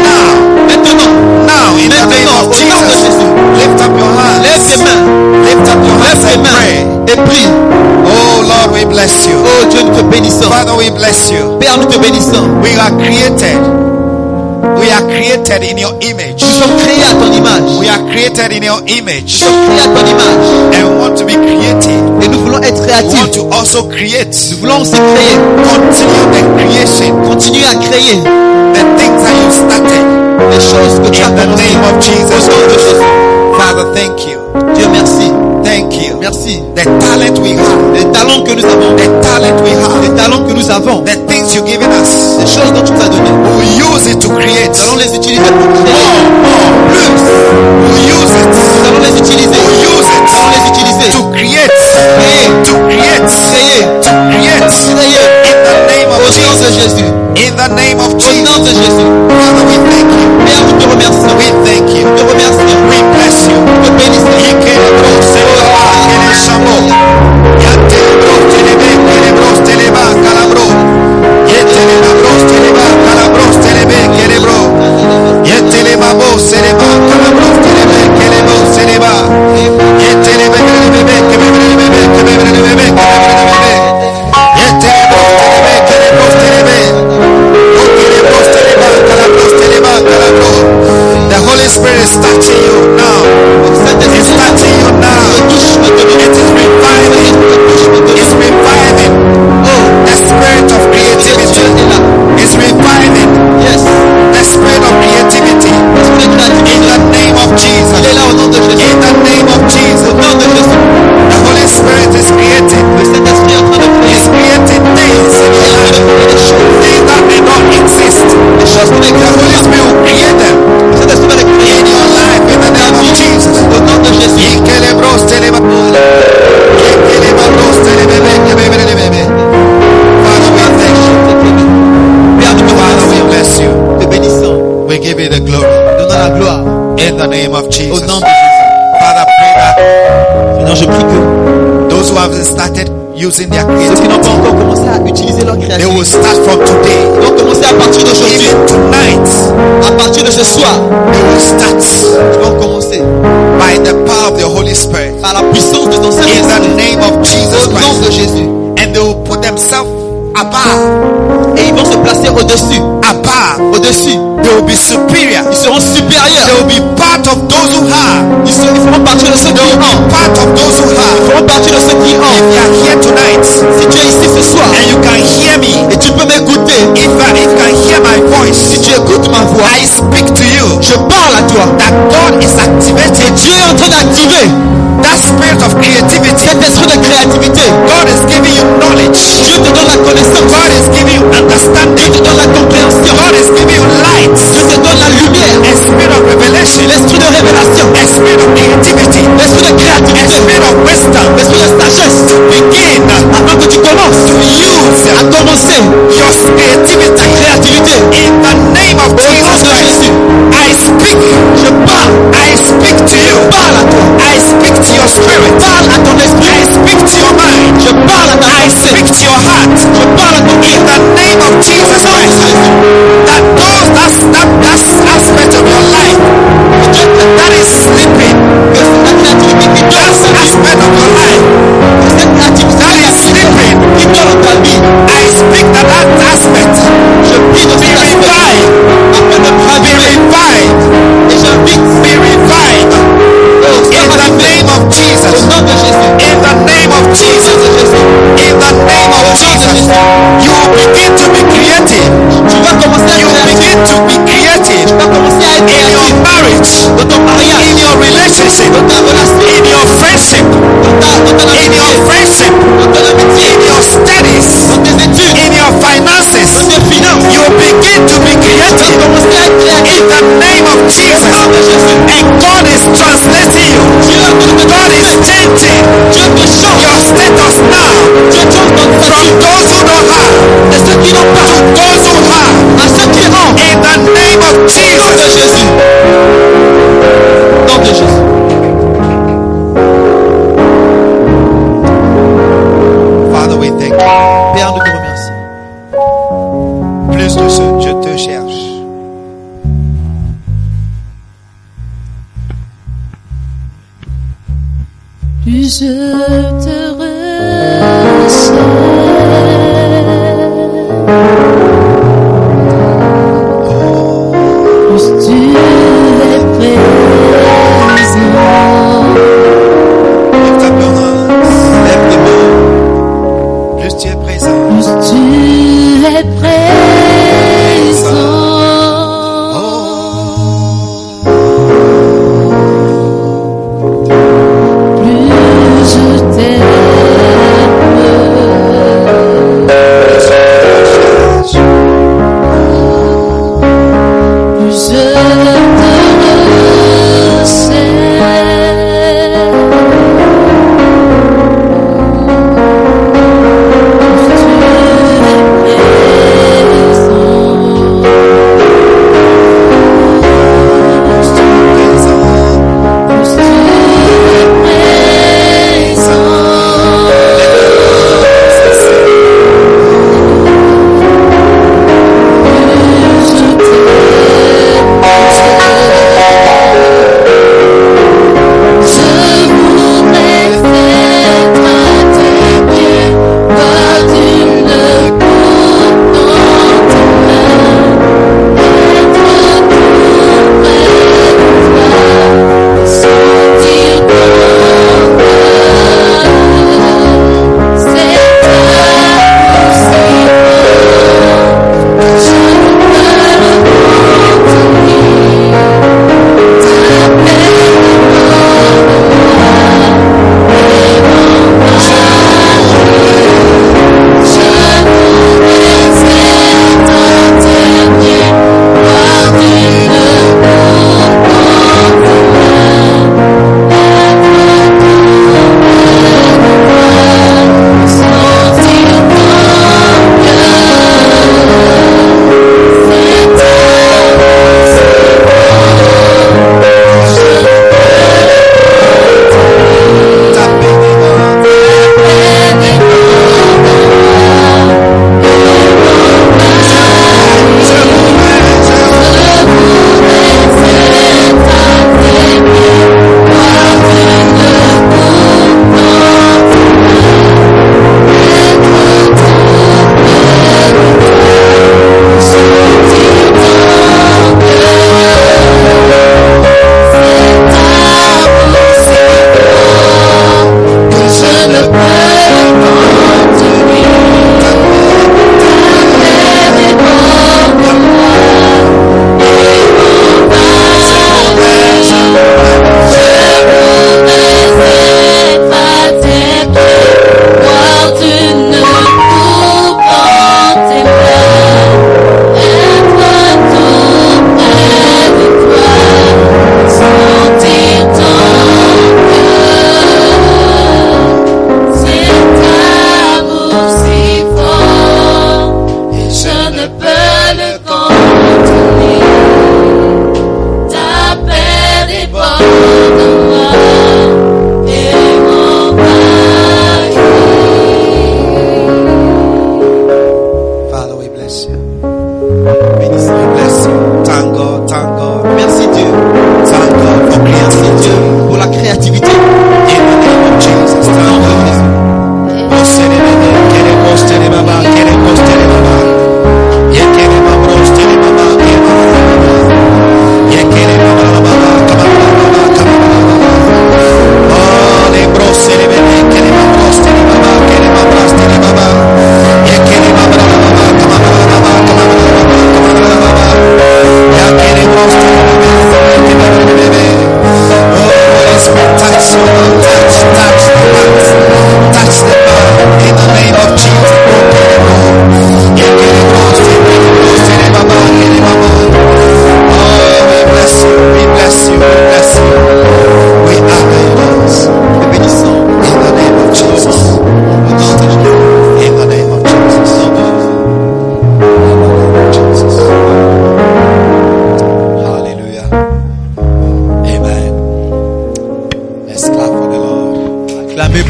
[SPEAKER 2] Maintenant,
[SPEAKER 4] now in the name
[SPEAKER 2] maintenant, au
[SPEAKER 4] of
[SPEAKER 2] nom de
[SPEAKER 4] Jesus
[SPEAKER 2] Jésus,
[SPEAKER 4] lift up your
[SPEAKER 2] lève tes
[SPEAKER 4] hands
[SPEAKER 2] mains,
[SPEAKER 4] lift up your hands
[SPEAKER 2] lève tes
[SPEAKER 4] and pray
[SPEAKER 2] mains et prie.
[SPEAKER 4] oh Lord we bless you
[SPEAKER 2] Oh Dieu, nous te bénissons.
[SPEAKER 4] Father we bless you
[SPEAKER 2] Père, nous te bénissons.
[SPEAKER 4] We are created. We are created in your image.
[SPEAKER 2] Nous sommes créés à ton image.
[SPEAKER 4] We are created in your image
[SPEAKER 2] Nous sommes créés à ton image.
[SPEAKER 4] and want to be creative.
[SPEAKER 2] Et nous voulons être
[SPEAKER 4] We want
[SPEAKER 2] créatifs.
[SPEAKER 4] to also create.
[SPEAKER 2] Nous voulons aussi créer,
[SPEAKER 4] Continue the creation,
[SPEAKER 2] continuer à créer
[SPEAKER 4] the things that you started
[SPEAKER 2] les choses que tu as
[SPEAKER 4] in the
[SPEAKER 2] commencées.
[SPEAKER 4] name of Jesus.
[SPEAKER 2] Au nom de Jésus.
[SPEAKER 4] Father, thank you.
[SPEAKER 2] Dieu merci.
[SPEAKER 4] Thank you.
[SPEAKER 2] Merci.
[SPEAKER 4] The talent we have,
[SPEAKER 2] Les talents que nous avons,
[SPEAKER 4] the talent we
[SPEAKER 2] les
[SPEAKER 4] have,
[SPEAKER 2] talents que nous avons,
[SPEAKER 4] the things you've given us,
[SPEAKER 2] les choses dont tu nous as données, nous
[SPEAKER 4] we use it to create.
[SPEAKER 2] allons les utiliser pour
[SPEAKER 4] More,
[SPEAKER 2] créer.
[SPEAKER 4] more,
[SPEAKER 2] Plus,
[SPEAKER 4] we use
[SPEAKER 2] nous
[SPEAKER 4] it.
[SPEAKER 2] allons les
[SPEAKER 4] We
[SPEAKER 2] utiliser.
[SPEAKER 4] use
[SPEAKER 2] Nous allons
[SPEAKER 4] it
[SPEAKER 2] les utiliser.
[SPEAKER 4] to create.
[SPEAKER 2] Créer,
[SPEAKER 4] to create,
[SPEAKER 2] créer,
[SPEAKER 4] to create
[SPEAKER 2] créer.
[SPEAKER 4] in the name
[SPEAKER 2] Au
[SPEAKER 4] of
[SPEAKER 2] nom de
[SPEAKER 4] Jesus.
[SPEAKER 2] Jésus.
[SPEAKER 4] In the name of
[SPEAKER 2] Au nom
[SPEAKER 4] Jesus,
[SPEAKER 2] de Jésus.
[SPEAKER 4] Father, we thank you.
[SPEAKER 2] Père, nous te remercions.
[SPEAKER 4] We thank you.
[SPEAKER 2] Nous te remercions.
[SPEAKER 4] We bless you.
[SPEAKER 2] Nous te bénissons.
[SPEAKER 4] Ikelebros, Sebawa, Keleshamo. Yatelebros, Telebe, Kelebros, Teleba, Kalabro. Yetelebros, Teleba, Kalabros, Telebe, Kelebro. Yetelebabo, Seleba, Kalabros, Telebe, Kelebo, Seleba. Yetelebe, Kelebe, Kelebe, Kelebe, Kelebe, Kelebe, Kelebe, Kelebe. The Holy Spirit is touching you now. It's
[SPEAKER 2] Saint-Esprit,
[SPEAKER 4] touching you now.
[SPEAKER 2] touche maintenant.
[SPEAKER 4] It is reviving.
[SPEAKER 2] Touche maintenant.
[SPEAKER 4] It's reviving.
[SPEAKER 2] Oh,
[SPEAKER 4] The spirit of
[SPEAKER 2] Dieu, tu
[SPEAKER 4] creativity
[SPEAKER 2] es là.
[SPEAKER 4] is reviving.
[SPEAKER 2] Yes.
[SPEAKER 4] The spirit of creativity
[SPEAKER 2] Esprit de
[SPEAKER 4] in
[SPEAKER 2] créativité.
[SPEAKER 4] the name of
[SPEAKER 2] Il est
[SPEAKER 4] Jesus.
[SPEAKER 2] là au nom de Jésus.
[SPEAKER 4] In the name of
[SPEAKER 2] Au
[SPEAKER 4] Jesus.
[SPEAKER 2] nom de Jésus.
[SPEAKER 4] The Holy Spirit is creating.
[SPEAKER 2] Le Saint-Esprit est en train de créer.
[SPEAKER 4] He's creating things in your
[SPEAKER 2] Il est en train
[SPEAKER 4] life.
[SPEAKER 2] de créer des choses.
[SPEAKER 4] Things that may not exist.
[SPEAKER 2] Des choses qui
[SPEAKER 4] The Holy
[SPEAKER 2] n'existent
[SPEAKER 4] Spirit will create them.
[SPEAKER 2] pas. Le Saint-Esprit va les créer.
[SPEAKER 4] in your life in the name of Jesus.
[SPEAKER 2] Au nom de Jésus.
[SPEAKER 4] Ikelebros teleba- Ikelebros telebebe- kebebebe- kebebebe. Father, we thank you.
[SPEAKER 2] Père, nous te
[SPEAKER 4] Father, we
[SPEAKER 2] remercions.
[SPEAKER 4] bless you.
[SPEAKER 2] Nous te bénissons.
[SPEAKER 4] We give you the glory
[SPEAKER 2] Donnons la gloire.
[SPEAKER 4] in the name of
[SPEAKER 2] Au
[SPEAKER 4] Jesus.
[SPEAKER 2] nom de Jésus.
[SPEAKER 4] Father, pray that
[SPEAKER 2] Maintenant, je prie que
[SPEAKER 4] those who have started using their
[SPEAKER 2] ceux qui n'ont
[SPEAKER 4] creativity,
[SPEAKER 2] pas encore commencé à utiliser leur
[SPEAKER 4] they
[SPEAKER 2] créativité
[SPEAKER 4] will start from today.
[SPEAKER 2] vont commencer à partir d'aujourd'hui.
[SPEAKER 4] Even tonight,
[SPEAKER 2] À partir de ce soir,
[SPEAKER 4] they will start
[SPEAKER 2] ils vont commencer
[SPEAKER 4] by the power of the Holy Spirit.
[SPEAKER 2] par la puissance de ton
[SPEAKER 4] In
[SPEAKER 2] Saint-Esprit.
[SPEAKER 4] the name of Jesus
[SPEAKER 2] Au nom
[SPEAKER 4] Christ.
[SPEAKER 2] de Jésus.
[SPEAKER 4] And they will put themselves above,
[SPEAKER 2] Et ils vont se placer au-dessus.
[SPEAKER 4] above.
[SPEAKER 2] Au-dessus.
[SPEAKER 4] They will be superior.
[SPEAKER 2] Ils seront supérieurs.
[SPEAKER 4] They will be part of those who have.
[SPEAKER 2] Ils, seront, ils feront partie de ceux qui ont.
[SPEAKER 4] Part of those who
[SPEAKER 2] Ils
[SPEAKER 4] have.
[SPEAKER 2] feront partie de ceux qui
[SPEAKER 4] If
[SPEAKER 2] ont.
[SPEAKER 4] you are here tonight
[SPEAKER 2] Si tu es ici ce soir
[SPEAKER 4] and you can hear me,
[SPEAKER 2] et tu peux m'écouter,
[SPEAKER 4] if, I, if you can hear my
[SPEAKER 2] si
[SPEAKER 4] voice,
[SPEAKER 2] tu écoutes ma voix,
[SPEAKER 4] I speak to you
[SPEAKER 2] je parle à toi.
[SPEAKER 4] that God is activating
[SPEAKER 2] Dieu est en train d'activer
[SPEAKER 4] that spirit of creativity.
[SPEAKER 2] cet esprit de créativité.
[SPEAKER 4] God is giving you knowledge.
[SPEAKER 2] Dieu te donne la connaissance.
[SPEAKER 4] God is giving you
[SPEAKER 2] Dieu
[SPEAKER 4] understanding.
[SPEAKER 2] te donne la compréhension.
[SPEAKER 4] God is giving you light.
[SPEAKER 2] Dieu te donne la lumière.
[SPEAKER 4] A spirit of revelation.
[SPEAKER 2] L'esprit de révélation.
[SPEAKER 4] A spirit of creativity.
[SPEAKER 2] L'esprit de
[SPEAKER 4] A
[SPEAKER 2] créativité.
[SPEAKER 4] spirit of wisdom.
[SPEAKER 2] L'esprit de sagesse.
[SPEAKER 4] Begin
[SPEAKER 2] Avant que tu commences
[SPEAKER 4] to use
[SPEAKER 2] à commencer
[SPEAKER 4] your creativity.
[SPEAKER 2] ta créativité
[SPEAKER 4] In the your spirit.
[SPEAKER 2] parle à ton
[SPEAKER 4] I
[SPEAKER 2] esprit.
[SPEAKER 4] speak to your mind.
[SPEAKER 2] Je parle à ta
[SPEAKER 4] I
[SPEAKER 2] pensée.
[SPEAKER 4] speak to your heart.
[SPEAKER 2] Je parle à ton
[SPEAKER 4] In
[SPEAKER 2] cœur.
[SPEAKER 4] the name of Jesus Christ, that those that that, that aspect of your life that is sleeping,
[SPEAKER 2] Que cette activité qui
[SPEAKER 4] that
[SPEAKER 2] dort ta vie,
[SPEAKER 4] aspect of your life
[SPEAKER 2] que cette
[SPEAKER 4] that
[SPEAKER 2] activité
[SPEAKER 4] is sleeping,
[SPEAKER 2] qui dort ta vie,
[SPEAKER 4] I speak that that aspect
[SPEAKER 2] je prie de
[SPEAKER 4] be
[SPEAKER 2] cet aspect
[SPEAKER 4] revived,
[SPEAKER 2] afin de
[SPEAKER 4] be
[SPEAKER 2] raviver
[SPEAKER 4] revived,
[SPEAKER 2] et j'invite
[SPEAKER 4] be revived.
[SPEAKER 2] au
[SPEAKER 4] In
[SPEAKER 2] saint
[SPEAKER 4] the name of Jesus,
[SPEAKER 2] au nom de Jésus.
[SPEAKER 4] in the name of Jesus,
[SPEAKER 2] Au nom de Jésus.
[SPEAKER 4] in the name of Jesus, you will begin to be creative.
[SPEAKER 2] Tu vas commencer à
[SPEAKER 4] You will begin
[SPEAKER 2] être
[SPEAKER 4] to be creative
[SPEAKER 2] Tu vas commencer à être
[SPEAKER 4] in your
[SPEAKER 2] créatif
[SPEAKER 4] marriage.
[SPEAKER 2] dans ton
[SPEAKER 4] in
[SPEAKER 2] mariage,
[SPEAKER 4] your relationship,
[SPEAKER 2] dans ta relation,
[SPEAKER 4] in your friendship,
[SPEAKER 2] dans ta, dans ton
[SPEAKER 4] in
[SPEAKER 2] amitié,
[SPEAKER 4] your friendship,
[SPEAKER 2] dans ton amitié,
[SPEAKER 4] in your studies,
[SPEAKER 2] dans tes études,
[SPEAKER 4] in your
[SPEAKER 2] dans
[SPEAKER 4] finances.
[SPEAKER 2] tes finances.
[SPEAKER 4] You begin to be
[SPEAKER 2] Tu vas
[SPEAKER 4] creative
[SPEAKER 2] commencer à être créatif
[SPEAKER 4] in the name of
[SPEAKER 2] au
[SPEAKER 4] Jesus.
[SPEAKER 2] nom de Jésus.
[SPEAKER 4] And God is translating you.
[SPEAKER 2] Dieu te
[SPEAKER 4] God is
[SPEAKER 2] transmet,
[SPEAKER 4] changing
[SPEAKER 2] Dieu te
[SPEAKER 4] your
[SPEAKER 2] change,
[SPEAKER 4] status now
[SPEAKER 2] Dieu change
[SPEAKER 4] from
[SPEAKER 2] ton statut
[SPEAKER 4] those who don't have
[SPEAKER 2] de ceux qui n'ont
[SPEAKER 4] to
[SPEAKER 2] pas
[SPEAKER 4] those who have.
[SPEAKER 2] à ceux qui ont.
[SPEAKER 4] In the name of
[SPEAKER 2] Au nom de
[SPEAKER 4] Jesus.
[SPEAKER 2] Jésus. Au nom de Jésus.
[SPEAKER 4] Father, we thank you.
[SPEAKER 5] Père, nous te remercions.
[SPEAKER 4] Plus de ce, je te cherche.
[SPEAKER 3] Plus je te recherche, plus tu es présent.
[SPEAKER 4] Lève ta main, lève tes mains. Plus tu es présent.
[SPEAKER 3] Plus tu es
[SPEAKER 4] Oh,
[SPEAKER 3] présent, plus je t'aime.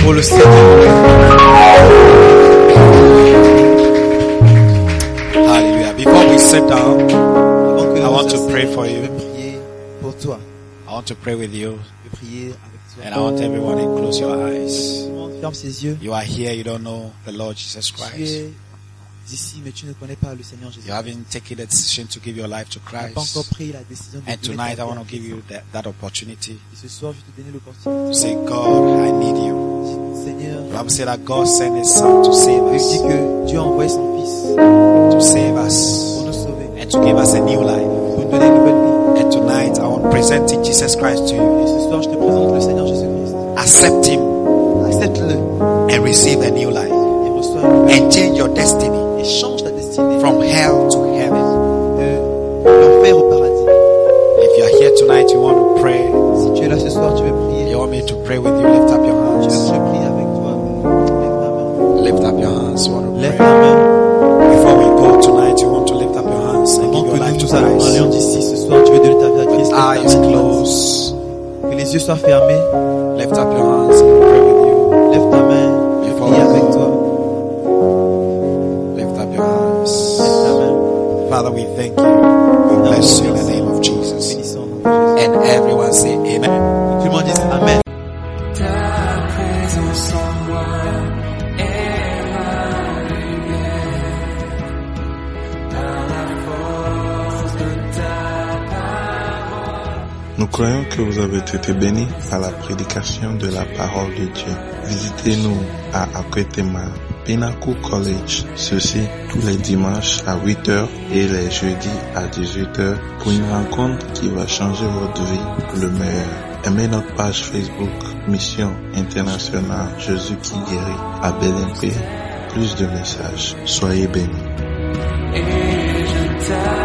[SPEAKER 6] pour le Seigneur.
[SPEAKER 4] Hallelujah. Before we sit down,
[SPEAKER 6] Avant que
[SPEAKER 4] I want
[SPEAKER 6] nous
[SPEAKER 4] to pray for
[SPEAKER 6] je
[SPEAKER 4] you.
[SPEAKER 6] veux prier pour toi.
[SPEAKER 4] I want to pray with you.
[SPEAKER 6] Je veux prier avec toi.
[SPEAKER 4] And I want everyone to close your eyes.
[SPEAKER 6] Tout le monde Ferme ses yeux.
[SPEAKER 4] You are here, you don't know the Lord Jesus
[SPEAKER 6] Tu
[SPEAKER 4] Christ.
[SPEAKER 6] es d'ici, mais tu ne connais pas le Seigneur Jésus.
[SPEAKER 4] You haven't taken the decision to give your life to
[SPEAKER 6] Tu n'as pas encore
[SPEAKER 4] Christ.
[SPEAKER 6] pris la décision de
[SPEAKER 4] And
[SPEAKER 6] donner
[SPEAKER 4] tonight I
[SPEAKER 6] ta vie
[SPEAKER 4] want
[SPEAKER 6] à
[SPEAKER 4] to give you that, that opportunity
[SPEAKER 6] Jésus. Et ce soir, je te donne l'opportunité.
[SPEAKER 4] to say, God, I need you.
[SPEAKER 6] Seigneur,
[SPEAKER 4] The Bible said that God sent his son to save
[SPEAKER 6] il dit
[SPEAKER 4] us,
[SPEAKER 6] que Dieu a envoyé son Fils
[SPEAKER 4] to save
[SPEAKER 6] pour
[SPEAKER 4] us,
[SPEAKER 6] nous sauver,
[SPEAKER 4] and to give us a new life.
[SPEAKER 6] pour nous donner une nouvelle vie.
[SPEAKER 4] And tonight I want presenting Jesus Christ to you.
[SPEAKER 6] Et ce soir, je te présente le Seigneur Jésus-Christ.
[SPEAKER 4] Accept him
[SPEAKER 6] Accepte-le
[SPEAKER 4] and receive a new life.
[SPEAKER 6] et reçois une nouvelle
[SPEAKER 4] And change your destiny
[SPEAKER 6] vie. Et change ta destinée
[SPEAKER 4] from hell to heaven.
[SPEAKER 6] de l'enfer au paradis.
[SPEAKER 4] If you are here tonight, you want to pray.
[SPEAKER 6] Si tu es là ce soir, tu veux prier.
[SPEAKER 4] You want me to pray with you? Lift up your
[SPEAKER 6] Tu veux
[SPEAKER 4] hands.
[SPEAKER 6] que je prie avec toi. Lève ta main.
[SPEAKER 4] Lift up your hands. You want to
[SPEAKER 6] Lève
[SPEAKER 4] pray.
[SPEAKER 6] ta main.
[SPEAKER 4] Before we go tonight, you want to lift up your hands and
[SPEAKER 6] Avant
[SPEAKER 4] give
[SPEAKER 6] que
[SPEAKER 4] your life
[SPEAKER 6] nous
[SPEAKER 4] to
[SPEAKER 6] nous allons
[SPEAKER 4] Christ.
[SPEAKER 6] parler d'ici ce soir, tu veux donner ta vie à Christ. lève
[SPEAKER 4] Eyes
[SPEAKER 6] ta main.
[SPEAKER 4] closed.
[SPEAKER 6] Que les yeux soient fermés.
[SPEAKER 4] Lift up your hands. and Pray with you.
[SPEAKER 6] Lève ta main. Je
[SPEAKER 4] Before
[SPEAKER 6] prie
[SPEAKER 4] we
[SPEAKER 6] avec
[SPEAKER 4] go.
[SPEAKER 6] toi.
[SPEAKER 4] Lift up your
[SPEAKER 6] Lève ta
[SPEAKER 4] hands.
[SPEAKER 6] main.
[SPEAKER 4] Father, we thank you. We bless you in the name of Jesus.
[SPEAKER 6] Bénissons. le nom de Jésus.
[SPEAKER 4] And everyone say amen.
[SPEAKER 6] Tout le monde dise Amen.
[SPEAKER 7] Ta présence en moi est ma lumière. Par la force de ta
[SPEAKER 1] Nous croyons que vous avez été bénis par la prédication de la parole de Dieu. Visitez-nous à Akwetema, Pinnacle College, ceci tous les dimanches à 8h et les jeudis à 18h pour une rencontre qui va changer votre vie pour le meilleur. Aimez notre page Facebook Mission Internationale Jésus qui guérit à BLMP. Plus de messages. Soyez bénis.
[SPEAKER 7] et je t'aime.